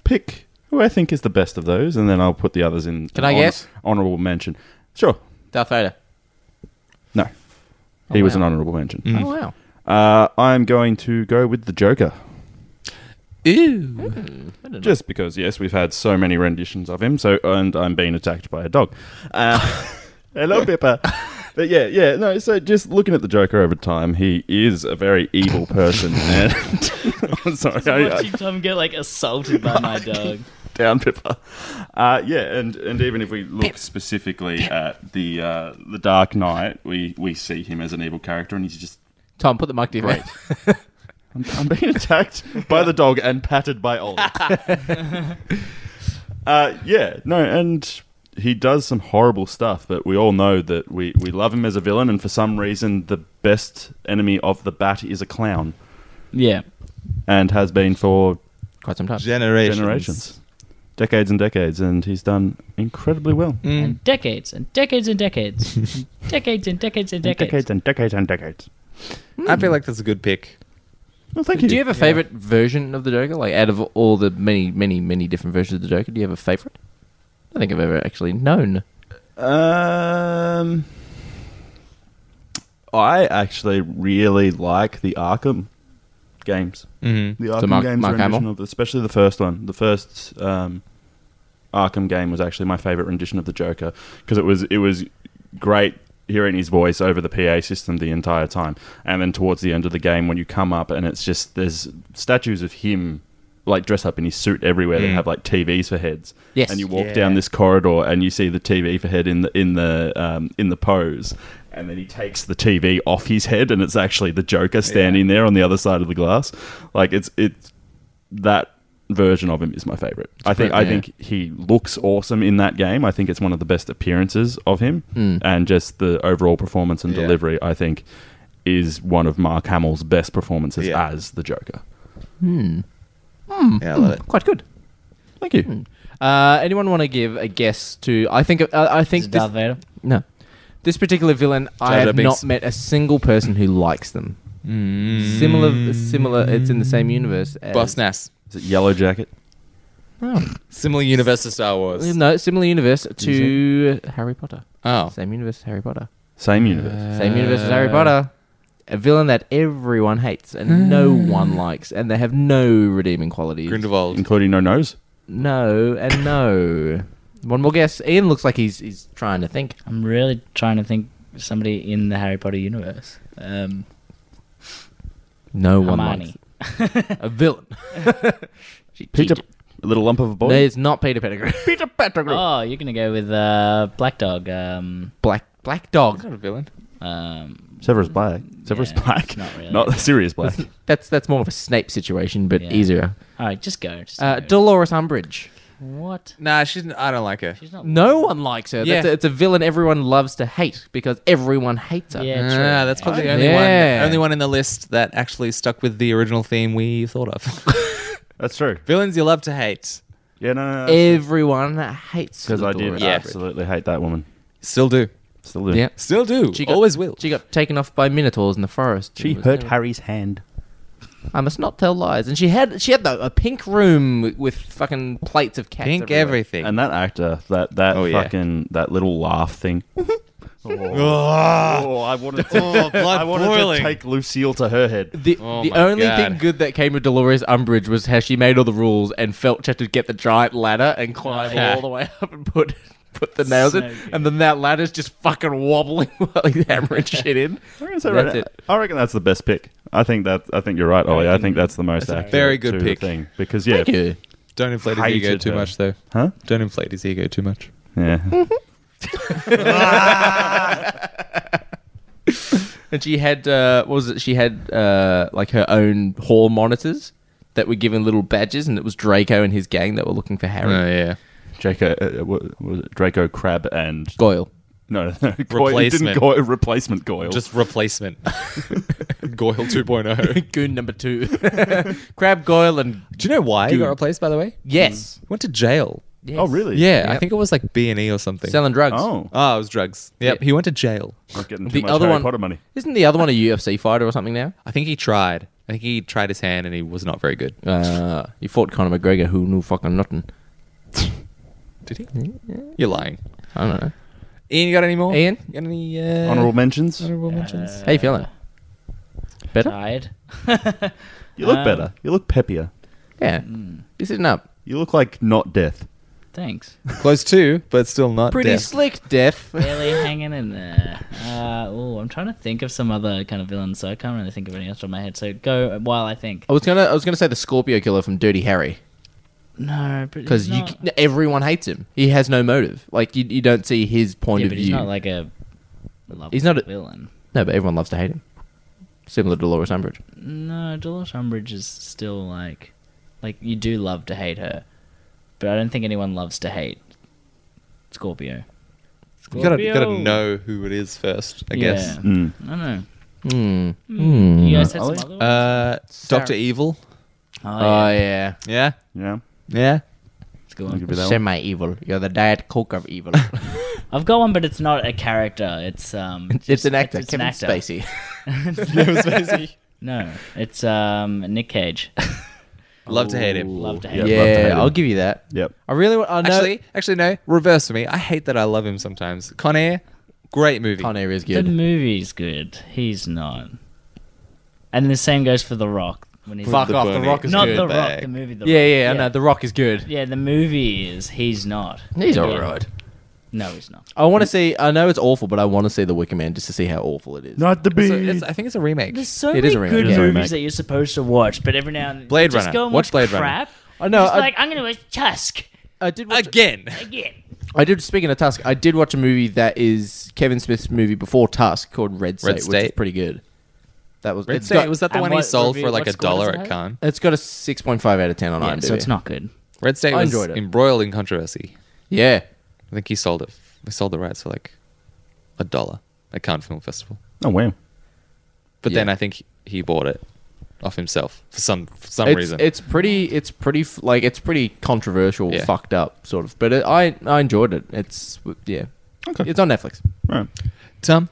S5: pick who I think is the best of those, and then I'll put the others in.
S3: Can I guess?
S5: Honorable mention. Sure.
S3: Darth Vader.
S5: No, he was
S3: wow.
S5: an honorable mention.
S4: Mm.
S3: Oh wow.
S5: Uh, I'm going to go with the Joker,
S4: Ew.
S5: just because yes, we've had so many renditions of him. So, and I'm being attacked by a dog. Uh, hello, Pippa. But yeah, yeah, no. So just looking at the Joker over time, he is a very evil person. and I'm sorry, I- I-
S1: Watching Tom get like assaulted by my dog.
S5: down Pippa. Uh, yeah, and, and even if we look specifically at the uh, the Dark Knight, we, we see him as an evil character, and he's just
S3: Tom, put the mic to your mouth.
S5: I'm, I'm being attacked by the dog and patted by Ollie. uh, yeah, no, and he does some horrible stuff, but we all know that we, we love him as a villain, and for some reason, the best enemy of the bat is a clown,
S1: yeah.
S5: and has been for
S3: Quite some time.
S4: Generations.
S5: generations, decades and decades, and he's done incredibly well.
S1: And decades and decades and decades. And decades and decades and decades.
S5: and decades and decades.
S4: I feel like that's a good pick.
S5: Well, thank
S3: Do you have a favorite version of the Joker? Like out of all the many, many, many different versions of the Joker, do you have a favorite? I don't think I've ever actually known.
S5: Um, I actually really like the Arkham games.
S4: Mm-hmm.
S5: The Arkham
S3: Mm. Mark-
S5: games,
S3: Mark
S5: rendition
S3: Hamill?
S5: of, especially the first one. The first um, Arkham game was actually my favorite rendition of the Joker because it was it was great hearing his voice over the PA system the entire time. And then towards the end of the game, when you come up and it's just there's statues of him like dressed up in his suit everywhere. They have like TVs for heads.
S3: Yes.
S5: and you walk
S4: Yeah.
S5: down this corridor and you see the TV for head in the in the um, in the pose. And then he takes the TV off his head, and it's actually the Joker standing there on the other side of the glass. Like it's it's that version of him is my favorite. I think I
S3: pretty- yeah.
S5: think he looks awesome in that game. I think it's one of the best appearances of him,
S3: Hmm.
S5: and just the overall performance and
S4: Yeah.
S5: delivery. I think is one of Mark Hamill's best performances
S4: Yeah.
S5: as the Joker.
S4: Yeah, I love it.
S3: Hmm. Quite good.
S5: Thank you.
S3: Uh, anyone want to give a guess to? I think. Uh, I think.
S1: Is
S3: this-
S1: Darth Vader?
S3: no. This particular villain, I
S4: Jar Jar
S3: have
S4: Binks.
S3: not met a single person who likes them. Similar, similar. It's in the same universe. As,
S4: Mm-hmm. Boss Nass.
S5: Is it Yellow Jacket?
S3: Oh.
S4: Similar universe to Star Wars.
S3: No, similar universe to Harry Potter.
S4: Oh.
S3: Same universe as Harry Potter.
S5: Same universe.
S3: Same universe as Harry
S1: Uh.
S3: Potter. A villain that everyone hates and
S1: Uh.
S3: no one likes, and they have no redeeming qualities.
S4: Grindelwald.
S5: Including no nose.
S3: No and no. One more guess. Ian looks like he's he's trying to think.
S1: I'm really trying to think of somebody in the Harry Potter universe. Um,
S3: No one
S1: Hermione.
S3: likes a villain. She
S5: Peter,
S3: cheated.
S5: a little lump of a boy.
S3: No, it's not Peter Pettigrew. Peter Pettigrew.
S1: Oh, you're gonna go with uh, Black Dog. Um,
S3: Black Black Dog.
S4: Not a villain.
S1: um,
S5: Severus Black. Severus
S1: Yeah,
S5: Black.
S1: not really.
S5: Not Sirius Black.
S3: That's that's more of a Snape situation, but
S1: Yeah.
S3: easier.
S1: all right, just go. Just
S3: Uh,
S1: go.
S3: Dolores Umbridge.
S1: what?
S4: Nah, she's. I don't like her.
S1: She's not.
S3: No one likes her. That's
S4: Yeah.
S3: a, it's a villain everyone loves to hate because everyone hates her.
S1: Yeah, true.
S4: Ah, that's probably the only
S3: Yeah.
S4: one, only one in the list that actually stuck with the original theme we thought of.
S5: That's true.
S4: Villains you love to hate,
S5: Yeah, no, no.
S3: Uh, Everyone hates
S5: Because I did
S3: Dolores
S4: Yeah.
S3: Umbridge.
S5: absolutely hate that woman.
S4: still do,
S5: Still do.
S3: Yeah.
S4: still do,
S3: She got-
S4: always will.
S3: She got taken off by minotaurs in the forest.
S5: She
S3: It was
S5: hurt
S3: terrible.
S5: Harry's hand.
S3: I must not tell lies. And she had she had the, a pink room with fucking plates of cats.
S4: Pink
S3: everywhere.
S4: everything.
S5: And that actor, that that
S4: Oh, yeah.
S5: fucking that little laugh thing.
S4: Ah.
S5: Oh, I wanted to,
S4: blood
S5: I wanted
S4: boiling.
S5: to take Lucille to her head.
S3: The,
S4: Oh
S3: the
S4: my
S3: only
S4: God.
S3: thing good that came with Dolores Umbridge was how she made all the rules and Felch had to get the giant ladder and climb
S4: Yeah.
S3: all the way up and put put the nails in. And then that ladder's just fucking wobbling while he's hammering shit in.
S5: I'm gonna say
S3: That's
S5: right now,
S3: it.
S5: I reckon that's the best pick. I think that I think you're right, Ollie. I think that's the most accurate
S4: very good
S5: to the
S4: pick.
S5: thing because yeah,
S3: Thank you.
S4: Don't inflate his
S5: Hated
S4: ego too
S5: her.
S4: much, though.
S5: huh?
S4: Don't inflate his ego too much.
S5: Yeah.
S3: And she had uh, what was it? She had uh, like her own hall monitors that were given little badges, and it was Draco and his gang that were looking for Harry
S4: Oh, yeah.
S5: Draco, uh, what, was it? Draco Crab and
S3: Goyle.
S5: no, no Goyle- it didn't
S4: Replacement.
S5: Goyle, replacement Goyle.
S4: Just replacement. Goyle
S3: oh.
S4: 2.0.
S3: Goon number two, Crab Goyle, and
S4: do you know why he
S3: Dude.
S4: got replaced? By the way,
S3: yes,
S4: he went to jail.
S5: Oh, really?
S4: Yeah, I
S3: Yep.
S4: think it was like B and E or something.
S3: Selling drugs.
S5: Oh,
S4: oh, it was drugs. Yep,
S3: Yeah.
S4: he went to jail.
S5: not getting too
S3: The
S5: much
S3: other
S5: Harry
S3: one-
S5: Potter money.
S3: Isn't the other one a UFC fighter or something now?
S4: I think he tried. I think he tried his hand and he was not very good.
S3: Uh, he fought Conor McGregor, who knew fucking nothing.
S4: Did he? You're lying.
S3: I don't know.
S4: Ian, you got any more?
S3: Ian?
S4: You got any uh,
S5: Honorable mentions.
S4: honorable mentions?
S3: How you feeling? Better?
S1: Tired.
S5: You look
S4: uh,
S1: Um,
S5: better. You look peppier.
S3: yeah.
S1: mm.
S3: You're sitting up.
S5: You look like not death.
S1: Thanks.
S4: Close to, but still not.
S3: Pretty
S4: death.
S3: slick, Def.
S1: Barely hanging in there. Uh, oh, I'm trying to think of some other kind of villains, so I can't really think of any else on my head. So go while I think.
S3: I was gonna, I was gonna say the Scorpio killer from Dirty Harry
S1: No, but
S3: because
S1: he's
S3: you,
S1: not-
S3: c- everyone hates him. He has no motive. Like you, you don't see his point
S1: yeah,
S3: of
S1: but
S3: view.
S1: he's not like a. Lovable
S3: He's not a-
S1: villain.
S3: no, but everyone loves to hate him. Similar to Dolores Umbridge.
S1: No, Dolores Umbridge is still like, like you do love to hate her, but I don't think anyone loves to hate Scorpio.
S4: You gotta, you gotta
S1: Scorpio.
S4: know who it is first, I guess.
S1: Yeah.
S5: Mm.
S1: I don't know.
S3: Hmm.
S1: You guys had some
S5: Ollie?
S1: other ones?
S4: Uh,
S3: Sarah.
S4: Doctor Evil.
S1: oh,
S3: Oh
S1: yeah.
S3: yeah.
S4: Yeah,
S5: Yeah,
S4: yeah.
S1: It's a good
S5: I'll
S1: one.
S5: give you that one.
S3: Semi evil. You're the diet coke of evil.
S1: I've got one, but it's not a character. It's um.
S3: it's an actor,
S1: It's, it's an
S3: Kevin
S1: actor.
S3: Spacey.
S1: No, it's um Nick Cage.
S4: Love to hate him.
S1: love to hate.
S5: Yeah,
S1: him.
S5: love to hate
S3: yeah,
S5: him.
S3: I'll give you that.
S5: Yep.
S3: I really want. I know
S4: Actually, actually, no. Reverse for me. I hate that I love him sometimes. Con Air, great movie.
S3: Con Air is
S1: The
S3: good.
S1: movie's good. He's not. And the same goes for The Rock. When he's
S3: Fuck
S4: The
S3: off. The
S4: Bunny.
S3: Rock is
S1: Not
S3: good.
S1: The Rock.
S4: bag.
S1: The movie. The
S3: yeah,
S1: Rock.
S3: yeah, I know. The Rock is good.
S1: Yeah, the movie is. He's not.
S3: He's
S1: Yeah.
S3: alright.
S1: No, he's not.
S3: I want to see. I know it's awful, but I want to see the Wicker Man just to see how awful it is.
S5: Not the
S4: It's a-
S5: bees.
S4: it's- I think it's a remake.
S1: There's so
S3: It
S1: many
S3: is a remake.
S1: good
S3: It is a
S1: movies
S5: remake.
S1: that you're supposed to watch, but every now and then
S4: Blade
S1: just
S4: Runner.
S1: Go and
S4: Watch
S1: watch
S4: Blade Runner.
S1: crap.
S3: I know.
S1: Just
S3: I,
S1: like I'm gonna watch Tusk
S3: I did. Watch,
S4: Again,
S1: again.
S3: I did. Speaking of Tusk, I did watch a movie that is Kevin Smith's movie before Tusk called Red State, which is
S4: State.
S3: pretty good. That was.
S4: Red
S3: it's
S4: State,
S3: got-
S4: was that the
S1: and
S4: one he
S1: what
S4: sold
S1: review-
S4: for like
S1: what
S4: a
S1: score does
S4: dollar
S1: it have?
S4: at Cannes?
S3: It's got a six point five out of ten on
S1: Yeah,
S3: IMDb.
S1: so it's not good.
S4: Red State
S3: I
S4: was
S3: enjoyed it.
S4: embroiled in controversy.
S3: Yeah.
S4: I think he sold it. He sold the rights for like a dollar at Cannes Film Festival.
S5: oh wow.
S4: But then
S3: Yeah.
S4: I think he bought it off himself for some for some
S3: It's,
S4: reason.
S3: it's pretty. It's pretty. f- Like it's pretty controversial,
S4: Yeah.
S3: fucked up, sort of. But it, I I enjoyed it. It's yeah.
S5: Okay.
S3: It's on Netflix.
S5: Right.
S3: um,
S4: Tom,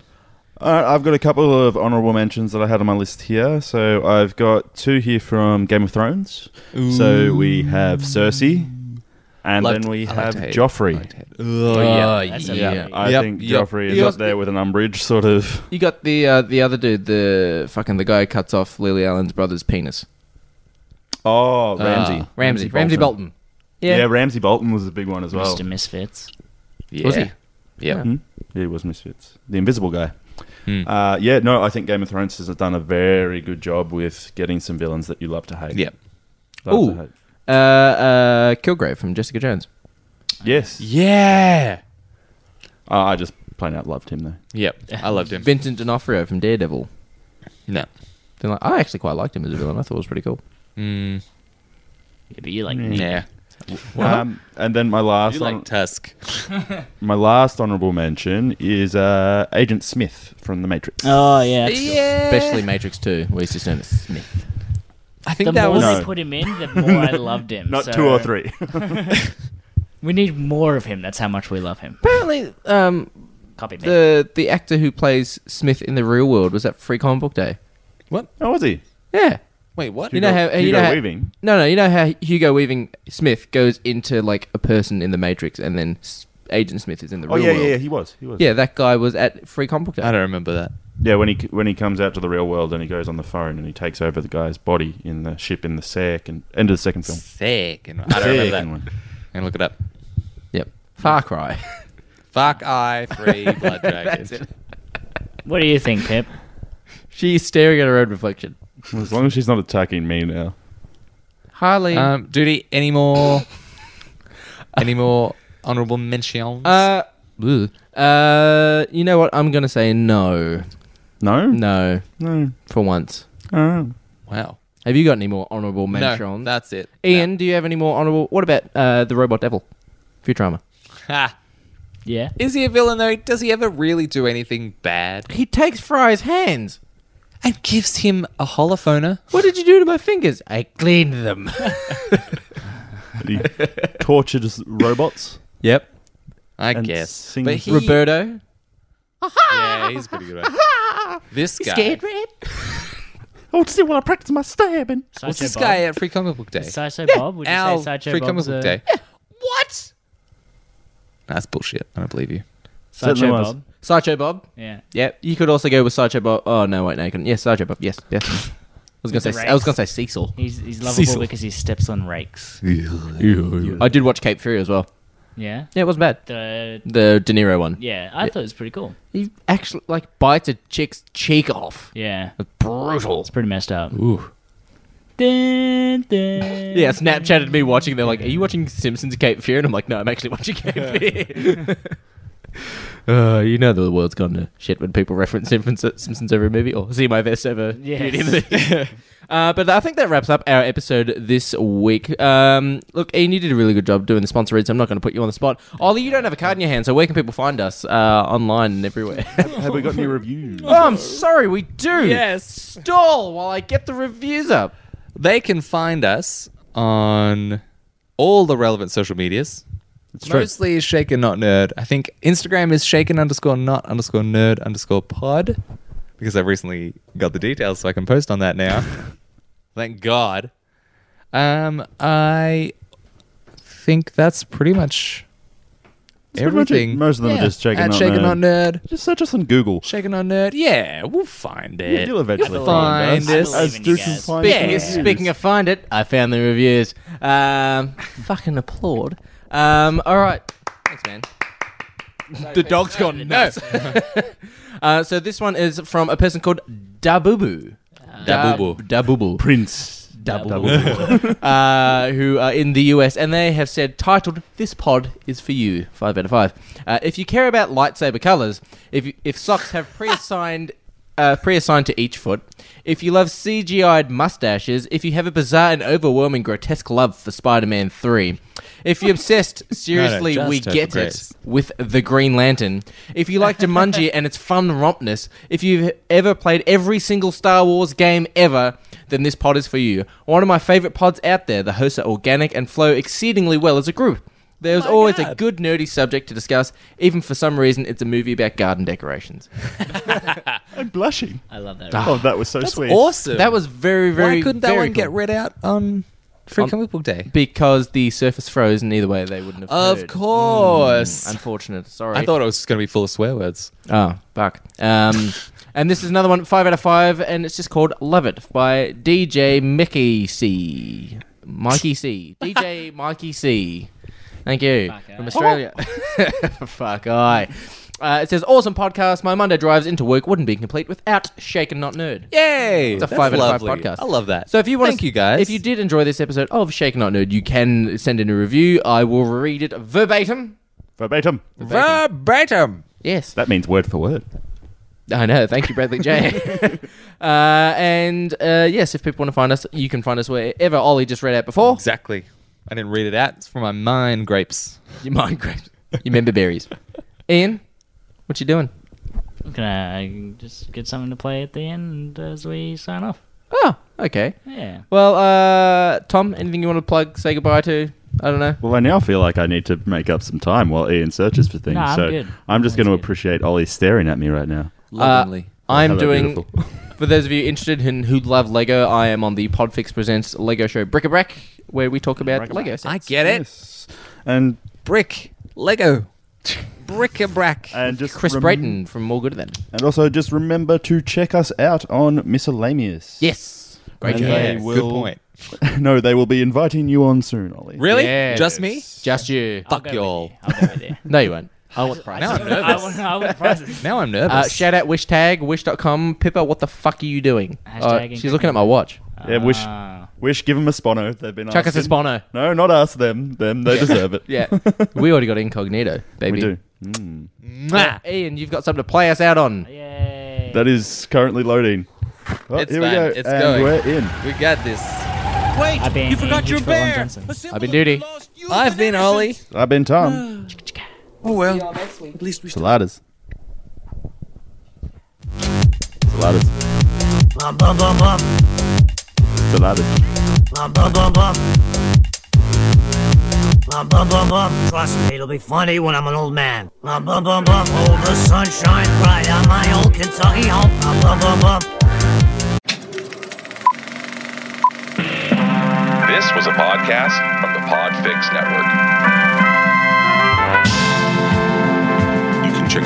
S5: All right, Uh, I've got a couple of honorable mentions that I had on my list here. So I've got two here from Game of Thrones. So we have Cersei, and
S4: Loved-
S5: then we
S4: I liked
S5: have
S4: Hate. I liked
S5: Joffrey.
S4: Hate.
S3: Oh
S1: that's a
S3: yeah.
S1: movie.
S5: Uh, I
S4: Yep,
S5: think
S4: yep.
S5: Joffrey is
S3: He
S5: up
S3: was-
S5: there with an Umbridge sort of.
S3: You got the uh, the other dude, the fucking the guy who cuts off Lily Allen's brother's penis.
S5: Oh, Ramsey.
S3: Ramsey, Ramsey Bolton.
S5: Yeah. Ramsey Bolton was a big one as well.
S1: Mr. Misfits.
S4: Yeah.
S3: Was he?
S4: Yeah.
S5: Hmm? Yeah, it was Misfits. The Invisible Guy.
S4: Hmm.
S5: Uh, yeah, no, I think Game of Thrones has done a very good job with getting some villains that you love to hate.
S4: Yeah.
S5: Love to
S3: Ooh.
S5: hate.
S3: Uh, uh, Kilgrave from Jessica Jones.
S5: Yes.
S4: Yeah.
S5: Uh, I just plain out loved him, though.
S4: Yep. I loved him.
S3: Vincent D'Onofrio from Daredevil.
S4: No.
S3: Then, like, I actually quite liked him as a villain. I thought it was pretty cool.
S4: Mm,
S1: Yeah, but you like Nick.
S4: yeah.
S5: Um, and then my last
S4: You
S5: hon-
S4: like Tusk.
S5: my last honorable mention is uh, Agent Smith from The Matrix.
S1: Oh yeah. that's cool.
S3: Especially Matrix 2, where he's just known as Smith.
S4: I
S1: The
S4: think that
S1: more
S4: was
S5: No.
S1: they put him in, the more I loved him.
S5: Not
S1: so-
S5: two or three.
S1: We need more of him. That's how much we love him.
S3: Apparently, um,
S1: Copy me.
S3: the the actor who plays Smith in the real world was at Free Comic Book Day.
S5: oh, was he?
S3: Yeah.
S4: Wait, what?
S3: You know how you
S5: Hugo
S3: know how-
S5: Weaving?
S3: No, no. You know how Hugo Weaving Smith goes into like a person in the Matrix, and then S- Agent Smith is in the
S5: Oh
S3: real
S5: yeah,
S3: world.
S5: yeah, yeah, he was. He was.
S3: Yeah, that guy was at Free Comic Book Day.
S4: I don't remember that.
S5: Yeah, when he when he comes out to the real world and he goes on the phone and he takes over the guy's body in the ship in the sec and end of the second film.
S4: Sick. And I don't remember that.
S5: Second
S4: I'm
S5: one.
S4: gonna look it up.
S3: Yep. Far
S5: Hmm.
S3: Cry.
S4: Fuck I free blood dragons.
S1: What do you think, Pip?
S3: She's staring at her own reflection.
S5: Well, As long as she's not attacking me now.
S3: Harley.
S5: Uh,
S4: Um, Duty, any more? any more honorable mentions?
S3: uh, ugh. uh, you know what? I'm gonna say no,
S5: No,
S3: no,
S5: no.
S3: for once.
S5: Oh.
S4: wow.
S3: Have you got any more honourable
S4: No,
S3: mentions?
S4: that's it.
S3: Ian, do you have any more honourable? What about uh, the Robot Devil, Futurama?
S4: Ha.
S1: Yeah.
S4: Is he a villain though? Does he ever really do anything bad?
S3: He takes Fry's hands.
S4: And gives him a holophoner.
S3: What did you do to my fingers? I cleaned them.
S5: He tortured s- robots.
S4: Yep. I
S5: And
S4: guess.
S5: sing-
S4: But he,
S3: Roberto.
S4: Yeah, he's pretty good. at it. this guy.
S3: Red.
S5: I still want to practice my stabbing.
S4: What's
S8: Sideshow
S4: this
S8: Bob.
S4: guy at Free Comic Book Day?
S8: Sideshow Bob? Would you
S4: Al
S8: say Sideshow
S4: Free
S8: Bob's
S4: Comic Book
S8: a-
S4: Day. What? That's bullshit. I don't believe you.
S8: Sideshow
S5: Certainly was.
S8: Bob.
S3: Sideshow Bob.
S8: Yeah.
S3: Yeah, you could also go with Sideshow Bob. Oh no, wait, no, you couldn't. Yes, Sideshow Bob. Yes, yes. I was gonna
S8: With the
S3: say I
S8: rakes.
S3: was gonna say Cecil.
S8: He's, he's lovable
S4: Cecil.
S8: because he steps on rakes.
S3: I did watch Cape Fear as well.
S8: Yeah.
S3: Yeah, it wasn't bad.
S8: The
S3: The De Niro one.
S8: yeah, I thought it was pretty cool.
S3: He actually like bites a chick's cheek off.
S8: Yeah,
S3: It's brutal.
S8: it's pretty messed up. Ooh. Dun, dun.
S3: Yeah, Snapchatted me watching. They're like, "Are you watching Simpsons Cape Fear?" And I'm like, "No, I'm actually watching Cape Fear." uh, you know the world's gone to shit when people reference Simpsons, Simpsons every movie or see my best ever. Beauty and the Beast. uh, but I think that wraps up our episode this week. Um, look, Ian, you did a really good job doing the sponsor reads. So I'm not going to put you on the spot. Ollie, you don't have a card in your hand, so where can people find us? Uh, online and everywhere.
S5: Have we got any reviews?
S3: oh, I'm sorry, we do.
S4: Yes.
S3: Stall while I get the reviews up.
S4: They can find us on all the relevant social medias.
S5: true.
S4: Mostly is shaken not nerd. I think Instagram is shaken underscore not underscore nerd underscore pod because I've recently got the details, so I can post on that now. Thank God. Um, I think that's pretty much
S5: pretty much it.
S4: everything.
S5: Most of them are just Shaken
S4: At
S5: Not
S4: shaken
S5: Nerd.
S4: not nerd.
S5: Just search us on Google.
S4: Shaken on nerd. Yeah, we'll find it.
S5: You'll eventually
S4: You'll
S5: find,
S4: find
S5: us.
S4: us.
S8: I believe
S5: As
S8: in you
S5: Duke
S8: guys.
S5: finds
S3: Speaking,
S5: reviews.
S3: speaking of find it, I found the reviews. Um, fucking applaud. Um, all right. Thanks, man. the dog's gone nuts. uh, so this one is from a person called Dabubu.
S4: Dabubu.
S3: Dab- Dabubu.
S5: Prince.
S3: Dabubu. uh, who are in the US, and they have said, titled, This Pod is for You. Five out of five. Uh, if you care about lightsaber colors, if, you, if socks have pre assigned. Uh, pre-assigned to each foot. If you love CGI'd mustaches, if you have a bizarre and overwhelming grotesque love for Spider-Man 3, if you're obsessed, seriously,
S4: just
S3: we
S4: over
S3: get it
S4: Grace.
S3: with the Green Lantern. If you like Jumanji and its fun rompness, if you've ever played every single Star Wars game ever, then this pod is for you. One of my favorite pods out there. The hosts are organic and flow exceedingly well as a group. There's always a good nerdy subject to discuss, even for some reason it's a movie about garden decorations.
S5: I'm blushing.
S8: I love
S1: Ah.
S8: that.
S5: Oh, that was so sweet.
S4: Awesome.
S3: That was very, very
S4: Why couldn't that
S3: very
S4: one get
S3: cool.
S4: read out on Free
S3: On-
S4: Comic Book Day?
S3: Because the surface froze and either way they wouldn't have
S4: Of
S3: heard. Mm,
S4: course.
S3: Unfortunate. Sorry.
S4: I thought it was going to be full of swear words.
S3: Oh, fuck. Um, and this is another one, five out of five, and it's just called "Love It" by DJ Mickey C. Mikey C. DJ Mikey C. Thank you
S8: Fuck
S3: from
S8: aye.
S3: Australia. fuck I. Uh, it says awesome podcast. My Monday drives into work wouldn't be complete without Shaken Not Nerd.
S4: Yay! It's
S3: a five out of five podcast.
S4: I love that.
S3: So if you want,
S4: thank you guys.
S3: If you did enjoy this episode of Shaken Not Nerd, you can send in a review. I will read it verbatim.
S5: Verbatim.
S4: verbatim.
S3: Yes.
S5: That means word for word.
S3: I know. Thank you, Bradley J. uh, and uh, yes, if people want to find us, you can find us wherever Ollie just read out before.
S4: Exactly. I didn't read it out. It's from my mind grapes.
S3: Your mind grapes. Your member berries. Ian, what you doing?
S8: Can I just get something to play at the end as we sign off?
S3: Oh, okay.
S8: Yeah.
S3: Well, uh, Tom, anything you want to plug, say goodbye to? I don't know.
S5: Well, I now feel like I need to make up some time while Ian searches for things.
S8: Nah, I'm
S5: so
S8: good.
S5: I'm just
S8: That's
S5: going to
S8: good.
S5: appreciate Ollie staring at me right now.
S3: Lovingly.
S5: How
S3: Uh, I'm
S5: about
S3: doing.
S5: beautiful?
S3: For those of you interested in who love Lego, I am on the Podfix Presents Lego Show Bric-a-Brac, where we talk about Lego. sets.
S4: I get it.
S5: Yes. And
S4: Brick. Lego. Bric-a-brac.
S3: Uh,
S5: and just
S3: Chris
S5: rem-
S3: Brayton from More Good Than.
S5: And also just remember to check us out on Miscellaneous.
S3: Yes. Great
S5: And
S3: job.
S5: they
S4: Yes,
S5: will-
S4: Good point.
S5: no, they will be inviting you on soon, Ollie.
S4: Really?
S3: Yes.
S4: Just me?
S3: Just you.
S8: I'll
S4: Fuck
S8: go with
S4: y'all.
S8: you. I'll go with you.
S3: No, you won't. I want
S4: Now I'm
S8: I
S4: nervous.
S8: want, I want prizes.
S4: Now I'm
S3: Uh,
S4: nervous.
S3: shout out wish tag, wish.com. Pippa, what the fuck are you doing? Uh,
S8: Hashtag
S3: she's looking at my watch.
S5: Yeah, wish,
S8: Ah.
S5: wish, give them a spono. They've been
S3: Chuck us a
S5: asking.
S3: spono.
S5: No, not us. Them, them. They deserve it.
S3: Yeah. we already got incognito, baby.
S5: we do. Mm.
S4: Mwah.
S3: Ian, you've got something to play us out on.
S8: Yay.
S5: That is currently loading. Oh,
S4: It's
S5: here we
S4: fine.
S5: go.
S4: It's
S5: and
S4: going.
S5: we're in.
S4: We got this.
S6: Wait,
S8: I've been
S6: you forgot
S8: Andrew
S6: your
S8: Trelon
S6: bear.
S8: Johnson.
S6: A symbol
S3: I've been
S6: of your
S3: Duty.
S6: lost youth
S4: I've
S6: and
S4: been
S6: innocence.
S4: Ollie.
S5: I've been Tom.
S6: Oh well. At least we
S5: Saladas. Saladas.
S6: Bum, bum, bum, bum.
S5: Saladas.
S6: Bum, bum, bum, bum. Bum,
S11: Bum, bum, bum, bum. Trust me, it'll be funny when I'm an old man. Bum, bum, bum, bum. Oh, the sun shines bright on my old Kentucky home. Bum, bum, bum, bum.
S7: This was a podcast from the Podfix Network. You can check